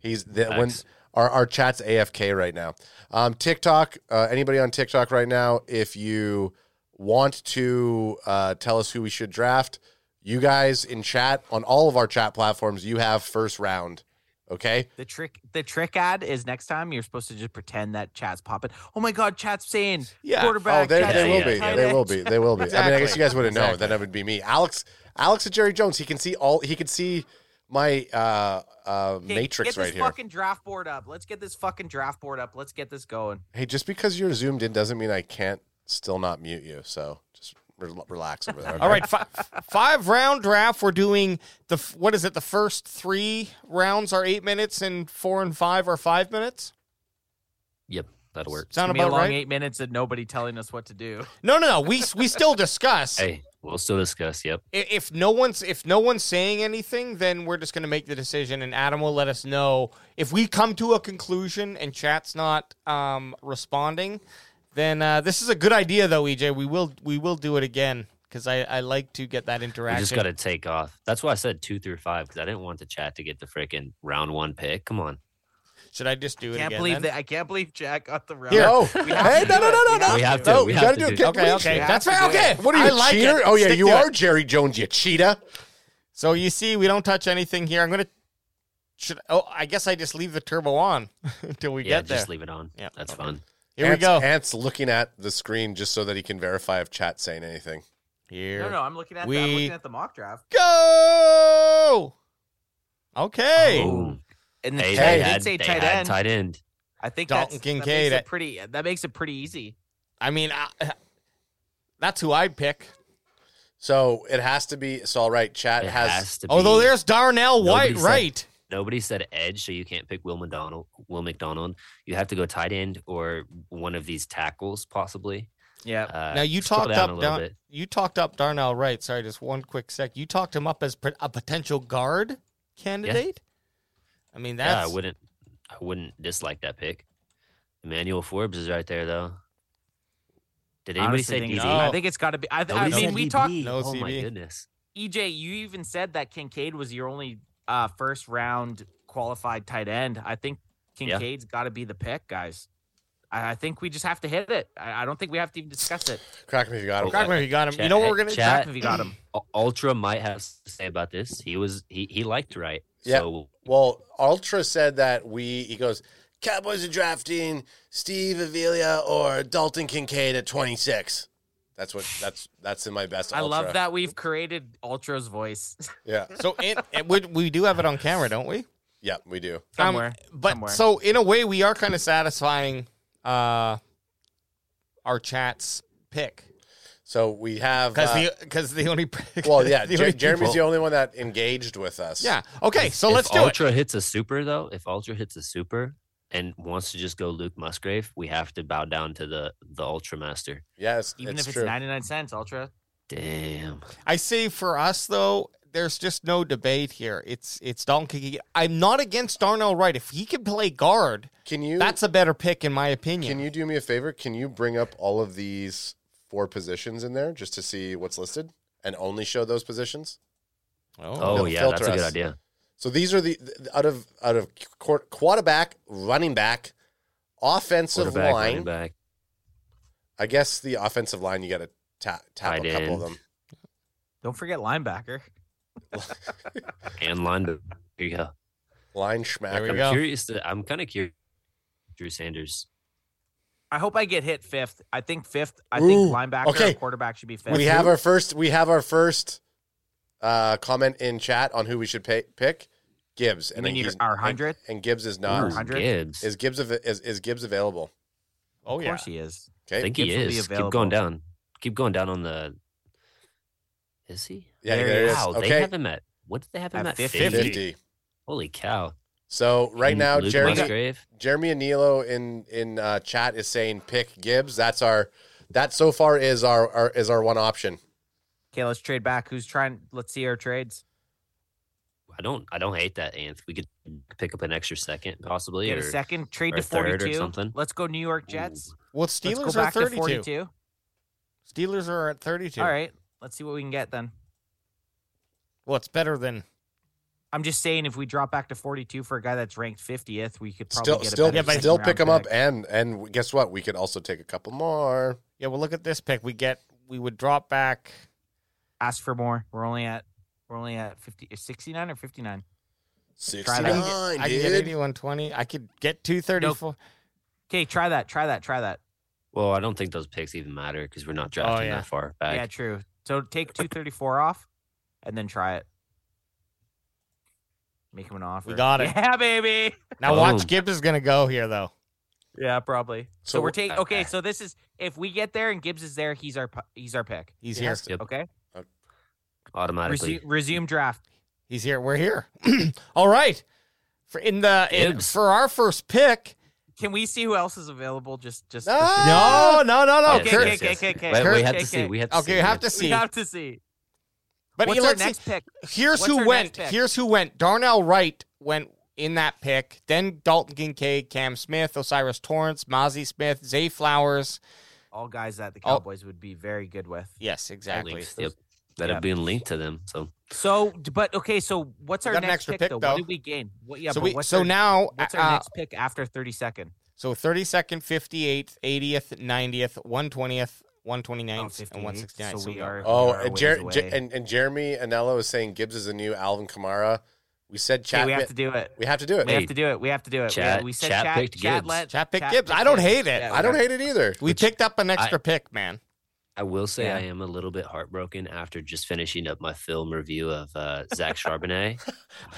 C: he's the, when
D: Facts.
C: our our chat's AFK right now. Um, TikTok, uh, anybody on TikTok right now? If you want to uh, tell us who we should draft, you guys in chat on all of our chat platforms, you have first round Okay.
B: The trick, the trick ad is next time you're supposed to just pretend that Chad's popping. Oh my God, Chad's saying
A: Yeah.
C: Oh,
B: quarterback.
C: they,
B: Chad's
C: they will
B: saying
C: be.
B: tight
C: They will
B: end."
C: be. They will be. I mean, I guess you guys wouldn't know. Then that would be me. Alex, Alex and Jerry Jones. He can see all. He can see my uh, uh,
B: Okay,
C: matrix
B: get this
C: right here.
B: Fucking draft board up. Let's get this fucking draft board up. Let's get this going.
C: Hey, just because you're zoomed in doesn't mean I can't still not mute you. So just re- relax over there.
A: All right, fi- five round draft. We're doing the f- what is it? The first three rounds are eight minutes, and four and five are five minutes.
D: <laughs> Yep, that'll work.
A: Sound
B: Give me a
A: about
B: long
A: right?
B: eight minutes and nobody telling us what to do.
A: No, no, no. We we still
C: <laughs>
A: discuss. I-
D: Hey, we'll still discuss. Yep.
A: If no one's if no one's saying anything, then we're just going to make the decision, and Adam will let us know if we come to a conclusion and chat's not um, responding. Then uh, this is a good idea, though, EJ. We will we will do it again because I, I like to get that
D: We
A: interaction.
D: just got to take off. That's why I said two through five because I didn't want the chat to get the freaking round one pick. Come on.
A: Should I just do it?
B: Can't
A: again,
B: believe
A: then?
B: that. I can't believe Jack got the round. <laughs>
C: Here. No.
B: We have
C: hey,
B: to
C: no,
B: do
C: no,
B: it.
C: no, no,
B: We
C: no.
B: have
D: We have to.
C: No,
D: we
C: you
D: have
C: gotta
D: to
C: do a
D: do-
C: kick
A: Okay, okay,
C: leash.
A: that's
B: have
A: fair.
B: to do
A: Okay,
B: it.
C: What are you,
A: I
C: a
A: like
C: cheater?
A: it.
C: Oh yeah,
A: Stick
C: you
A: to
C: are
A: it.
C: Jerry Jones, you cheetah.
A: So you see, we don't touch anything here. I'm gonna. Should oh, I guess I just leave the turbo on <laughs> until we
D: yeah,
A: get there.
D: just leave it on.
A: Yeah,
D: that's
A: okay.
D: fun.
A: here we
C: Ant's-
A: go.
C: Ant's looking at the screen just so that he can verify if chat's saying anything.
A: here
B: No, no, I'm looking at the, I'm
A: We-
B: looking at the mock draft.
A: go. Okay.
D: Boom.
B: And the
D: Hey,
B: chat
D: they
B: did
D: had,
B: say
D: they
B: tight
D: had
B: end.
D: tight end.
B: I think
A: Dalton
B: that's, that
A: Kincaid.
B: makes it pretty. That makes it pretty easy.
A: I mean, I, that's who I'd pick.
C: So it has to be. So all right, chat
D: It
C: has.
D: has to be.
A: Although there's Darnell
D: Nobody
A: White,
D: said-
A: right?
D: Nobody said edge, so you can't pick Will McDonald. Will McDonald, you have to go tight end or one of these tackles, possibly.
B: Yeah.
D: Uh,
A: now you
D: scroll
A: talked
D: down
A: up
D: a little
A: Dar-
D: bit.
A: you talked up Darnell Wright. Sorry, just one quick sec. You talked him up as pot- a potential guard candidate. I mean,
D: Yeah, I
A: that's
D: wouldn't. I wouldn't dislike that pick. Emmanuel Forbes is right there, though. Did anybody
B: Honestly,
D: say
B: think
D: DB?
B: it's-
A: No.
B: I think it's got to be. I, th- I
D: Nobody
B: mean,
D: said
B: we
D: DB.
B: talked.
A: No
D: oh my
A: CB.
D: goodness.
B: EJ, you even said that Kincaid was your only uh, first round qualified tight end. I think
D: Yeah.
B: Kincaid's got to be the pick, guys. I, I think we just have to hit it. I, I don't think we have to even discuss it.
C: Crack him if you got him.
A: Crack me if you got him.
D: Chat-
A: Um, you know what
D: hey,
A: we're gonna
D: chat-
B: Chat, if you got him.
D: U- Ultra might have s- to say about this. He was he he liked right.
C: Yeah.
D: So
C: Well, Ultra said that we. He goes. Cowboys are drafting Steve Avila or Dalton Kincaid at 26. That's what. That's that's in my best.
B: I love
C: Ultra.
B: that we've created Ultra's voice <laughs>
C: Yeah.
A: So it, it would, we do have it on camera, don't we?
C: Yeah, we do.
A: Um,
B: somewhere.
A: But
B: somewhere.
A: so in a way, we are kind of satisfying uh, our chat's pick
C: So we have.
A: because
C: uh,
A: the <laughs> because the only
B: <laughs>
C: well,
A: <laughs>
C: yeah.
A: the
C: Jer-
A: only
C: Jeremy's
A: people-
C: the only one that engaged with us.
A: yeah okay. So
D: if
A: let's do
D: Ultra hits a super though, if Ultra hits a super and wants to just go Luke Musgrave, we have to bow down to the the Ultra Master.
C: Yes.
B: even
C: it's
B: if it's
C: true.
B: 99 cents, Ultra.
D: Damn.
A: it. I say for us though, there's just no debate here. It's it's Dalton Kincaid. I'm not against Darnell Wright if he can play guard.
C: Can you?
A: That's a better pick in my opinion.
C: Can you do me a favor? Can you bring up all of these four positions in there just to see what's listed and only show those positions?
D: Oh
C: They'll
D: yeah, that's a
C: filter
D: good
C: us.
D: idea.
C: So these are the, the out of out of quar- quarterback, running back, offensive
D: Quarterback, running
C: line.
D: back.
C: I guess the offensive line you got to tap tap
D: Tight
C: a couple of
D: end.
C: them.
B: Don't forget linebacker.
D: and linebacker. Here you go.
C: Line
A: There we
D: I'm
C: schmacker.
A: go.
D: curious. To, I'm kind of curious. Drew Sanders.
B: I hope I get hit fifth. I think fifth. I
C: Ooh,
B: think linebacker
C: okay.
B: or quarterback should be fifth.
C: We, have our first. We have our first uh, comment in chat on who we should pay, pick. Gibbs
B: mean your-
C: he's-
B: our
C: and-
B: 100?
C: and, Gibbs is
D: Ooh,
C: not.
B: 100?
D: Gibbs.
C: Is Gibbs av- is, is Gibbs available?
A: Oh
B: Of
A: yeah.
B: course he is.
D: I
C: Okay.
D: think he
B: Gibbs will be
D: is. Keep
B: available.
D: going down. Keep going down on the. Is he?
C: Yeah,
D: There
C: there
D: he
C: it is.
D: Wow,
C: Okay.
D: they have him at. What did they have him
B: At
D: at?
B: 50.
D: 50.
C: 50.
D: Holy cow!
C: So right
D: And
C: now,
D: Luke
C: Jeremy
D: Musgrave.
C: Jeremy Anilo in in uh, chat is saying pick Gibbs. That's our that so far is our, our is our one option.
B: Okay, let's trade back. Who's trying? Let's see our trades.
D: I don't. I don't hate that, Anth. We could pick up an extra second, possibly.
B: Get
D: or
B: a second. Trade
D: or
B: to
D: third or
B: 42.
D: something.
B: Let's go New York
D: Ooh.
B: Jets.
A: Well,
B: Let's
A: Steelers
B: go
A: are
B: back to
A: 32.
B: 42.
A: Steelers are at 32.
B: All right. Let's see what we can get then.
A: Well, it's better than
B: I'm just saying, if we drop back to 42 for a guy that's ranked 50th, we could probably
C: Still
B: get a
C: still
B: better
C: still
B: second
C: pick them
B: round
C: up
B: pick.
C: and and guess what? We could also take a couple more.
A: Yeah, well, look at this pick. We get we would drop back.
B: Ask for more. We're only at we're only at 50, 69 or 59. Try that.
A: I
C: 69,
A: can get
C: dude.
A: 8120. I could get 234.
B: Okay, try that. Try that. Try that.
D: Well, I don't think those picks even matter because we're not drafting
A: yeah.
D: that far back.
B: Yeah, true. So take 234 off and then try it. Make him an offer.
A: got it.
B: Yeah, baby.
A: Now watch
D: Boom.
A: Gibbs is going to go here, though.
B: Yeah, probably. So,
C: So
B: we're
C: wh-
B: taking Okay, so this is if we get there and Gibbs is there, he's our pu- he's our pick.
A: He's
C: He
A: here.
C: has to-
D: Yep.
B: Okay?
D: Automatically.
B: Resume, resume draft.
A: He's here. We're here. <clears throat> All right. For in the in,
D: Gibbs.
A: for our first pick.
B: Can we see who else is available just just for
C: Ah!
B: sure?
A: No, no, no, no.
D: Yes,
B: Okay,
A: Kurt-
B: okay, okay, okay, okay.
D: Wait, we
B: Kurt-
D: have to
B: okay.
D: see. We have to
A: Okay,
D: see.
A: you have to
B: We
A: see.
B: have to see.
A: But
B: What's our
A: let's
B: next
A: see.
B: pick?
A: Here's
B: What's
A: who
B: our
A: went.
B: next pick?
A: Here's who went. Darnell Wright went in that pick. Then Dalton Kincaid, Cam Smith, Osiris Torrance, Mozzie Smith, Zay Flowers.
B: All guys that the
A: All-
B: Cowboys would be very good with.
A: Yes, exactly.
D: Links. Yep. That have been linked to them. So
B: So, d- but okay, so what's
A: We
B: our
A: got an
B: next
A: extra
B: pick,
A: pick,
B: though?
A: though.
B: What did we gain? What, yeah,
A: so
B: but
A: we,
B: what's
A: so
B: our,
A: now
B: what's
A: uh,
B: our next pick after 32nd?
A: So 32nd, 58th, 80th, 90th, 120th, 129th, and 169th.
B: Oh, So we are.
C: Oh,
B: we are a
C: and,
B: ways
C: Jer- Jer-
B: away.
C: and, and Jeremy Anello is saying Gibbs is the new Alvin Kamara. We said
B: Okay,
C: Chapman.
B: we have to do it.
C: we have to do it.
B: We
D: Hey,
B: have to do it. We have to do it. We-
D: Chat-
B: we said
D: Chat
B: chat,
D: picked
B: chat
D: Gibbs.
B: let-
A: Chat pick
B: Chat
A: Gibbs.
B: picked
A: I don't
B: Gibbs.
A: hate it.
B: Yeah, we
C: I don't
B: got-
C: hate it either.
A: We picked up an extra pick, man.
D: I will say
B: Yeah.
D: I am a little bit heartbroken after just finishing up my film review of uh, Zach Charbonnet.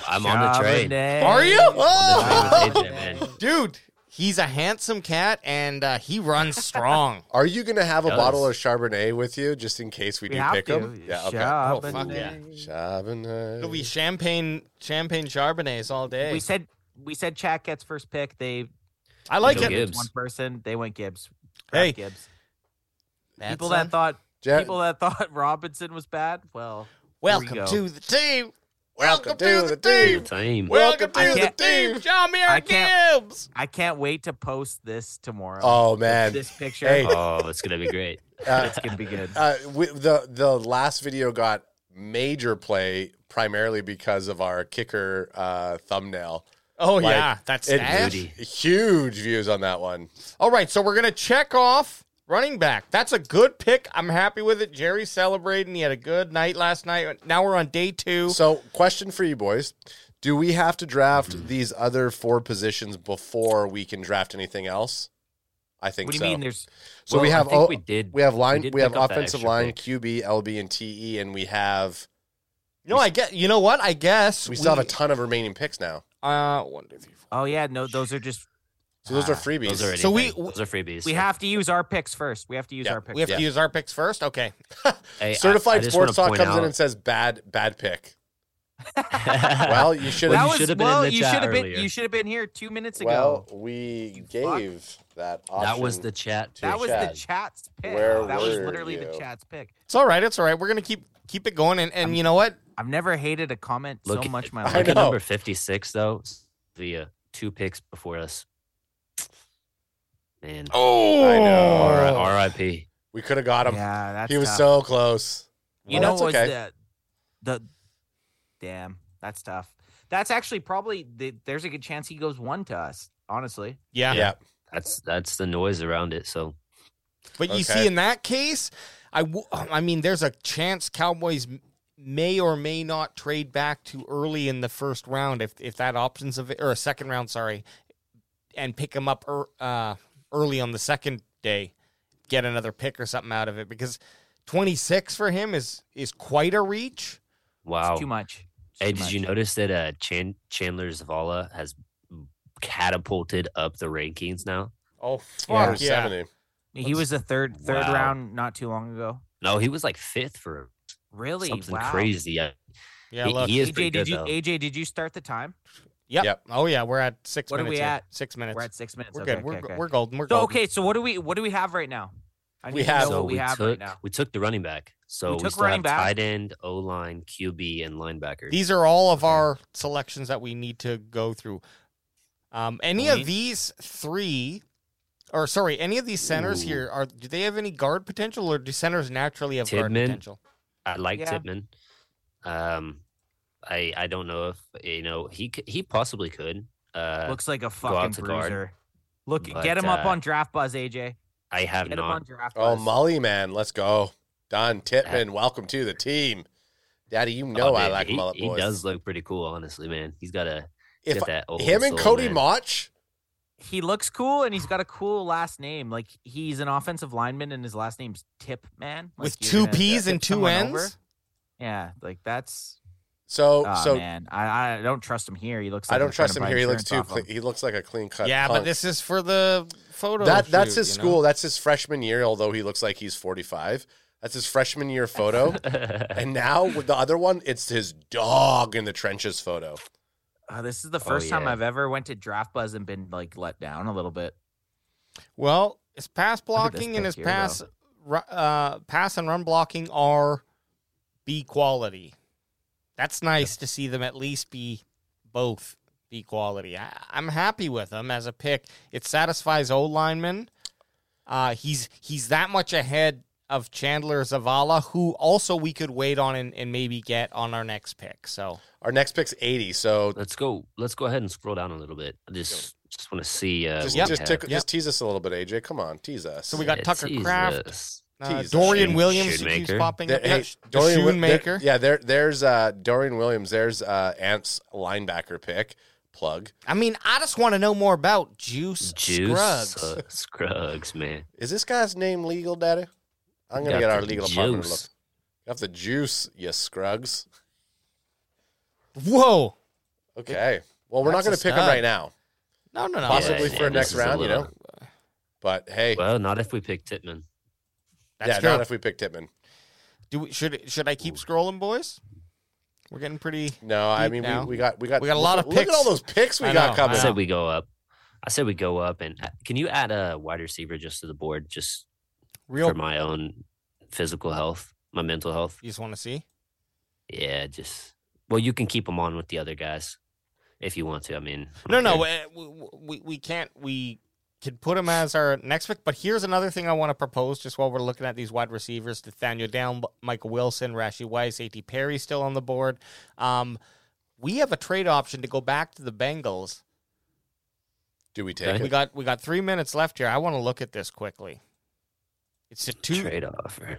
D: I'm on the train.
B: Charbonnet.
A: Are you?
D: On the
A: Oh!
D: train with AJ, man.
A: Dude, he's a handsome cat and uh, he runs
C: <laughs>
A: strong.
C: Are you going to have a
D: Does.
C: bottle of Charbonnet with you just in case we,
B: We
C: do
B: have
C: pick
B: to.
C: them? Yeah, okay.
A: Oh, fuck yeah.
B: Charbonnet.
C: Charbonnet.
A: It'll be champagne, champagne Charbonnets all day.
B: We said we said chat gets first pick. They
A: I like
D: Go
A: it.
B: picked
D: Gibbs.
B: one person. They went Gibbs.
A: Hey,
B: Grab Gibbs.
A: That's
B: people
A: un-
B: that thought
C: Ja-
B: people that <laughs> thought Robinson was bad. Well,
A: welcome
B: we go.
A: to the team.
C: Welcome to the
D: The
C: team.
D: team.
C: Welcome
A: Welcome
B: I
C: to the
B: can't-
C: team.
A: John Mayer
B: can't-
A: Gibbs.
B: I can't wait to post this tomorrow.
C: Oh man,
B: this picture.
C: Hey.
D: Oh, that's gonna be great.
C: uh,
B: It's gonna be good.
C: uh, we, the the last video got major play primarily because of our kicker uh, thumbnail.
A: Oh,
C: Like,
A: yeah. That's
C: it-
A: Ash.
D: Booty.
C: Huge views on that one.
A: All right, so we're gonna check off running back. That's a good pick. I'm happy with it. Jerry's celebrating. He had a good night last night. Now we're on day two.
C: So, question for you boys: Do we have to draft these other four positions before we can draft anything else? I think
B: What do you
C: so.
B: mean? There's
C: so we
D: Well, I
C: have
D: think
C: oh,
D: we did-
C: we have line
D: we
C: we,
D: did
C: have
D: pick up that
C: offensive
D: extra
C: line
D: pick.
C: QB LB and TE and we have
A: no, I get. You know what? I guess
C: we still have a ton of remaining picks now.
A: uh, one, two, three, four.
B: oh yeah no those are just
C: So those are
A: Ah,
C: freebies.
D: Those are
A: So we-
D: anything. those are freebies.
B: we have to use our picks first. We have to use
C: Yeah,
B: our picks.
A: We have
C: Yeah.
A: to use our picks first. Okay.
D: Hey, I- I
C: Certified
D: just wanna
C: Sports Talk
D: point
C: comes in
D: out-
C: and says bad bad pick. <laughs> Well, you should
B: <laughs>
D: Well,
B: that was
C: have.
D: you should've been in
B: well.
D: the
B: you
D: chat
B: should have been.
D: earlier.
B: You should have been here two minutes ago.
C: Well, we
B: fuck.
C: gave that option.
D: that was the chat.
C: to
B: that was the
C: Chad.
B: chat's pick.
C: Where
B: that was
C: were
B: literally the
C: you?
B: chat's pick.
A: It's all right. It's all right. We're gonna keep keep it going. And and you know what?
B: I've never hated a comment
D: Look
B: so
D: at-
B: much
D: <laughs>
B: in my
C: I
D: Look
B: life.
D: at
C: know.
D: number fifty-six though. Via two picks before us. Man.
A: Oh,
C: I know.
D: R- R.I.P.
C: We could have got him.
B: Yeah, that's
C: he was
B: tough.
C: so close.
B: You
C: Well,
B: know
C: that's
B: what was
C: okay.
B: the the damn that's tough. That's actually probably the, there's a good chance he goes one to us. Honestly,
A: Yeah.
C: Yeah.
D: That's that's the noise around it. So
A: But you
C: Okay.
A: see, in that case, I w- I mean, there's a chance Cowboys m- may or may not trade back too early in the first round if if that option's of or a second round, sorry, and pick them up ear uh, early on the second day, get another pick or something out of it because 26 for him is is quite a reach.
D: wow.
B: it's too much. It's
D: Hey,
B: too
D: did you
B: much.
D: notice that uh, Chan- Chandler Zavala has catapulted up the rankings now?
A: Oh
C: Under 70.
B: He was the third third
D: Wow.
B: round not too long ago.
D: No, he was like fifth for
B: Really,
D: something
B: wow.
D: crazy. Yeah,
A: Yeah,
D: he,
A: look.
D: he is pretty
B: AJ,
D: good
B: did you
D: though.
B: AJ? Did you start the time?
A: Yep.
C: Yep.
A: Oh yeah, we're at six.
B: What are
A: minutes
B: we
A: here.
B: at?
A: Six minutes.
B: We're at six minutes.
A: We're
B: okay,
A: good. we're,
B: okay, okay.
A: we're golden. We're
B: so
A: golden.
B: okay. So what do we what do we have right now? I
C: We
B: need to
C: have-
B: know
D: so
B: what we,
D: we,
B: have
D: took
B: right now.
D: we took the running back. So
B: We
D: we,
B: took
D: still
B: running
D: have
B: back.
D: tight end, O line, QB, and linebacker.
A: These are all of our selections that we need to go through. Um, any
B: Mhm.
A: of these three, or sorry, any of these centers here are do they have any guard potential, or do centers naturally have guard
D: Tidman.
A: potential?
D: I like
B: Yeah.
D: Tipman. Um, I I don't know if you know he c- he possibly could. Uh,
B: Looks like a
D: out
B: fucking
D: to
B: bruiser.
D: guard.
B: Look,
D: But,
B: get him up
D: uh,
B: on Draft Buzz, AJ.
D: I have
B: Get him on
D: not.
B: Draft
C: Oh,
B: Buzz.
C: Molly man, let's go. Don Titman, welcome to the team. Daddy, you know I
D: Oh, dude,
C: like
D: he,
C: mullet
D: he
C: boys.
D: does look pretty cool, honestly, man. He's got a
C: If
D: get that old
C: him and
D: soul,
C: Cody
D: <laughs> man.
C: Mach,
B: He looks cool and he's got a cool last name. Like he's an offensive lineman and his last name's Tip Man. Like,
A: With
B: you're
A: two
B: gonna
A: P's
B: tip
A: and two
B: someone over?
A: N's?
B: Yeah, like that's
C: so
B: oh,
C: so
B: man. I, I don't trust him here. He looks. Like
C: I
B: I'm
C: don't
B: trying
C: trust
B: to
C: him
B: buy
C: here. He looks too
B: insurance off
C: clean.
B: him.
C: He looks like a clean cut.
A: Yeah, but
C: punk.
A: this is for the photo.
C: that that's
A: shoot,
C: his
A: you know?
C: school. That's his freshman year. Although he looks like he's forty five. That's his freshman
A: <laughs>
C: year photo. and now with the other one, it's his dog in the trenches photo.
B: Uh, this is the first time
D: yeah.
B: I've ever went to Draft Buzz and been like let down a little bit.
A: Well, his pass
B: at this
A: blocking and his
B: picture, though.
A: pass ru- uh, pass and run blocking are B quality. That's nice to see them at least be both B quality. I, I'm happy with him as a pick. It satisfies O lineman. Uh, he's he's that much ahead of Chandler Zavala, who also we could wait on and, and maybe get on our next pick. So
C: Our next pick's eighty. So
D: let's go. Let's go ahead and scroll down a little bit. I just just want to see. Uh,
C: just
D: what we
C: just,
D: have.
C: tick,
A: Yep.
C: just tease us a little bit, AJ. Come on, tease us.
A: so we got
D: Yeah,
A: Tucker Craft,
D: Jesus.
A: uh,
C: Jesus.
A: Dorian
D: Shoe-
A: Williams who keeps
D: shoemaker.
A: popping
C: There-
A: up. Yeah,
C: hey,
A: sh- the
C: Dorian Wi- there-
A: Shoemaker.
C: yeah, there, there's uh, Dorian Williams. There's uh, Ant's linebacker pick plug.
A: I mean, I just want to know more about Juice,
D: Juice
A: Scruggs.
D: uh, Scruggs, man.
C: Is this guy's name legal, Daddy? I'm gonna
D: Got
C: get our
D: the
C: legal department to look.
D: juice.
C: Got the juice, you scrugs.
A: Whoa!
C: Okay. Well, we're not gonna
A: That's a
C: pick him
A: stud.
C: right now,
A: No, no, no.
C: Possibly
D: yeah,
C: for
D: this
C: next
D: is a
C: round, you
D: little-
C: know? but hey,
D: Well, not if we pick Titman.
C: yeah,
A: That's true.
C: not if we pick Titman.
A: Do we, should should I keep scrolling, boys? We're getting pretty.
C: No, I
A: Deep
C: mean we,
A: now.
C: we got we got
A: We got a lot
C: look-
A: of
C: Look at
A: picks.
C: all those picks we
A: I
C: got
A: know,
D: I
C: coming.
A: Yeah.
D: said we go up. I said we go up, and uh, can you add a wide receiver just to the board, just
A: Real.
D: for my own physical health, my mental health?
A: You just want to see.
D: Yeah, just well, you can keep them on with the other guys if you want to. I mean, I
A: No,
D: don't
A: no,
D: care.
A: eh, we, we we can't. We could put him as our next pick. But here's another thing I want to propose, just while we're looking at these wide receivers: Nathaniel Down, Michael Wilson, Rashi Weiss, At Perry still on the board. Um, we have a trade option to go back to the Bengals.
C: Do we take
D: Okay.
A: We
C: it?
A: got we got three minutes left here. I want to look at this quickly. It's a two.
D: trade offer.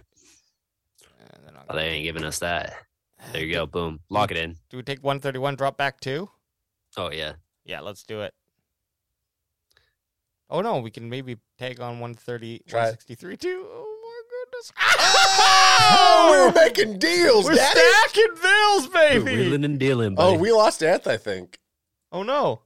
A: Uh, they're not
D: Oh,
A: gonna
D: they ain't giving us that.
A: <sighs>
D: There you go. Boom. Lock it in.
A: Do we take 131, drop back two?
D: Oh yeah.
A: Yeah, let's do it. Oh no, we can maybe tag on 130,
C: Try it.
A: 163 too. Oh my goodness.
C: <laughs> Oh, we're making
A: <laughs>
C: deals,
A: We're
C: Daddy.
A: stacking bills,
D: We're
A: baby.
D: Wheeling and dealing.
C: Oh,
D: Buddy.
C: we lost Anth, I think.
A: Oh no.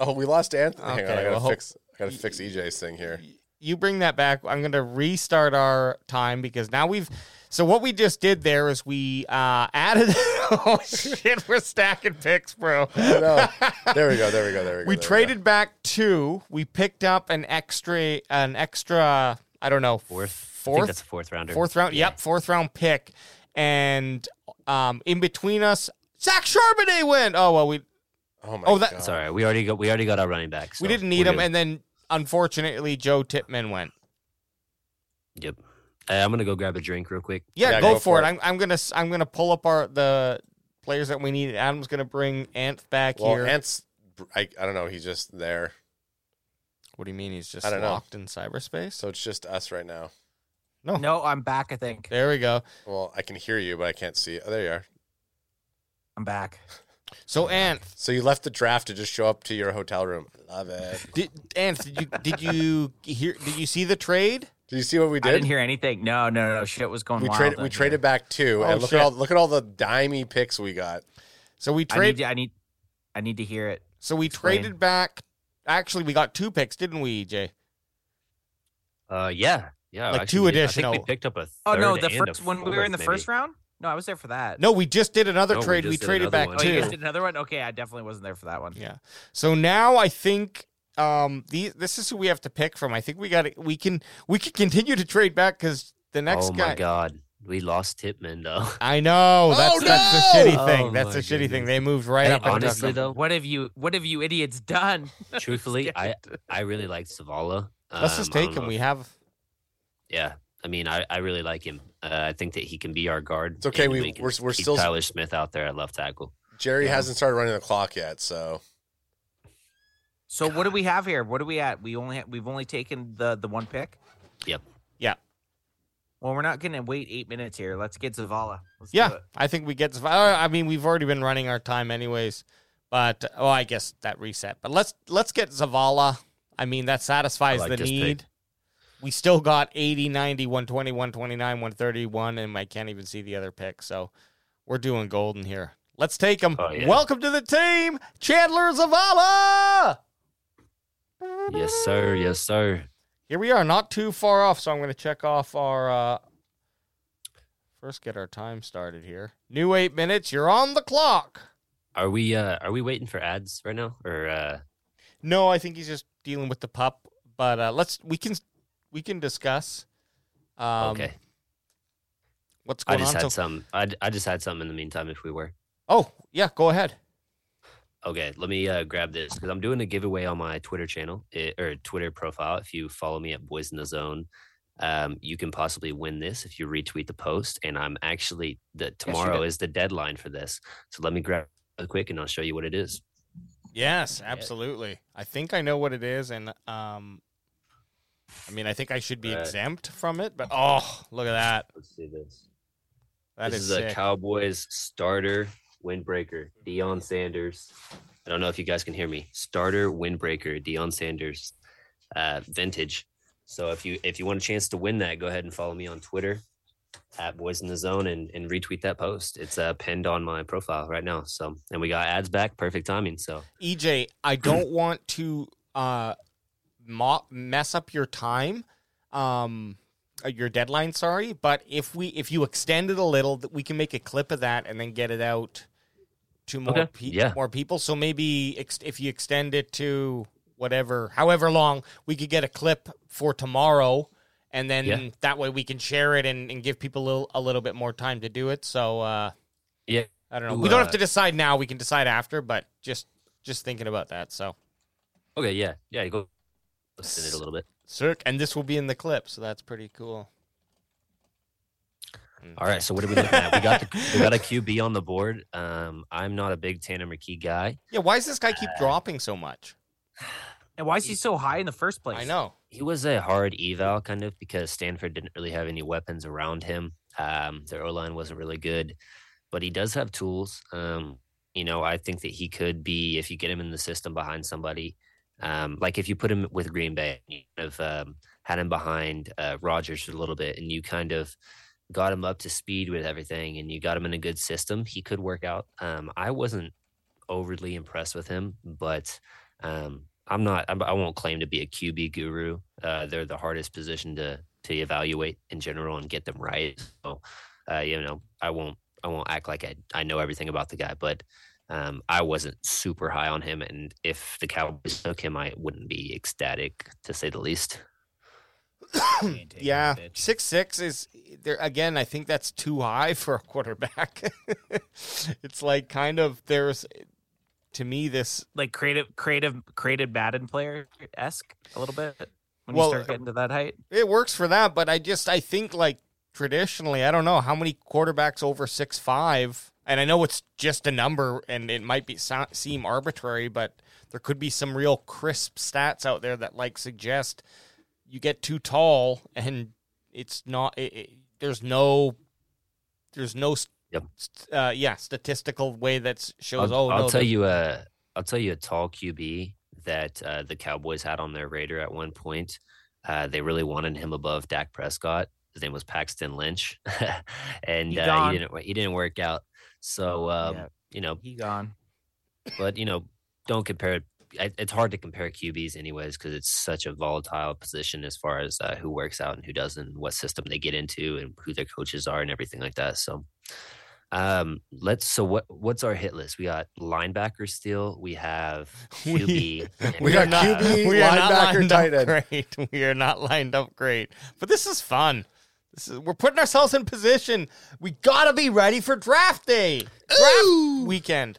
C: Oh, we lost Anth. Hang
A: Okay,
C: on, I gotta
A: well, hope-
C: fix. I gotta fix EJ's thing here.
A: You bring that back. I'm going to restart our time because now we've. So what we just did there is we uh added. <laughs> oh shit, we're stacking picks, bro. <laughs>
C: I know. There we go. There we go. There we go.
A: we
C: there
A: traded back two. We picked up an extra, an extra. I don't know,
D: fourth. I think
A: fourth,
D: that's a fourth rounder.
A: fourth round. Yep, fourth round pick. And um, in between us, Zach Charbonnet went. Oh well, we
C: We go. Oh my.
A: oh, that-
C: God.
D: It's all right. We already got. We already got our running back.
A: we
D: so
A: didn't need
D: we're
A: him,
D: good.
A: and then unfortunately Joe Tipman went.
D: yep. Hey, I'm gonna go grab a drink real quick.
A: Yeah, go, for, it. I'm, I'm gonna s- I'm gonna pull up our the players that we need. Adam's gonna bring Ant back
C: Well,
A: here.
C: Ant's. I, I don't know. He's just there.
A: what do you mean he's just
C: I don't know.
A: locked in cyberspace?
C: So it's just us right now.
B: No, I'm back. I think
A: there we go.
C: Well, I can hear you, but I can't see you. Oh, there you are.
B: I'm back.
A: So Ant,
C: So you left the draft to just show up to your hotel room. Love it.
A: Did, Ants, did you did you hear? Did you see the trade?
C: Did you see what we
B: I didn't
C: did?
B: hear anything. No, no, no. Shit was going
C: We
B: wild.
C: traded.
B: out
C: We
B: here.
C: traded back two,
A: Oh,
C: and look
A: shit.
C: at all look at all the dimey picks we got.
A: So we
B: I need.
A: trade.
B: to- I need. I need to hear it.
A: So we
B: Explain.
A: traded back. Actually, we got two picks, didn't we, E EJ?
D: Uh, yeah, yeah.
A: Like
D: actually
A: two
D: we did. I
A: additional.
D: think we picked up a.
B: Oh no,
D: third
B: the
D: and a
B: first when we were in the
D: fourth,
B: first
D: maybe.
B: round. No, I was there for that.
A: No, we just did another
D: No, we
A: trade.
D: just
A: We,
D: did
A: traded
D: another
A: back
D: one.
B: Oh, you guys
A: two.
B: did another one. Okay, I definitely wasn't there for that one.
A: Yeah. So now I think um the this is who we have to pick from. I think we got to we can we can continue to trade back because the next
D: oh
A: guy.
D: my god, we lost Tipman though.
A: I know that's
C: Oh,
A: that's the
C: no!
A: shitty thing.
D: Oh,
A: that's the
D: my
A: shitty thing.
D: goodness.
A: They moved right
D: Hey,
A: up. and took
D: honestly
A: him.
D: though,
B: What have you? What have you idiots done?
D: truthfully, I I really liked Savala.
A: let's just
D: Um, I
A: take
D: don't
A: him.
D: know
A: We
D: if-
A: have
D: yeah. I mean, I, I really like him. Uh, I think that he can be our guard.
C: It's okay,
D: and
C: we-
D: can
C: we're- we're
D: keep
C: still-
D: Tyler Smith out there at left tackle.
C: Jerry hasn't started running the clock yet, so
B: So what do we have here? What are we at? We only ha- we've only taken the the one pick.
D: Yep.
A: yeah.
B: Well, we're not gonna wait eight minutes here. Let's get Zavala. Let's do
A: Yeah,
B: it.
A: I think we get. Zav- I I mean, we've already been running our time anyways, but oh, I guess that reset. But let's let's get Zavala. I mean, that satisfies
D: I like
A: the
D: this pick.
A: need. We still got 80, 90, 120, 129, 131, and I can't even see the other pick. So we're doing golden here. Let's take him.
D: Oh, yeah.
A: Welcome to the team, Chandler Zavala.
D: Yes, sir. Yes, sir.
A: Here we are, not too far off. So I'm going to check off our. Uh, first, get our time started here. New eight minutes. You're on the clock.
D: Are we uh are we waiting for ads right now? Or uh
A: No, I think he's just dealing with the pup. But uh, let's we can we can discuss. Um,
D: okay.
A: what's
D: I
A: going on?
D: just had
A: So-
D: some I, d- I just had some in the meantime if we were.
A: oh yeah, go ahead.
D: Okay, let me uh, grab this because I'm doing a giveaway on my Twitter channel eh, or Twitter profile. If you follow me at Boys in the Zone, um, you can possibly win this if you retweet the post. And I'm actually the tomorrow is the deadline for this. So let me grab it quick and I'll show you what it is.
A: Yes, absolutely. I think I know what it is, and um, I mean I think I should be
D: Right.
A: exempt from it. But oh, look at that.
D: Let's see this.
A: That
D: this
A: is
D: is, a
A: sick.
D: Cowboys starter windbreaker, Deion Sanders. I don't know if you guys can hear me. Starter windbreaker, Deion Sanders, uh, vintage. So if you if you want a chance to win that, go ahead and follow me on Twitter at Boys in the Zone and, and retweet that post. It's uh, pinned on my profile right now. So and we got ads back, perfect timing. So
A: EJ, E I don't <clears throat> want to uh mo- mess up your time, um, uh, your deadline. Sorry, but if we if you extend it a little, that we can make a clip of that and then get it out to more
D: Okay,
A: pe-
D: yeah.
A: more people. So maybe ex- if you extend it to whatever, however long, we could get a clip for tomorrow. And then
D: Yeah.
A: that way we can share it and, and give people a little, a little bit more time to do it. So uh,
D: yeah,
A: I don't know.
D: Ooh,
A: we don't have
D: uh,
A: to decide now. We can decide after. But just just thinking about that. So
D: okay, yeah, yeah. You go listen it a little bit.
A: Cirque, and this will be in the clip, so that's pretty cool.
D: All right, so what are we looking at? We got the, we got a QB on the board. Um, I'm not a big Tanner McKee guy.
A: <laughs> Yeah, why does this guy
D: Uh,
A: keep dropping so much?
B: And why is he so high in the first place?
A: I know.
D: he was a hard eval kind of because Stanford didn't really have any weapons around him. Um, their O line wasn't really good, but he does have tools. Um, you know, I think that he could be if you get him in the system behind somebody. Um, like if you put him with Green Bay, you kind of um, had him behind uh, Rodgers for a little bit, and you kind of got him up to speed with everything, and you got him in a good system, he could work out. Um, I wasn't overly impressed with him, but um, I'm not. I'm, I won't claim to be a QB guru. Uh, they're the hardest position to to evaluate in general and get them right. So, uh, you know, I won't. I won't act like I, I know everything about the guy, but um, I wasn't super high on him. And if the Cowboys took him, I wouldn't be ecstatic to say the least.
B: Can't take
A: Yeah,
B: it, bitch.
A: six six is there again. I think that's too high <laughs> for a quarterback. <laughs> it's like kind of there's to me this.
B: Like creative, creative, creative Madden player esque a little bit when
A: Well,
B: you start getting to that height.
A: It works for that, but I just I think like traditionally I don't know how many quarterbacks over six five. And I know it's just a number, and it might be so, seem arbitrary, but there could be some real crisp stats out there that like suggest you get too tall and it's not it, it, there's no there's no st-
D: Yep.
A: st- uh, yeah statistical way that shows
D: I'll,
A: oh
D: I'll
A: no
D: tell
A: the-
D: you a I'll tell you a tall QB that uh, the Cowboys had on their radar at one point. Uh, they really wanted him above Dak Prescott. His name was Paxton Lynch, <laughs> and
B: He
D: uh,
B: gone.
D: he didn't he didn't work out. So um,
B: Yeah.
D: you know,
B: He gone.
D: but you know, don't compare. it- I- It's hard to compare QBs anyways because it's such a volatile position as far as uh, who works out and who doesn't, and what system they get into, and who their coaches are, and everything like that. So, um, let's. So what what's our hit list? We got linebacker still.
B: <laughs>
D: We have
A: We-
D: QB. and
C: we got
D: have- <laughs>
C: QB.
A: we are not
C: linebacker,
A: lined
C: tight
A: up
C: end.
A: great. <laughs> We are not lined up great. But this is fun. This is we're putting ourselves in position. We gotta be ready for draft day. Draft weekend.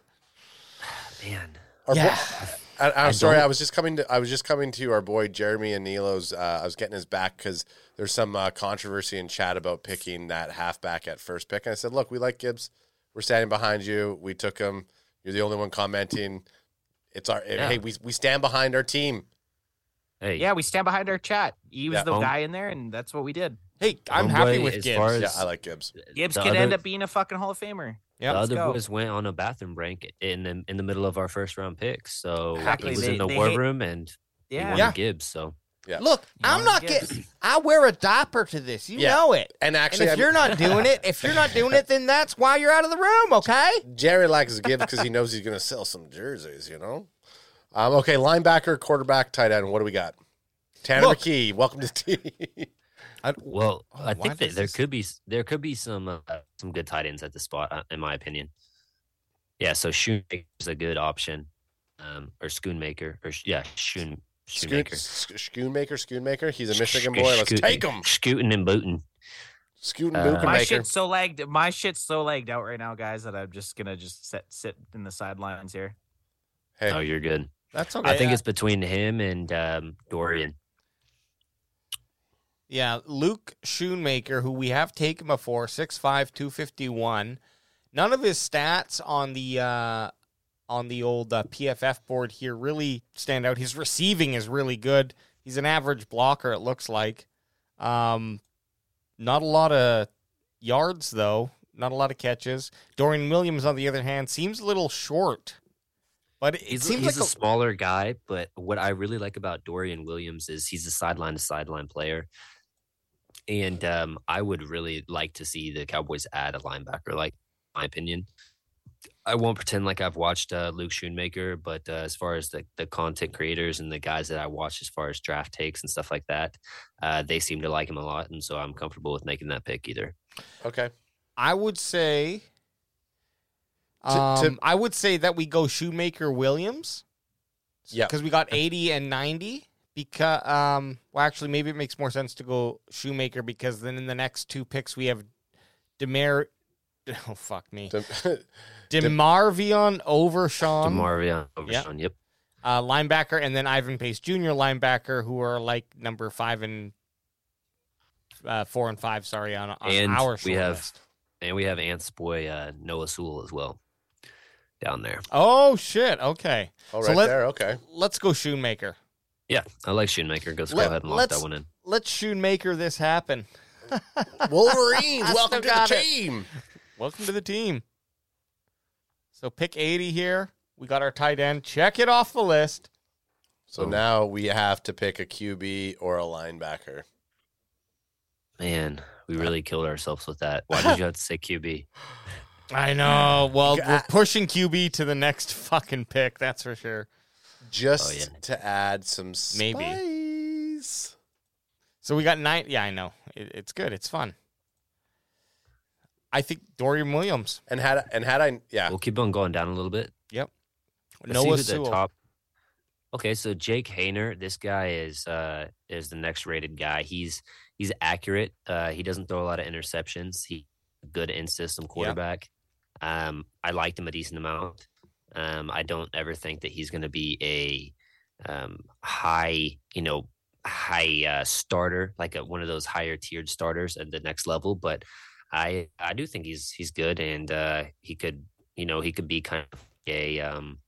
D: Man,
C: Our
A: Yeah.
C: boy- I, am sorry. I was just coming to. I was just coming to our boy Jeremy and Nilo's. Uh, I was getting his back because there's some uh, controversy in chat about picking that halfback at first pick. And I said, look, we like Gibbs. We're standing behind you. We took him. You're the only one commenting. It's our
D: Yeah.
C: hey. We we stand behind our team.
D: Hey,
B: Yeah, we stand behind our chat. He was
C: Yeah.
B: the
D: Um,
B: guy in there, and that's what we did.
A: Hey, I'm
D: Homeboy,
A: happy with
D: as
A: Gibbs.
D: far as-
C: Yeah, I like Gibbs.
B: Gibbs
D: The
B: could
D: other-
B: end up being a fucking Hall of Famer.
A: Yep.
D: the
B: Let's
D: other
B: go.
D: boys went on a bathroom break in the, in the middle of our first round pick. So
B: Exactly,
D: he was
B: they-
D: in the
B: they
D: war
B: hate-
D: room and he
B: Yeah.
D: wanted
A: Yeah.
D: Gibbs. So
C: Yeah.
A: Look,
B: Yeah,
A: I'm not
B: Gibbs.
A: getting. I wear a diaper to this. You
C: Yeah.
A: know it. And
C: And actually,
A: if
C: I'm-
A: you're not doing it, if you're not doing it, then that's why you're out of the room. Okay.
C: Jerry likes Gibbs because he knows he's going to sell some jerseys, you know? Um, okay, linebacker, quarterback, tight end. What do we got? Tanner
A: Look.
C: McKee, welcome to the team.
D: well,
A: Oh, why
D: I think that
A: does
D: there
A: this-
D: could be s- there could be some uh, some good tight ends at the spot, uh, in my opinion. Yeah, so Shoemaker's a good option, um, or Schoonmaker, or sh- yeah, Shoon Shoemaker.
C: Scoon- Sc- Schoonmaker, Schoonmaker. He's a Michigan boy. Let's take him.
D: Scooting and booting.
C: Scoot
D: Uh,
C: and Book
D: My
B: My
C: Maker.
B: shit's so lagged. My shit's so lagged out right now, guys, that I'm just gonna just sit sit in the sidelines here.
C: Hey,
D: Oh, you're good.
A: That's
D: I think it's between him and um, Dorian.
A: Yeah, Luke Schoonmaker, who we have taken before, 6'5", 251. None of his stats on the uh, on the old uh, PFF board here really stand out. His receiving is really good. He's an average blocker, it looks like. Um, not a lot of yards though. Not a lot of catches. Dorian Williams, on the other hand, seems a little short. But it
D: He's,
A: seems
D: he's a
A: like a,
D: smaller guy, but what I really like about Dorian Williams is he's a sideline to sideline player. And um, I would really like to see the Cowboys add a linebacker, like my opinion. I won't pretend like I've watched uh, Luke Schoonmaker, but uh, as far as the, the content creators and the guys that I watch, as far as draft takes and stuff like that, uh, they seem to like him a lot. And so I'm comfortable with making that pick either.
C: okay.
A: I would say.
C: To- to-
A: um, I would say that we go Shoemaker Williams.
C: Yeah.
A: Because we got 80 and 90. Because, um, well, actually, maybe it makes more sense to go Shoemaker because then in the next two picks we have Demer. <laughs> Oh, fuck me.
C: <laughs> Dem-
A: Demarvion Overshawn,
D: DeMarvion
A: Um, yeah.
D: Overshawn, yep.
A: uh, linebacker, and then Ivan Pace Jr., linebacker, who are like number five and uh, four and five, sorry, on, on
D: And
A: our
D: we
A: short
D: have-
A: list.
D: And we have Ant's boy, uh, Noah Sewell, as well, down there.
A: Oh, shit. Okay.
C: oh,
A: So
C: right
A: let-
C: there.
A: <laughs>
C: Okay.
A: let's go Shoemaker.
D: Yeah, I like Shoemaker. Go, go
A: Let-
D: ahead and lock that
A: let's-
D: one in.
A: Let's Shoemaker this happen.
C: Wolverines,
A: I still
C: welcome to the
A: got it.
C: team.
A: Welcome to the team. So pick 80 here. We got our tight end. Check it off the list.
C: So now we have to pick a QB or a linebacker.
D: Man, we
A: Uh,
D: really killed ourselves with that.
A: <laughs>
D: Why did you have to say QB?
A: I know. Well, we're
C: God.
A: pushing QB to the next <laughs> fucking pick, that's for sure.
C: Just
D: Oh, yeah.
C: to add some spice.
A: Maybe. So we got nine. Yeah, I know. It, it's good. It's fun. I think Dorian Williams.
C: And had and had I yeah
D: We'll keep on going down a little bit. Let's see
A: Noah
D: who the
A: Sewell.
D: top- Okay, so Jake Hayner, this guy is uh is the next rated guy. He's he's accurate. Uh he doesn't throw a lot of interceptions. He good in system quarterback. Um I liked him a decent amount. Um I don't ever think that he's gonna be a um high, you know, high uh starter, like a, one of those higher tiered starters at the next level, but I I do think he's he's good and uh he could you know, he could be kind of a um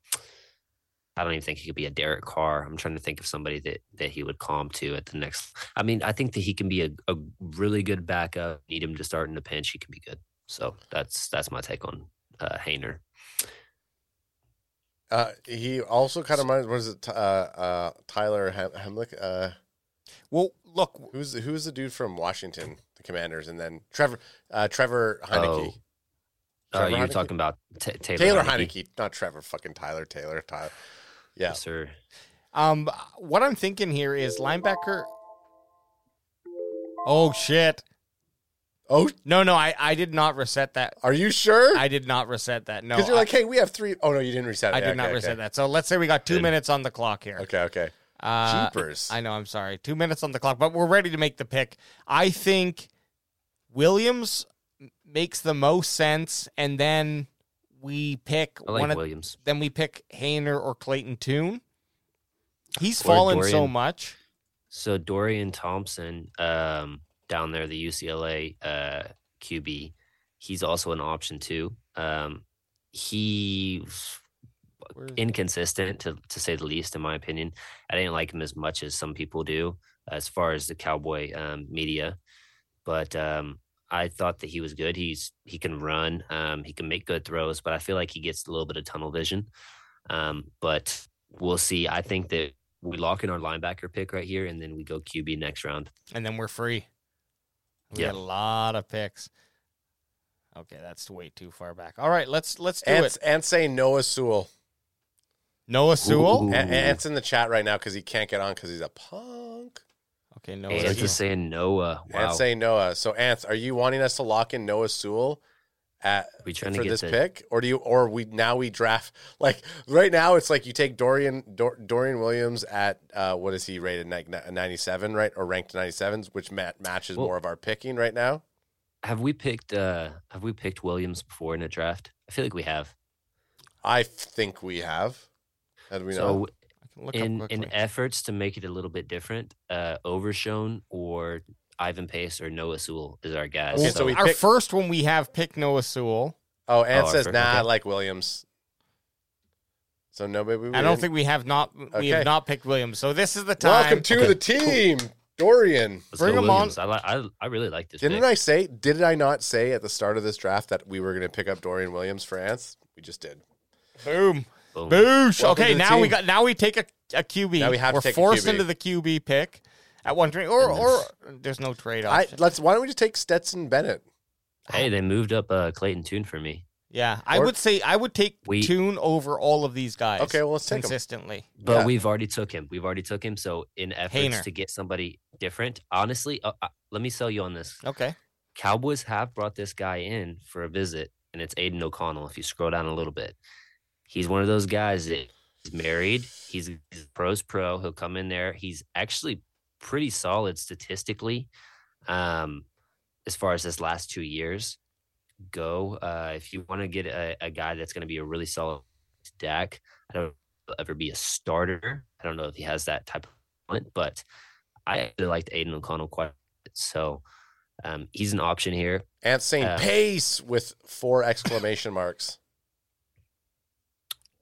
D: I don't even think he could be a Derek Carr. I'm trying to think of somebody that that he would calm to at the next. I mean, I think that he can be a, a really good backup. Need him to start in the pinch. He can be good. So that's that's my take on uh, Hayner.
C: uh he also kind of reminds was it uh uh Tyler Hem- Hemlick uh
A: Well, look.
C: who's who's the dude from Washington the Commanders and then Trevor uh Trevor Heineke
D: Oh, uh,
C: Trevor
D: you were
C: Heinicke?
D: talking about Ta Taylor,
C: Taylor
D: Heinicke.
C: Heineke. not Trevor fucking Tyler Taylor Tyler yeah
D: Yes, sir.
A: Um, what I'm thinking here is linebacker. Oh shit!
C: oh
A: No, no, I, I did not reset that.
C: are you sure
A: I did not reset that. No, <laughs>
C: because you're
A: I-
C: like hey we have three oh no you didn't reset it
A: I,
C: Yeah,
A: did not
C: okay,
A: reset
C: okay.
A: that. So let's say we got two
D: Good.
A: minutes on the clock here.
C: okay okay
A: Uh,
C: Jeepers
A: I know. I'm sorry. Two minutes on the clock, but we're ready to make the pick. I think Williams m- makes the most sense, and then we pick
D: I like
A: one. Of,
D: Williams.
A: then we pick Hayner or Clayton Toon. He's
D: Or
A: fallen so
D: Dorian.
A: much.
D: So Dorian Thompson um, down there, the UCLA uh, QB, he's also an option too. Um, he
A: Mm-hmm.
D: inconsistent to, to say the least, in my opinion. I didn't like him as much as some people do, as far as the cowboy um, media. But um, I thought that he was good. He's he can run, um, he can make good throws, but I feel like he gets a little bit of tunnel vision. Um, but we'll see. I think that we lock in our linebacker pick right here, and then we go QB next round.
A: and then we're free. We
D: Yeah.
A: got a lot of picks. Okay, that's way too far back. All right, let's let's do
C: And,
A: it.
C: and say Noah Sewell.
A: Noah Sewell.
D: Ooh.
C: A- Ant's in the chat right now because he can't get on because he's a punk.
A: Okay, Noah
D: And
A: Sewell.
D: just saying Noah.
C: Wow.
D: Wow.
C: Ant say Noah. So Ants, are you wanting us to lock in Noah Sewell at
D: we trying to
C: for
D: get
C: this
D: the,
C: pick, or do you, or we now we draft <laughs> like right now? It's like you take Dorian Dor, Dorian Williams at uh, what is he rated like ninety seven, right, or ranked ninety sevens, which ma- matches
D: Well-
C: more of our picking right now.
D: Have we picked? uh Have we picked Williams before in a draft? I feel like we have.
C: I think we have. How do we
D: so
C: know?
A: I can look
D: in
A: up
D: in
A: quickly.
D: efforts to make it a little bit different, uh, Overshone or Ivan Pace or Noah Sewell is our guys.
C: Okay,
A: Well,
C: so we
A: our
C: pick-
A: first one we have picked Noah Sewell.
C: Oh, Ant
D: Oh, I
C: says
D: for-
C: nah. I
D: okay.
C: like Williams. So no, baby.
A: I don't think we have not we
C: Okay.
A: have not picked Williams. So this is the time.
C: Welcome to
D: Okay.
C: the team, Dorian.
D: Let's
A: bring
D: go
A: 'em on.
D: Williams. I, li- I I really like this.
C: Didn't
D: pick.
C: I say? Did I not say at the start of this draft that we were going to pick up Dorian Williams for Ants? We just did.
A: Boom.
D: Boom.
A: Boosh.
C: Welcome to
A: okay,
C: the
A: now we
C: team.
A: got now we take a, a QB.
C: Now we have to
A: We're
C: take a
A: forced
C: QB.
A: into the QB pick at one trade or
D: And then-
A: or there's no trade
C: I,
A: option.
C: let's. Why don't we just take Stetson Bennett?
D: Hey, they moved up uh, Clayton Tune for me.
A: yeah, I
C: or-
A: would say I would take
D: We-
A: Tune over all of these guys.
C: Okay, well, let's take 'em.
A: consistently.
D: But
C: Yeah.
D: we've already took him. We've already took him. So in efforts
A: Hayner.
D: to get somebody different, honestly, uh, uh, let me sell you on this.
A: Okay.
D: Cowboys have brought this guy in for a visit, and it's Aiden O'Connell. If you scroll down a little bit, he's one of those guys that is married. He's, he's pros pro. He'll come in there. He's actually pretty solid statistically, um, as far as this last two years go. Uh, if you want to get a, a guy that's going to be a really solid stack, I don't know if he'll ever be a starter. I don't know if he has that type of talent, but I actually liked Aiden O'Connell quite a bit. So. Um, he's an option here.
C: Ant saying
D: Uh,
C: pace with four exclamation
A: <laughs>
C: marks.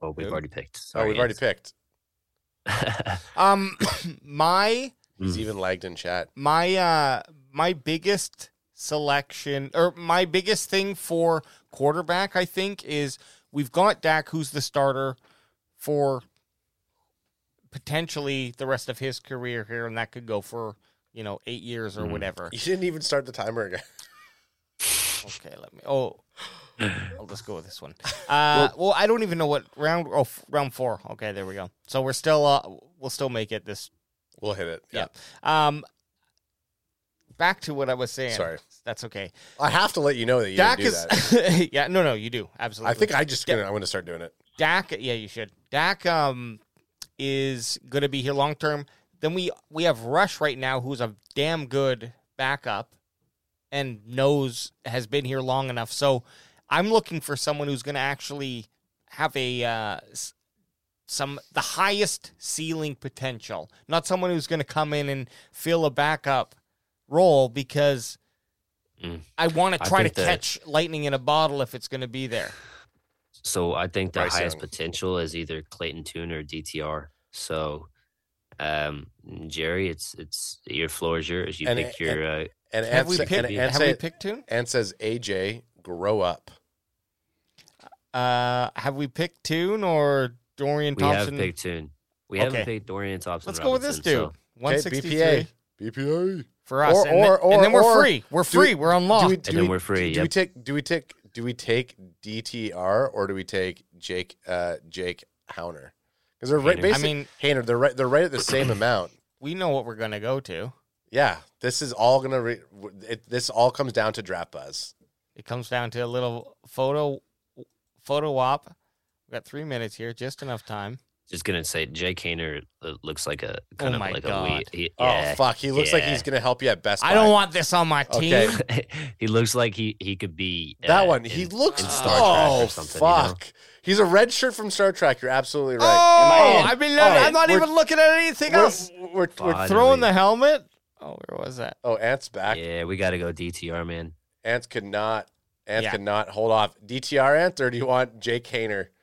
D: Oh, we've
C: Who?
D: already picked.
C: Oh, we've already picked.
D: picked.
C: <coughs>
A: Um my
C: He's
D: Mm.
C: even lagged in chat.
A: my uh my biggest selection or my biggest thing for quarterback I think is we've got Dak who's the starter for potentially the rest of his career here and that could go for you know 8 years or
D: Mhm.
A: whatever.
C: <laughs> You didn't even start the timer again. <laughs>
A: Okay, let me Oh I'll just go with this one. Uh, well, I don't even know what round. Oh, f- round four. Okay, there we go. So we're still, uh, we'll still make it this
C: We'll hit it. Yeah.
A: Yeah. Um, back to what I was saying.
C: Sorry.
A: that's okay.
C: I have to let you know that you
A: Dak
C: didn't do
A: is, <laughs>
C: that.
A: yeah, no, no, you do absolutely.
C: I think I just
A: Yeah.
C: gonna, I'm going to start doing it.
A: Dak, yeah, you should. Dak, um, is gonna be here long term. Then we we have Rush right now, who's a damn good backup, and knows has been here long enough. So I'm looking for someone who's gonna actually have a uh, s- some the highest ceiling potential, not someone who's gonna come in and fill a backup role because.
D: Mm.
A: I want to
D: I
A: try to
D: think that-
A: catch lightning in a bottle if it's going to be there.
D: <laughs> so I think the
C: Bryce
D: highest
C: Young.
D: potential is either Clayton Tune or DTR. So, um, Jerry, it's it's your floor is yours. You
C: And-
D: pick your. uh,
C: And
A: Have
C: Ant,
A: we
C: sa-
A: picked?
C: and Ant,
A: Have
C: say-
A: we picked tune?
C: Ant says AJ grow up.
A: Uh, have we picked Tune or Dorian
D: uh, we
A: Thompson?
D: have picked Tune. We haven't
A: Okay.
D: picked Dorian Thompson.
A: Let's go with this
D: Robinson,
A: dude.
D: so-
A: One
C: Okay,
A: sixty
C: BPA.
A: three
C: BPA.
A: for us, and,
C: Or-
A: then,
C: or- or-
A: and then we're
C: or-
A: free. We're
C: do we-
A: free. we're unlocked.
D: Oh, And then we're free,
C: Do we
D: yep.
C: take? Do we take? Do we take DTR or do we take Jake? Uh, Jake Howner? Because they're right.
D: Hayner. I
C: Basically,
A: I mean,
C: Hayner, they're right. They're right at the same amount.
A: we know what we're gonna go to.
C: Yeah, this is all gonna. Re- it, this all comes down to draft buzz.
A: It comes down to a little photo photo op. We got three minutes here, just enough time.
D: Just gonna say, Jay Kaner uh, looks like a kind of
A: my
D: like
A: God.
D: a weed. He, yeah,
C: oh fuck, he looks like
D: yeah.
C: he's gonna help you at Best Buy.
A: I don't want this on my team.
C: Okay.
D: <laughs> he looks like he he could be
C: that
D: uh,
C: one. he
D: in-
C: looks.
D: in Star Trek
C: Oh
D: or something, you know?
C: fuck, he's a red shirt from Star Trek. You're absolutely
A: Oh,
C: right.
A: I, mean,
C: Oh,
A: I'm not
C: we're-
A: even looking at anything
C: We're-
A: else.
C: We're,
D: Fuck.
C: we're-
A: Throwing
D: Finally.
A: the helmet. Oh, where was that?
C: oh, Ant's back.
D: Yeah, we got to go DTR, man.
C: Ants could not. Ants
A: Yeah.
C: could not hold off. DTR Ant, or do you want Jake Hayner? <laughs>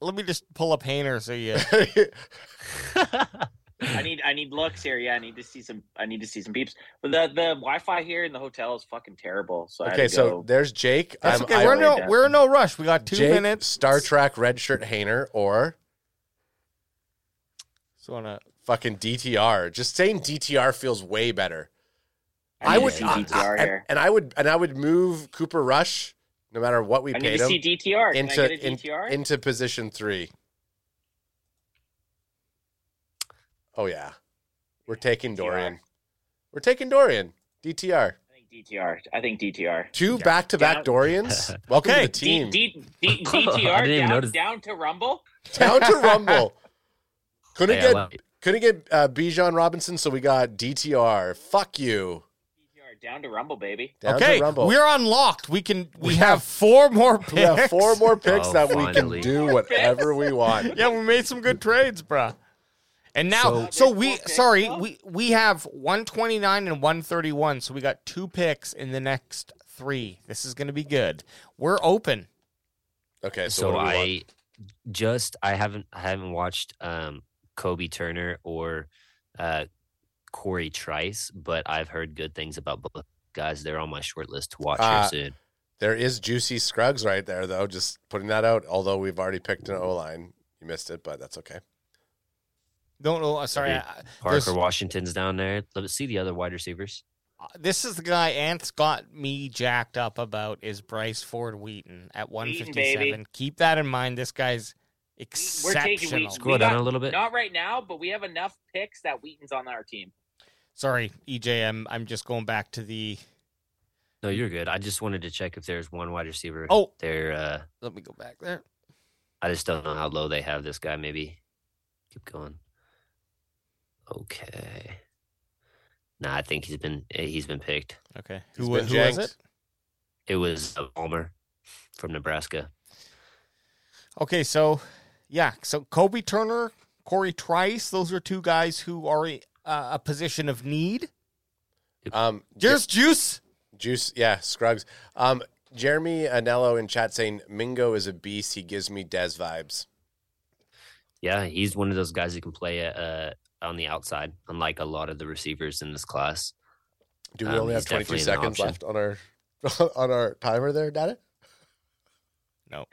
A: Let me just pull up Hayner so you.
B: I need I need looks here. Yeah, I need to see some. I need to see some peeps. But the the Wi-Fi here in the hotel is fucking terrible. So I
C: okay,
B: had to
C: so
B: go.
C: there's Jake.
A: That's
C: I'm-
A: okay.
C: I-
A: We're in no
B: down.
A: we're in no rush. We got two
C: Jake,
A: minutes.
C: Star Trek red shirt Hainer or
A: So wanna
C: fucking DTR. Just saying DTR feels way better.
B: I, need
C: would
B: to see
C: I- I-
B: DTR
C: and-
B: here.
C: And, I would and I would move Cooper Rush, no matter what we
B: I need
C: paid
B: to
C: him,
B: see DTR. Can I
C: into
B: get a
C: in-
B: DTR?
C: into position three. Oh yeah, we're taking
B: DTR.
C: Dorian. We're taking Dorian. DTR.
B: I think DTR. I think DTR.
C: Two back to
B: Down-
C: back Dorians. Welcome to
A: Okay.
C: the team.
B: D, <laughs> D, D,
D: <laughs> I
B: DTR
D: didn't even
B: down,
D: notice.
B: down to Rumble.
C: Down to Rumble. Couldn't
D: Hey, I
C: get
D: love it.
C: couldn't get uh, Bijan Robinson, so we got DTR. Fuck you.
B: DTR down to Rumble, baby.
C: Down
A: okay,
C: to Rumble.
A: we're unlocked. We can. We,
C: We
A: have,
C: have-
A: four more. Picks.
C: <laughs> We have four more picks
D: Oh,
C: that we
D: finally.
C: can do whatever we
A: <laughs>
C: want.
A: yeah, we made some good trades, bruh. And now, so,
D: So-
A: we
B: Okay,
A: sorry,
B: well.
A: we we have 129 and 131, so we got two picks in the next three. This is going to be good. We're open.
C: Okay, so, what
D: so
C: do we want?
D: I just I haven't I haven't watched um Kobe Turner or uh Corey Trice, but I've heard good things about both guys. They're on my short list to watch
C: Uh,
D: here soon.
C: there is juicy Scruggs right there though. Just putting that out. Although we've already picked an O line, you missed it, but that's okay.
A: Don't know. Sorry,
D: Agreed.
A: I-
D: Parker
A: there's-
D: Washington's down there. Let's see the other wide receivers.
A: uh, this is the guy Ant's got me jacked up about is Bryce Ford Wheaton at 157.
B: baby.
A: Keep that in mind. This guy's
B: We're
A: exceptional.
B: taking Wheaton.
D: Scroll
B: we
D: down
B: got-
D: a little bit.
B: Not right now, but we have enough picks that Wheaton's on our team.
A: Sorry, EJ. I'm I'm just going back to the.
D: No, you're good. I just wanted to check if there's one wide receiver.
A: Oh.
D: there. Uh,
A: Let me go back there.
D: I just don't know how low they have this guy. Maybe keep going. Okay. Nah, I think he's been eh, he's been picked.
A: Okay.
C: He's
A: Who,
C: been
A: who was
C: janked.
A: it?
D: It was uh, Palmer from Nebraska.
A: Okay, so yeah, so Kobe Turner, Corey Trice, those are two guys who are uh, a position of need.
C: Um,
A: There's juice.
C: Juice, yeah, Scruggs. Um, Jeremy Anello in chat saying Mingo is a beast. He gives me Des vibes.
D: Yeah, he's one of those guys who can play uh, on the outside, unlike a lot of the receivers in this class.
C: Do we
D: Um,
C: only have
D: he's
C: 22
D: definitely an
C: seconds
D: option.
C: left on our <laughs> on our timer there, Dada?
A: No,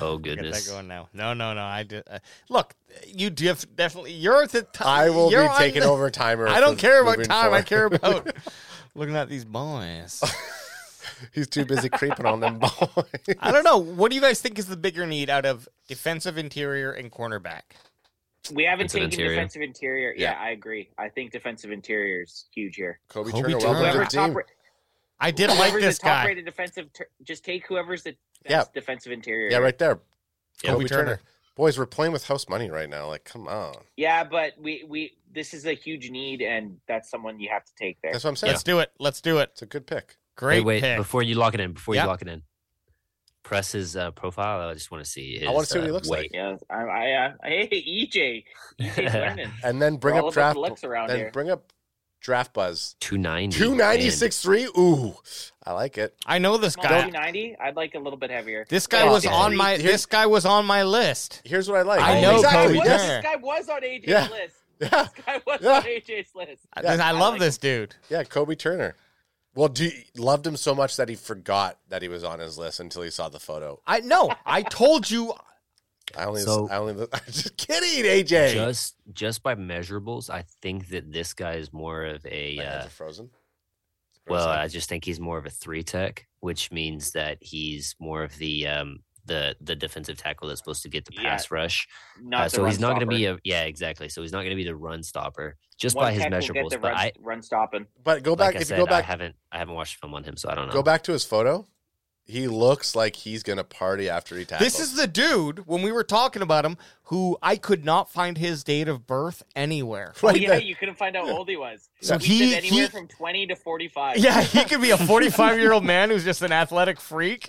D: Oh
A: get that
D: goodness!
A: going now. No, no, no. I did. Uh, look, you def- definitely. You're at the. T-
C: I will
A: Uh, you're
C: be
A: on
C: taking
A: the-
C: over timer.
A: <laughs> I don't
C: for
A: care about
C: moving
A: time. I
C: forward.
A: care <laughs> about looking at these <laughs> boys.
C: <laughs> He's too busy creeping on them <laughs> boys.
A: I don't know. What do you guys think is the bigger need out of defensive interior and cornerback?
B: We haven't
D: Defensive
B: taken
D: interior.
B: defensive interior. Yeah.
C: Yeah.
B: I agree. I think defensive interior is huge here.
C: Kobe,
A: Kobe
C: Turner,
A: Turner.
C: welcome to
B: Whoever
C: the
B: top,
C: team.
B: ra-
A: I did like
B: whoever's
A: this
B: the top
A: guy.
B: rated defensive, ter- just take whoever's the best
C: Yeah.
B: defensive interior.
C: Yeah, right there.
D: Yeah.
C: Kobe Turner. Boys, we're playing with house money right now. Like, come on.
B: Yeah, but we we this is a huge need, and that's someone you have to take there.
C: That's what I'm saying.
A: Let's do it. Let's do it.
C: It's a good pick.
A: Great
D: Hey, wait,
A: pick.
D: before you lock it in, before
A: Yep.
D: you lock it in, press his uh, profile. I just want to see. His,
C: wanna see what he
D: uh,
C: looks
D: weight.
A: <laughs>
C: like.
B: Yeah, I, I, uh, <laughs> hey EJ,
D: <laughs>
B: EJ's learning.
C: And then bring
B: We're all
C: up
B: about
C: draft.
B: the looks around
C: then
B: here.
C: bring up draft buzz.
D: Two ninety.
C: Two ninety six three. Ooh, I like it.
A: I know this
B: Small
A: guy.
B: 290. I'd like a little bit heavier.
A: This guy
C: Oh,
A: was
C: yeah.
A: on my.
C: Here's-
A: This guy was on my list.
C: Here's what I like.
A: I
B: Oh,
A: know
B: this guy
C: exactly.
A: Kobe
B: was- This
C: Yes.
A: Turner.
B: guy was on AJ's
C: Yeah.
B: list.
C: <laughs> Yeah,
B: This guy was
C: Yeah.
B: on AJ's list.
A: I-
C: Yeah.
A: I love
B: like
A: this dude.
C: yeah. Kobe Turner. Well, do you- loved him so much that he forgot that he was on his list until he saw the photo.
A: I know. I told <laughs> you.
C: I only,
D: So-
C: I only, <laughs> I'm just kidding, AJ.
D: Just just by measurables, I think that this guy is more of a.
C: My hands
D: Uh,
C: are frozen.
D: well, I just think he's more of a three tech, which means that he's more of the um the the defensive tackle that's supposed to get the
B: Yeah.
D: pass rush.
B: Not
D: Uh,
B: the
D: so he's
B: run
D: not going to be
B: stopper.
D: a yeah exactly. So he's not going to be the run stopper just
B: One
D: by his
B: tech will get
D: measurables.
B: the
D: But
B: run,
D: I
B: run stopping.
C: But go back
D: like I
C: if
D: said,
C: you go
D: I
C: back
D: haven't I haven't watched film on him, so I don't know.
C: go back to his photo. He looks like he's gonna party after he tackles.
A: This is
C: <laughs>
A: the dude when we were talking about him who I could not find his date of birth anywhere.
B: Oh,
C: right
B: yeah,
C: there.
B: you couldn't find out how old he was.
A: So
B: he,
A: he-
B: said anywhere
A: he-
B: from 20 to
A: <laughs>
B: 45.
A: Yeah, he could be a 45 year old man who's just an athletic freak.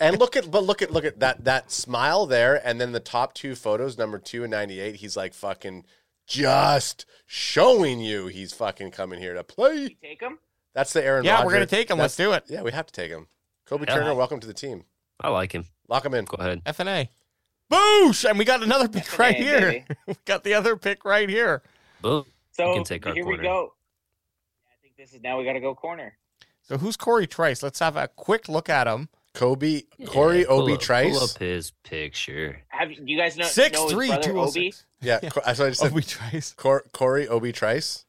C: and look at but look at look at that that smile there, and then the top two photos, number two and ninety eight. He's like fucking just showing you he's fucking coming here to play.
B: You take him.
A: <laughs>
C: That's the Aaron.
A: Yeah, we're
C: Rodgers-
A: gonna take him. Let's
C: that's-
A: do it.
C: Yeah, we have to take him. Kobe
D: Yeah.
C: Turner, welcome to the team.
D: I like him.
C: Lock him in.
D: Go ahead.
A: FNA. Boosh! And we got another pick
B: F&A,
A: right here.
B: baby.
A: We got the other pick right here.
D: Boom.
B: So
D: can take our
B: here
D: corner.
B: we go. I think this is now we got to go corner.
A: So who's Corey Trice? Let's have a quick look at him.
C: Kobe, Corey,
D: Yeah, pull
C: Obi,
D: up-
C: Trice.
D: Pull up his picture.
B: Have you you guys know,
A: Six
B: know his
A: three
B: brother
A: two oh
B: Obi?
A: six.
D: <laughs>
C: Yeah, Co- I thought I just said
A: Obi Trice.
C: Cor- Corey, Obi, Trice.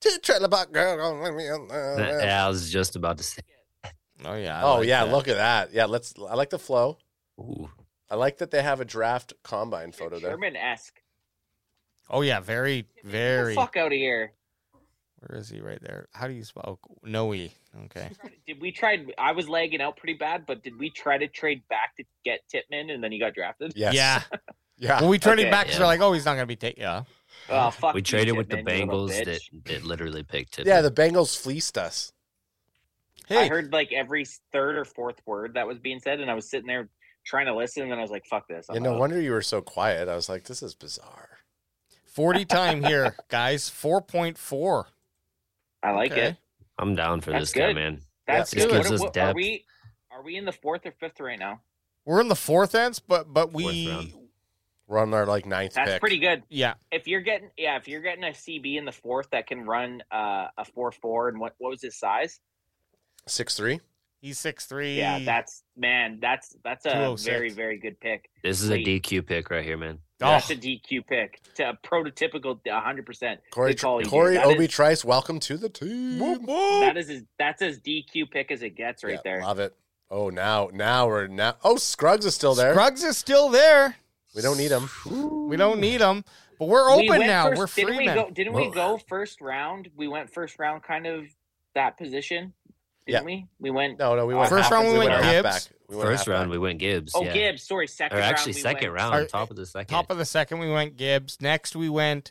C: Two trailer park girl, don't let me on, uh, uh.
D: Yeah, I was just about to say.
A: Oh yeah. I
C: Oh
A: like
C: yeah,
A: that.
C: look at that. Yeah, let's. I like the flow.
D: Ooh.
C: I like that they have a draft combine photo there.
B: Sherman esque.
A: Oh yeah, very, very.
B: fuck out of here.
A: Where is he? Right there. How do you spell? Oh, Noe.
B: <laughs>
A: Okay.
B: Did we try? I was lagging out pretty bad, but did we try to trade back to get Titman and then he got drafted?
C: Yes.
A: Yeah.
C: Yeah.
A: When we turned him
B: <laughs> Okay.
A: back, 'cause we're like, oh, he's not gonna be taken. Yeah.
B: Oh fuck!
D: We
B: you,
D: traded with the
B: Titman, you little
D: Bengals
B: bitch.
D: that, that literally picked him.
C: Yeah, the Bengals fleeced us.
A: Hey,
B: I heard like every third or fourth word that was being said, and I was sitting there trying to listen, and then I was like, "Fuck this!" I'm
C: Yeah, no
B: out.
C: wonder you were so quiet. I was like, this is bizarre.
A: 40 time
B: <laughs>
A: here, guys. 4.4.
B: I like
A: Okay.
B: it.
D: I'm down for
B: That's
D: this guy,
B: good.
D: man.
B: That's
D: This
B: good.
D: gives
B: What-
D: us
B: what- Are
D: depth.
B: we? Are we in the fourth or fifth right now?
A: We're in the fourth ends, but but we
D: Fourth round.
C: We're on our like ninth
B: That's
C: pick.
B: pretty good.
A: yeah.
B: If you're getting yeah, if you're getting a CB in the fourth that can run uh, a four four and what what was his size?
C: Six three.
A: He's six three.
B: Yeah, that's man, that's that's a
A: 206.
B: very very good pick.
D: This is a
B: Wait.
D: DQ pick right here, man.
A: oh,
B: That's a DQ pick. To a prototypical 100%.
C: Corey,
B: Good call you
C: Tr-
B: did.
C: Corey
B: That
C: Obi
B: is-
C: Trice, welcome to the team.
A: whoop, whoop.
B: That is as, that's as DQ pick as it gets right
C: Yeah,
B: there.
C: Love it. Oh, now, now we're now. Oh, Scruggs is still there.
A: Scruggs is still there.
C: We don't need him.
A: We don't need him, but we're open
B: We went
A: now.
B: first-
A: we're
B: didn't
A: free
B: we
A: men.
B: go didn't we
D: Whoa.
B: go first round? We went first round kind of that position, didn't
C: Yeah.
B: we? We went
C: No, no, we went
A: First
C: half-
A: round we went
C: half
A: Gibbs.
C: back. We went
D: First
C: half
D: round,
C: back.
D: we went Gibbs.
B: Oh,
D: yeah.
B: Gibbs, sorry, second
D: Or actually,
B: round. we
D: second
B: went-
D: round,
A: Or-
D: top of the second.
A: Top of the second, we went Gibbs. Next, we went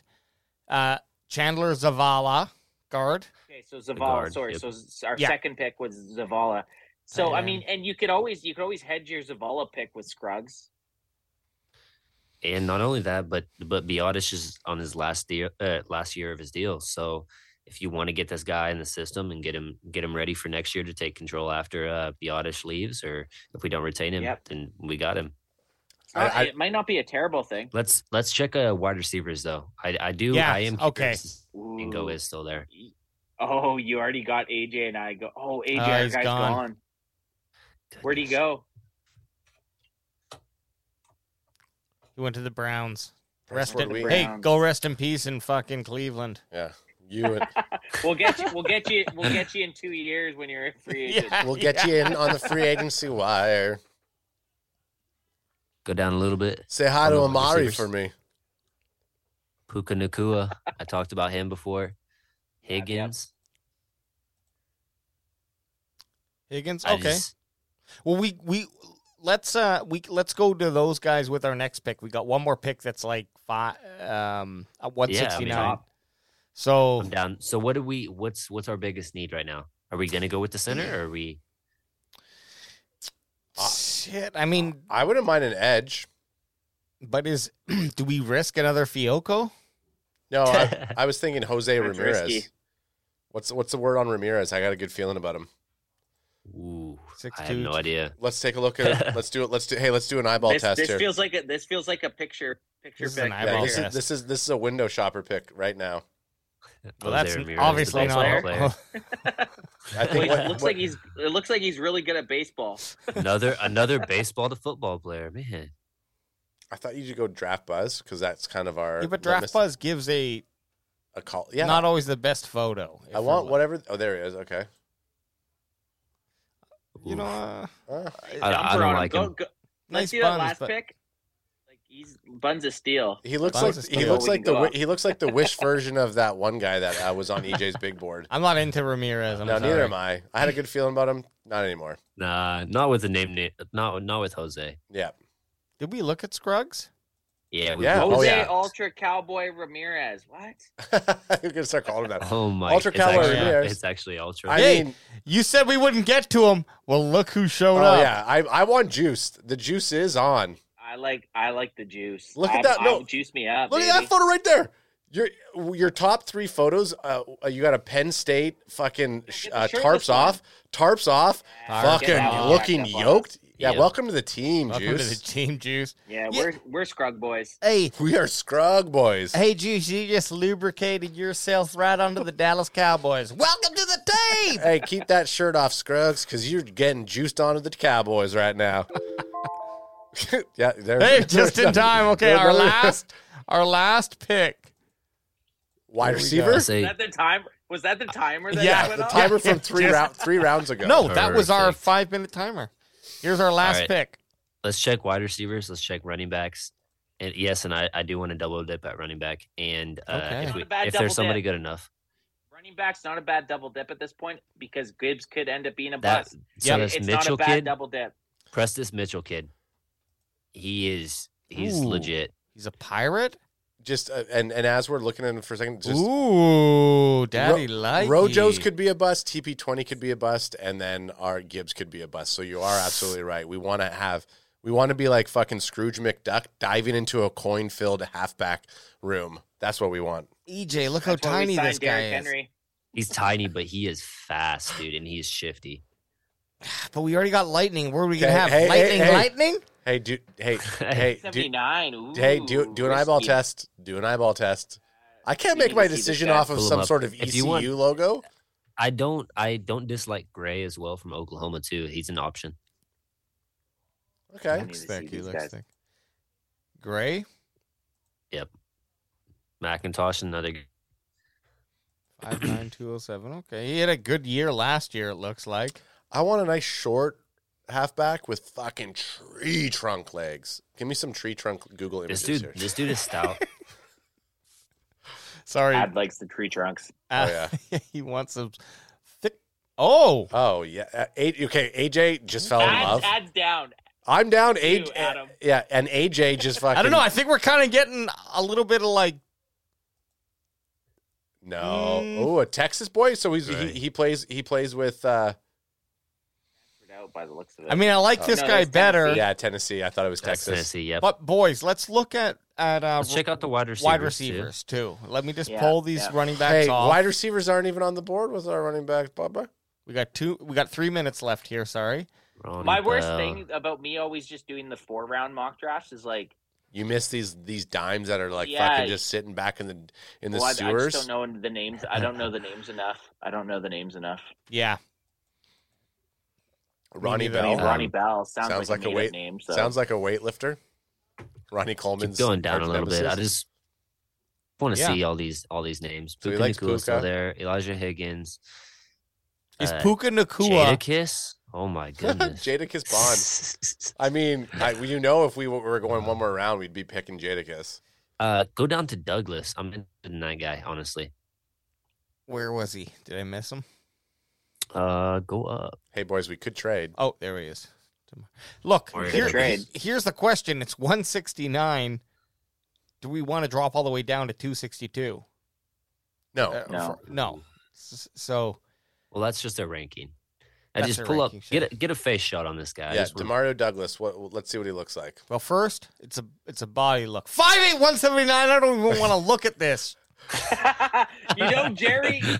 A: uh, Chandler Zavala, guard.
B: Okay, so Zavala.
D: guard,
B: sorry,
D: yep.
B: so z- our
A: Yeah.
B: second pick was Zavala. So I
A: Um,
B: mean, and you could always you could always hedge your Zavala pick with Scruggs.
D: and not only that, but but Biotis is on his last deal, uh, last year of his deal. So if you want to get this guy in the system and get him get him ready for next year to take control after uh, Biotis leaves, or if we don't retain him,
B: Yep.
D: then we got him.
B: It's not-
C: I- I-
B: it might not be a terrible thing.
D: Let's let's check uh, wide receivers though. I I do.
A: Yeah,
D: I am
A: okay.
D: curious if Mingo
B: Ooh.
D: is still there.
B: Oh, you already got AJ and I go. Oh, AJ,
A: Oh,
B: our
A: he's
B: guy's
A: gone.
B: gone. Where'd he
D: Goodness.
B: go?
A: He went to the Browns.
C: That's
A: Rest
C: where
A: in,
C: we-
A: hey,
B: Browns.
A: go rest in peace in fucking Cleveland.
C: Yeah, you. And,
B: We'll get you. We'll get you. We'll get you in two years when you're a
C: <laughs>
B: free agent.
A: Yeah,
C: we'll get
A: <laughs> yeah.
C: you in on the free agency wire.
D: Go down a little bit.
C: Say hi
D: On
C: to
D: the
C: Amari
D: receivers.
C: for me.
D: Puka Nakua. I talked about
B: <laughs>
D: him before. Higgins.
A: Higgins.
D: I
A: Okay.
D: just-
A: Well, we we let's uh we let's go to those guys with our next pick. We got one more pick that's like five um one
D: Yeah, I
A: sixty
D: mean,
A: nine.
D: Top.
A: So
D: I'm down. So what do we? What's what's our biggest need right now? Are we gonna go with the center? or Are we?
A: shit. I mean,
C: I wouldn't mind an edge.
A: but is <clears throat> do we risk another Fioco?
C: No,
A: Oh, <laughs>
C: I, I was thinking Jose
B: That's
C: Ramirez.
B: risky.
C: What's what's the word on Ramirez? I got a good feeling about him.
D: <laughs> Ooh,
A: Six
D: I have no
A: two-
D: idea.
C: Let's take a look at
A: <laughs>
C: it. Let's do it. Let's do. Hey, let's do an eyeball
B: This,
C: test
B: this
C: here.
B: feels like a, this feels like a picture picture
A: This is
B: pick.
A: an
B: right
A: eyeball
C: yeah,
B: here.
C: this
A: test.
C: is, this is this is a window shopper pick right now.
A: Well,
D: Jose
A: that's
D: Ramirez, the
A: obviously
D: baseball
A: not.
D: player.
C: I
B: <laughs> Well,
C: think
B: he
C: what-
B: looks
C: what-
B: like he's. It looks like he's really good at baseball.
D: another another baseball to football player, man.
C: I thought you should go draft buzz because that's kind of
A: <laughs>
C: our
A: yeah, but
C: litmus-
A: Draft Buzz gives a
C: a call. Yeah,
A: not always the best photo. if
C: I
A: we're
C: want
A: lo-
C: whatever. Oh, there he is. Okay.
A: you know. Uh,
C: Uh,
D: I
B: Dumper
D: don't
B: on him.
D: like
B: Go-
D: him.
B: go-
A: nice
B: Let's see
A: buns,
B: that last
A: but
B: pick. Like he's buns of steel.
C: he looks
A: Buzz
C: like
A: is
C: he
A: still-
C: looks
B: We
C: like
B: can
C: the
B: go
C: wi-
B: up.
C: he looks like the wish version of that one guy that uh, was on EJ's
A: <laughs>
C: big board.
A: I'm not into Ramirez. I'm
C: no,
A: sorry.
C: neither am I. I had a good feeling about him. Not anymore.
D: Nah, not with the name. na- Not not with Jose.
C: Yeah. <laughs>
A: Did we look at Scruggs?
D: Yeah. we-
C: Yeah.
B: Jose
C: Oh, yeah.
B: Ultra Cowboy Ramirez. What?
C: You're gonna start calling
A: <laughs>
C: him that.
D: Oh my.
C: Ultra
D: it's
C: Cowboy
D: actually-
C: Ramirez.
D: It's actually ultra.
C: I
A: Hey,
C: mean,
A: You said we wouldn't get to him. Well, look who showed
C: oh
A: up.
C: yeah, I I want juice. The juice is on.
B: I like I like the juice.
C: Look at
B: I'm-
C: that- no.
B: I'm- juice me up.
C: Look
B: baby.
C: at that photo right there. Your your top three photos. Uh, you got a Penn State fucking sh-
B: Get the
C: uh,
B: shirtless
C: tarps off, tarps off,
B: Get
C: fucking
B: that all
C: looking
B: backed up on
C: yoked. Yeah,
D: Yeah.
C: welcome to the team,
A: Welcome
C: Juice.
A: to the team, Juice.
B: Yeah,
A: Yeah.
B: we're we're scrug boys.
A: Hey,
C: <laughs> we are Scrug boys.
A: hey, Juice, you just lubricated yourself right onto the Dallas Cowboys. Welcome to the team.
C: Hey, keep that shirt off, Scruggs, because you're getting juiced onto the Cowboys right
A: <laughs>
C: now. <laughs> yeah, there. <laughs>
A: Hey, just in time. Okay,
C: Yeah,
A: our
C: brother.
A: last, our last pick.
C: Wide
D: I
C: receiver.
B: Was
D: say
B: that the time? Was that the timer that
A: Yeah,
B: went
C: The
B: off?
A: <laughs>
C: timer from three
A: Just-
C: round, three rounds ago.
A: No, that was our
D: Perfect.
A: five-minute timer. Here's our last
D: right.
A: pick.
D: let's check wide receivers. Let's check running backs. And yes, and I, I do want to double dip at running back. And uh,
A: Okay.
D: if,
B: Not
D: we,
B: a bad
D: if
B: double
D: there's somebody
B: dip.
D: good enough,
B: Running back's not a bad double dip at this point because Gibbs could end up being a
D: that
B: bust.
D: so
A: Yep.
D: this
B: it's not a
D: Mitchell
B: bad
D: kid,
B: double dip.
D: Prestis Mitchell kid, he is he's
A: Ooh.
D: legit.
A: He's a pirate.
C: just uh, and and as we're looking at him for a second, just
A: Ooh, Daddy like
C: Rojo's could be a bust, TP twenty could be a bust, and then our Gibbs could be a bust. So you are absolutely right. We want to have we want to be like fucking Scrooge McDuck diving into a coin filled halfback room. That's what we want.
A: EJ. E Look how
B: That's why we
A: tiny
B: signed
A: this guy
B: Derrick
A: is.
B: Henry.
D: He's tiny, but he is fast, dude, and he's shifty.
A: But we already got lightning. Where are we gonna
C: Okay,
A: have
C: hey, hey,
A: lightning?
C: hey.
A: Lightning?
C: Hey, do
D: <laughs>
C: hey hey do,
B: 79. Ooh,
C: hey do do an eyeball
B: risky.
C: test. Do an eyeball test. I can't
B: We
C: make
B: need
C: my
B: to see this
C: decision
B: guy.
C: off of
D: Pull him
C: some
D: up.
C: sort of
D: If
C: ECU
D: you want-
C: logo.
D: I don't I don't dislike Gray as well from Oklahoma too. He's an option.
C: Okay,
B: need to see these guys.
A: thick. Gray,
D: McIntosh another g-
A: five nine two zero seven. Okay, he had a good year last year. It looks like.
C: I want a nice short halfback with fucking tree trunk legs. Give me some tree trunk Google images
D: this dude
C: here.
D: this dude
A: <laughs>
D: is stout.
A: Sorry,
B: Ad likes the tree trunks.
A: Uh,
B: oh,
A: <laughs> he wants some thick. Oh,
C: Oh yeah, uh, A- okay. AJ just fell in love. eh,
B: Ads, ads down.
C: I'm down.
B: you,
C: AJ,
B: Adam.
C: yeah, and AJ just <laughs> fucking.
A: I don't know. I think we're kind of getting a little bit of like.
C: no.
A: Mm.
C: Oh, a Texas boy. So he's
D: Right.
C: he, he plays he plays with uh
B: We're Out by the looks of it.
A: I mean, I like
C: Oh,
A: this
B: no,
A: guy
B: that's
A: better.
B: Tennessee.
C: yeah Tennessee. I thought it was
D: That's
C: Texas.
D: Tennessee, yep.
A: But boys, let's look at at uh,
D: Let's check out the wide receivers.
A: wide
D: too.
A: receivers too. Let me just
B: Yeah,
A: pull these
B: yeah.
A: running backs
C: Hey,
A: off.
C: wide receivers aren't even on the board with our running back, Bubba.
A: we got two. We got three minutes left here. Sorry.
D: Ronnie
B: my worst
D: Bell.
B: thing about me always just doing the four round mock drafts is like,
C: You miss these these dimes that are like
B: Yeah.
C: fucking just sitting back in the in the
B: well, I, I
C: sewers.
B: just don't know the names. I don't know the names enough. I don't know the names enough.
A: Yeah.
C: Ronnie
A: Me neither.
B: I mean,
C: Bell
D: Um,
B: Ronnie Bell sounds,
C: sounds
B: like,
C: like a
B: a, made-up
C: wait-
B: name. So.
C: sounds like a weightlifter. Ronnie
D: Keep
C: Coleman's
D: going down a little bit. I
C: nemesis.
D: just want to
A: Yeah.
D: see all these all these names.
C: So he
D: Puka
C: likes
D: Nakua's still
C: Puka.
D: there. Elijah Higgins.
A: Is
D: Uh,
A: Puka Nakua?
D: Jadakiss? Oh
C: <laughs>
D: my goodness.
C: Jadakiss Bond. I mean, I, you know, if we were going one more round, we'd be picking Jadakiss.
D: <laughs> uh, go down to Douglas. I'm interested in that guy, honestly.
A: Where was he? Did I miss him?
D: Uh, go up.
C: Hey, boys, we could trade.
A: Oh, there he is. Look,
D: Or
A: here-
B: trade.
A: here's the question. It's 169. Do we want to drop all the way down to 262?
C: No,
A: Uh,
B: No.
A: for- no. S- So
D: Well, that's just a ranking. I
A: That's
D: just
A: their
D: pull up,
A: ranking, sure.
D: get a, get a face shot on this guy. I
C: yeah,
D: just wanna-
C: Demario Douglas. What? Let's see what he looks like.
A: Well, first, it's a it's a body look. Five eight one seventy nine. I don't even want to look at this.
B: <laughs> you know,
D: <laughs>
B: Jerry, TJ,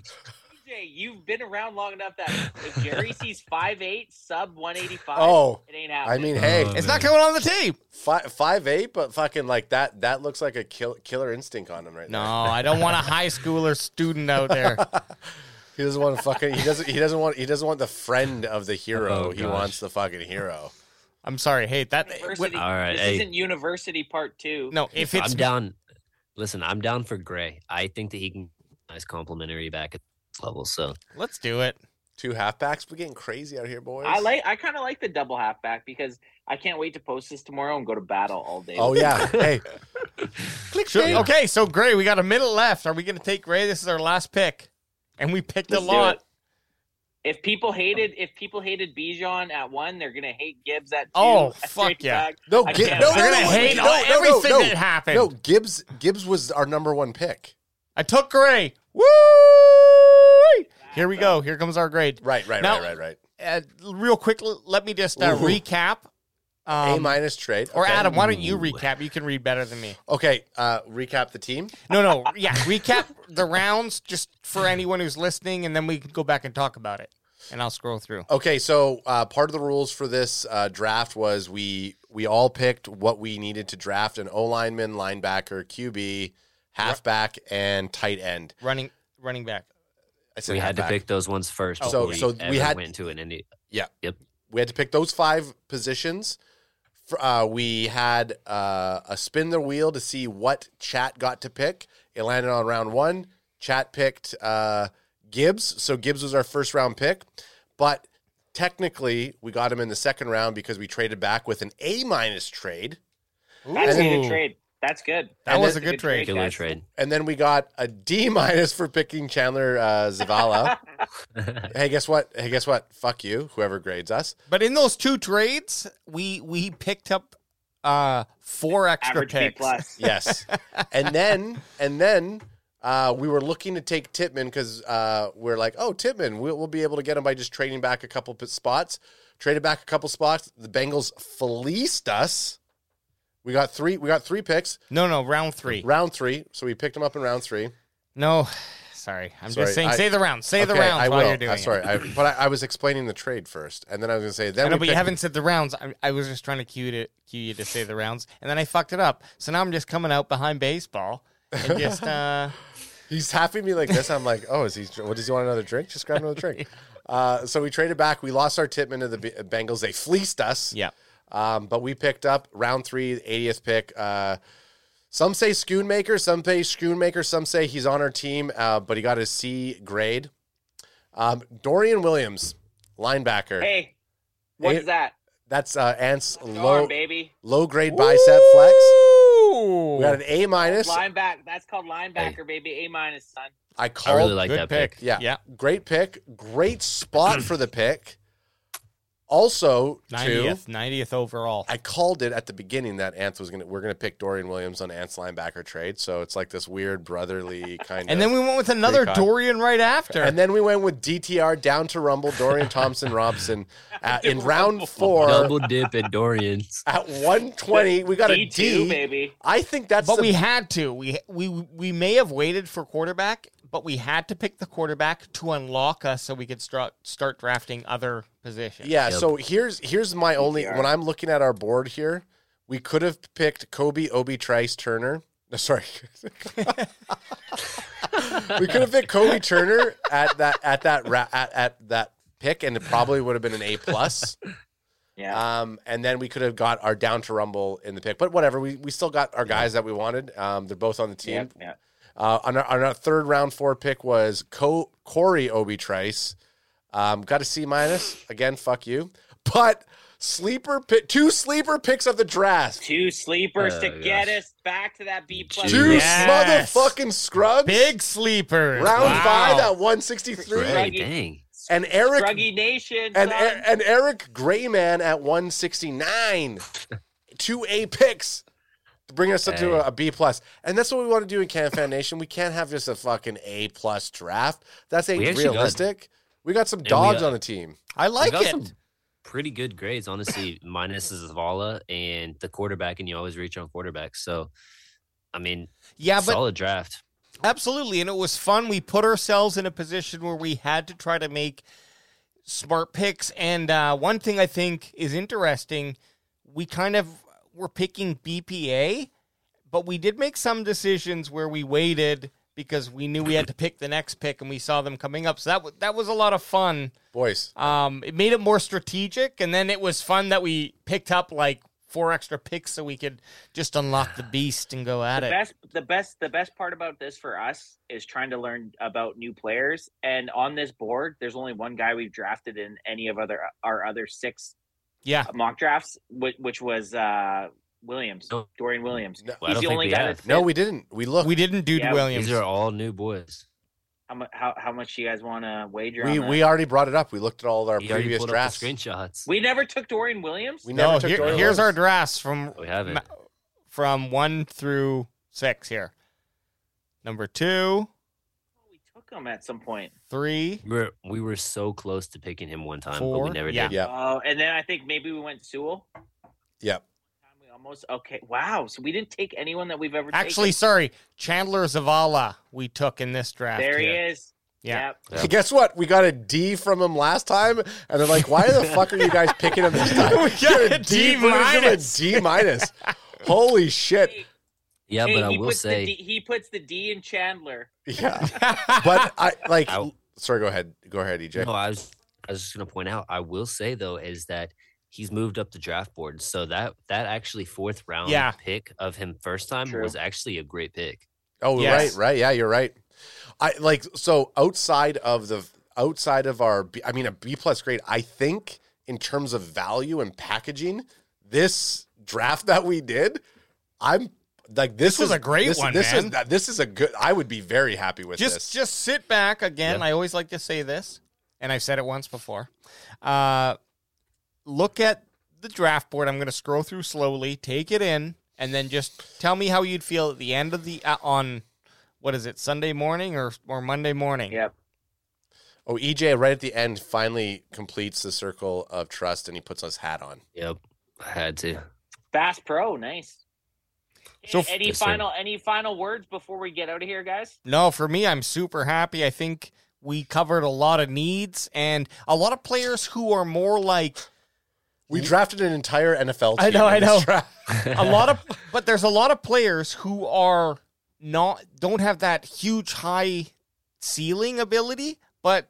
B: you've been around long enough that if Jerry sees 5'8", sub 185,
C: Oh,
B: it ain't
C: I
B: happening.
C: mean, hey,
D: Uh,
A: It's not coming on the team.
C: five five eight, but fucking like that. That looks like a kill, killer instinct on him right
A: No,
C: now.
A: I don't want a high schooler student out there.
C: <laughs> He doesn't want to fucking. He doesn't. He doesn't want. He doesn't want the friend of the hero.
D: Oh,
C: he
D: gosh.
C: wants the fucking hero.
A: I'm sorry. Hey, that
B: University,
D: All right,
B: this
D: hey.
B: isn't university part two.
A: no. If it's
D: I'm down. Listen, I'm down for Gray. I think that he can be a nice complimentary back at this level. So
A: let's do it.
C: Two halfbacks. We're getting crazy out here, boys.
B: I like. I kind of like the double halfback because I can't wait to post this tomorrow and go to battle all day.
A: <laughs>
C: Oh yeah. Hey,
A: Click sure. Okay, so Gray, we got a minute left. Are we going to take Gray? This is our last pick, and we picked
B: Let's
A: a
B: do
A: lot.
B: it. If people hated, if people hated Bijan at one, they're gonna hate Gibbs at two.
A: Oh,
B: <laughs> a
A: fuck
B: straight
A: yeah.
B: back.
C: no,
B: I
C: Gi-
B: can't.
C: no, no,
A: They're
C: no,
A: going to
C: wait,
A: hate
C: no,
A: all,
C: no, no,
A: everything
C: no.
A: that happened.
C: No, Gibbs. Gibbs was our number one pick.
A: I took Gray. Woo! Here we go. Here comes our grade.
C: Right, right,
A: Now-
C: right, right,
A: Uh,
C: right.
A: real quick, l- let me just uh,
C: Ooh.
A: recap Um,
C: a minus trade.
A: Or
C: Okay.
A: Adam, why don't you recap? You can read better than me.
C: Okay, uh, recap the team.
A: No, no, yeah, recap the rounds just for anyone who's listening, and then we can go back and talk about it. And I'll scroll through.
C: Okay, so uh, part of the rules for this uh, draft was we we all picked what we needed to draft: an O lineman, linebacker, QB, halfback, and tight end.
A: Running, running back.
C: I said
D: we had to
C: halfback.
D: pick those ones first.
C: So-
D: before we
C: Oh, so we
D: ever
C: had-
D: went to an Indy.
C: we had to pick those five positions. F- Uh, we had uh, a spin the wheel to see what Chat got to pick. It landed on round one. Chat picked uh, Gibbs, so Gibbs was our first round pick. But technically, we got him in the second round because we traded back with an A minus trade,
I: That's a good
A: Ooh.
I: trade. That's good.
A: That was a good trade.
D: Killer
I: guys.
D: trade.
C: and then we got a D <laughs> minus for picking Chandler
A: <laughs>
C: uh, Zavala. hey, guess what? Hey, guess what? Fuck you, whoever grades us.
A: But in those two trades, we we picked up uh four extra
I: Average B
A: picks.
I: plus.
C: Yes. and then and then uh, we were looking to take Titman because uh, we're like, oh, Titman, we'll, we'll be able to get him by just trading back a couple p- spots. Traded back a couple spots. The Bengals fleeced us. We got three. We got three picks.
A: No, no, round three.
C: Round three. So we picked him up in round three.
A: No, <sighs> sorry, I'm
C: Sorry,
A: just saying.
C: I-
A: say the rounds. Say the
C: Okay,
A: rounds
C: I
A: while
C: will.
A: you're doing
C: I'm sorry,
A: it.
C: I, but I, I was explaining the trade first, and then I was going to say then
A: I know,
C: we
A: but you
C: picked-
A: haven't said the rounds. I, I was just trying to cue to cue you to say the rounds, and then I fucked it up. So now I'm just coming out behind baseball and
C: <laughs>
A: just uh
C: He's happy me like this. I'm like, oh, is he? What does he want? Another drink? Just grab another drink. Uh, so we traded back. We lost our Titman to the B- Bengals. They fleeced us.
A: yeah.
C: Um, but we picked up round three, 80th pick. Uh, some say Schoonmaker, some say Schoonmaker, some say he's on our team, uh, but he got a C grade. Um, Dorian Williams, linebacker.
I: Hey, what's
C: Hey,
I: that?
C: That's uh, Ant's
I: Low,
C: low
I: baby.
C: low grade bicep flex. We got an A minus.
I: Linebacker. That's called linebacker, baby. A minus, son.
C: I
D: I
C: called
D: really like
A: Good
D: that
A: pick.
D: pick.
C: Yeah.
A: Yeah.
C: Great pick. Great spot for the pick. Also, too,
A: 90th, 90th overall.
C: I called it at the beginning that Ant was gonna we're gonna pick Dorian Williams on Ant's linebacker trade. So it's like this weird brotherly kind
A: and
C: of
A: then we went with another
C: Peacock.
A: Dorian right after.
C: and then we went with DTR down to Rumble, Dorian Thompson Robson uh, in round
D: Double
C: four
D: dip
C: <laughs>
D: at Dorian's.
C: at 120. We got a
I: D two,
C: D.
I: baby.
C: I think that's
A: but
C: the-
A: we had to. We we we may have waited for quarterback, but we had to pick the quarterback to unlock us so we could start start drafting other positions.
C: Yeah,
D: Yep.
C: so here's here's my only when I'm looking at our board here, we could have picked Kobe Obi Trice Turner. No, sorry. <laughs> we could have picked Kobe Turner at that at that ra- at, at that pick and it probably would have been an A plus.
I: Yeah.
C: Um and then we could have got our down to rumble in the pick. But whatever, we, we still got our guys that we wanted. Um they're both on the team.
I: Yep, yep.
C: Uh, on, our, on our third round four pick was Co- Corey Obi Trice. Um, got a C minus again. Fuck you. But sleeper pick, two sleeper picks of the draft.
I: Two sleepers to
D: Oh,
I: get
D: gosh.
I: us back to that B plus.
C: Two
D: Yes.
C: motherfucking scrubs.
A: Big sleepers.
C: round
A: Wow.
C: five uh, at one
D: Hey,
I: Right.
C: sixty-three,
D: dang.
C: and Eric
I: Druggy Nation.
C: and
I: son.
C: Er- and Eric Grayman at one sixty-nine. two A picks. to Bring us up
D: Hey.
C: to a, a B plus, and that's what we want to do in Can Fan Nation. We can't have just a fucking A plus draft. That's ain't
D: We actually got-
C: realistic. we got some
D: we uh,
C: dogs
D: got-
C: on the team.
A: I
D: We
A: like
D: got
A: it.
D: some pretty good grades, honestly. minus is Zavala and the quarterback, and you always reach on quarterbacks. So, I mean,
A: yeah, but
D: solid draft.
A: absolutely, and it was fun. We put ourselves in a position where we had to try to make smart picks. And uh, one thing I think is interesting, we kind of were picking BPA, but we did make some decisions where we waited because we knew we had to pick the next pick, and we saw them coming up. So that w- that was a lot of fun.
C: Boys,
A: Um, it made it more strategic, and then it was fun that we picked up like four extra picks so we could just unlock the beast and go at
I: the
A: it.
I: best the best the best part about this for us is trying to learn about new players and on this board there's only one guy we've drafted in any of other our other six
A: Yeah,
I: mock drafts which, which was uh williams
D: No.
I: dorian williams
C: No,
I: he's
D: I don't
I: the
D: think
I: only
D: we
I: guy
D: have.
I: that's
C: no,
I: fit.
C: we didn't. We looked.
A: we didn't do
I: Yeah,
A: Williams.
D: These are all new boys.
I: how, mu- how, how much you guys want to wager
C: We,
I: on
C: we
I: that?
C: already brought it up. We looked at all our
D: He already
C: previous
D: pulled
C: drafts.
D: up the screenshots.
I: we never took dorian williams
C: We never
A: no,
C: took
A: here-
C: Dorian
A: here's our
C: Williams.
A: drafts from
D: we haven't.
A: ma- from one through six here. Number two,
I: we took him at some point
A: three,
D: We were, we were so close to picking him one time, but
A: Four?
D: we never
A: Yeah.
D: did.
C: Yeah.
I: oh and then i think maybe we went sewell
C: Yep.
B: We almost okay. Wow. So we didn't take anyone that we've ever
A: Actually,
B: taken.
A: sorry, Chandler Zavala we took in this draft.
B: there he
A: here.
B: is.
A: Yeah.
B: Yep.
C: <laughs> Guess what? We got a D from him last time, and they're like, "Why the fuck are you guys picking him
D: <laughs>
C: this time?"
A: We got
C: You're
A: a D
C: we're gonna give him
A: minus.
C: A D minus. Holy shit!
D: Yeah,
B: Hey,
D: but I
B: he
D: will
B: puts the
D: say
B: D, he puts the D in Chandler.
C: Yeah,
A: <laughs>
C: but I like.
D: Ow.
C: Sorry, go ahead. Go ahead, E EJ.
D: No, I was I was just gonna point out. I will say though is that he's moved up the draft board, so that that actually fourth round
A: Yeah.
D: pick of him first time
B: True.
D: was actually a great pick.
C: Oh,
A: Yes.
C: right, right. Yeah, you're right. I like so outside of the outside of our B, I mean a B plus grade, I think in terms of value and packaging, this draft that we did, I'm like this,
A: This was
C: is-
A: a great
C: this,
A: one,
C: This
A: man.
C: is this is a good I would be very happy with
A: just
C: this.
A: just sit back again.
D: Yeah.
A: I always like to say this, and I've said it once before. Uh, look at the draft board. I'm going to scroll through slowly, take it in, and then just tell me how you'd feel at the end of the uh, on what is it Sunday morning or or Monday morning?
B: Yep.
C: oh, EJ right at the end finally completes the circle of trust and he puts his hat on.
D: Yep, I had to.
B: Bass Pro. Nice.
A: So-
B: A- any
D: Yes, sir.
B: final any final words before we get out of here, guys?
A: No, for me, I'm super happy. I think we covered a lot of needs and a lot of players who are more like
C: We drafted an entire NFL team.
A: I know,
C: in
A: I
C: this
A: know.
C: draft.
A: <laughs> a
D: <laughs>
A: lot of but there's a lot of players who are not don't have that huge high ceiling ability but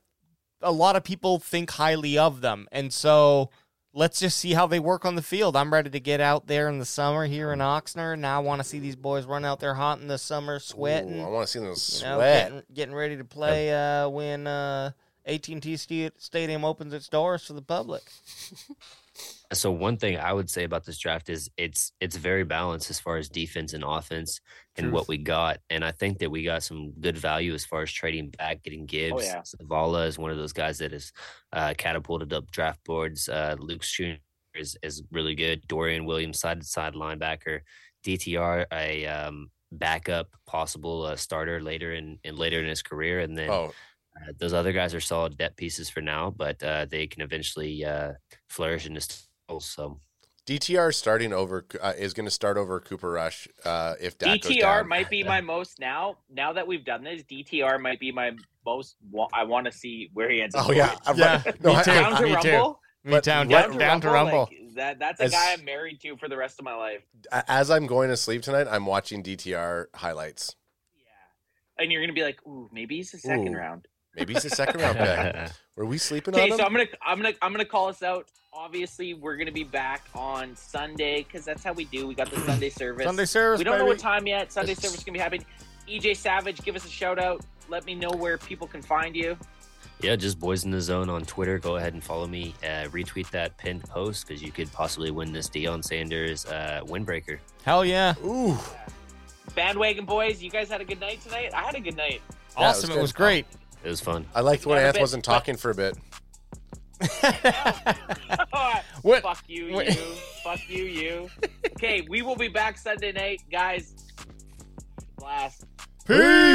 A: a lot of people think highly of them and so let's just see how they work on the field i'm ready to get out there in the summer here in oxnard and i want to see these boys run out there hot in the summer sweating
C: Ooh, I want to see them
A: you
C: sweat.
A: know, Getting, getting ready to play uh, when uh, AT&T sta- Stadium opens its doors to the public.
D: So one thing I would say about this draft is it's it's very balanced as far as defense and offense and what we got. And I think that we got some good value as far as trading back, getting Gibbs.
B: yeah.
D: Zavala is one of those guys that has uh, catapulted up draft boards. Uh, Luke Schooner is, is really good. Dorian Williams, side to side linebacker. DTR, a um, backup possible uh, starter later in, in later in his career, and then
C: Oh,
D: uh, those other guys are solid depth pieces for now, but uh, they can eventually uh, flourish in this. Also,
C: DTR starting over uh, is going to start over Cooper Rush uh, if Dak goes
B: DTR
C: down.
B: might be my most now. Now that we've done this, DTR might be my most. Wa- I want to see where he ends up.
C: Oh yeah, I'm right.
A: Yeah,
C: No,
A: me
C: I-
A: too.
C: <laughs>
B: down to
A: me too.
B: Rumble.
A: Me
C: But
A: down,
B: Down,
A: down,
B: to
A: to
B: Rumble.
A: rumble.
B: like, that, that's a
C: As-
B: guy I'm married to for the rest of my life.
C: I- as I'm going to sleep tonight, I'm watching DTR highlights.
B: Yeah. And you're gonna be like, ooh, maybe he's the second
C: Ooh.
B: round.
C: Maybe it's the second
A: <laughs>
C: round pick. Were we sleeping on
B: Okay,
C: him?
B: so I'm gonna I'm gonna I'm gonna call us out. Obviously, we're gonna be back on Sunday because that's how we do. We
A: <clears throat>
B: got the Sunday service.
A: Sunday service,
B: we don't know
A: baby.
B: what time yet. Sunday service is gonna be happening. EJ Savage, give us a shout out. Let me know where people can find you.
D: <laughs> yeah, just boys in the zone on Twitter. Go ahead and follow me. Uh, retweet that pinned post because you could possibly win this Deion Sanders uh, windbreaker.
A: Hell yeah.
C: Ooh,
B: Bandwagon boys, you guys had a good night tonight. I had a good night. <laughs>
C: Yeah, it was
A: awesome.
C: good.
A: it was great.
D: It was fun.
C: I liked when
B: Yeah,
C: Anth
B: but-
C: wasn't talking for a bit.
A: <laughs>
B: Oh,
A: What?
B: Fuck you, you.
A: What-
B: Fuck you, you.
A: <laughs>
B: Okay, we will be back Sunday night, guys. Blast.
A: Peace.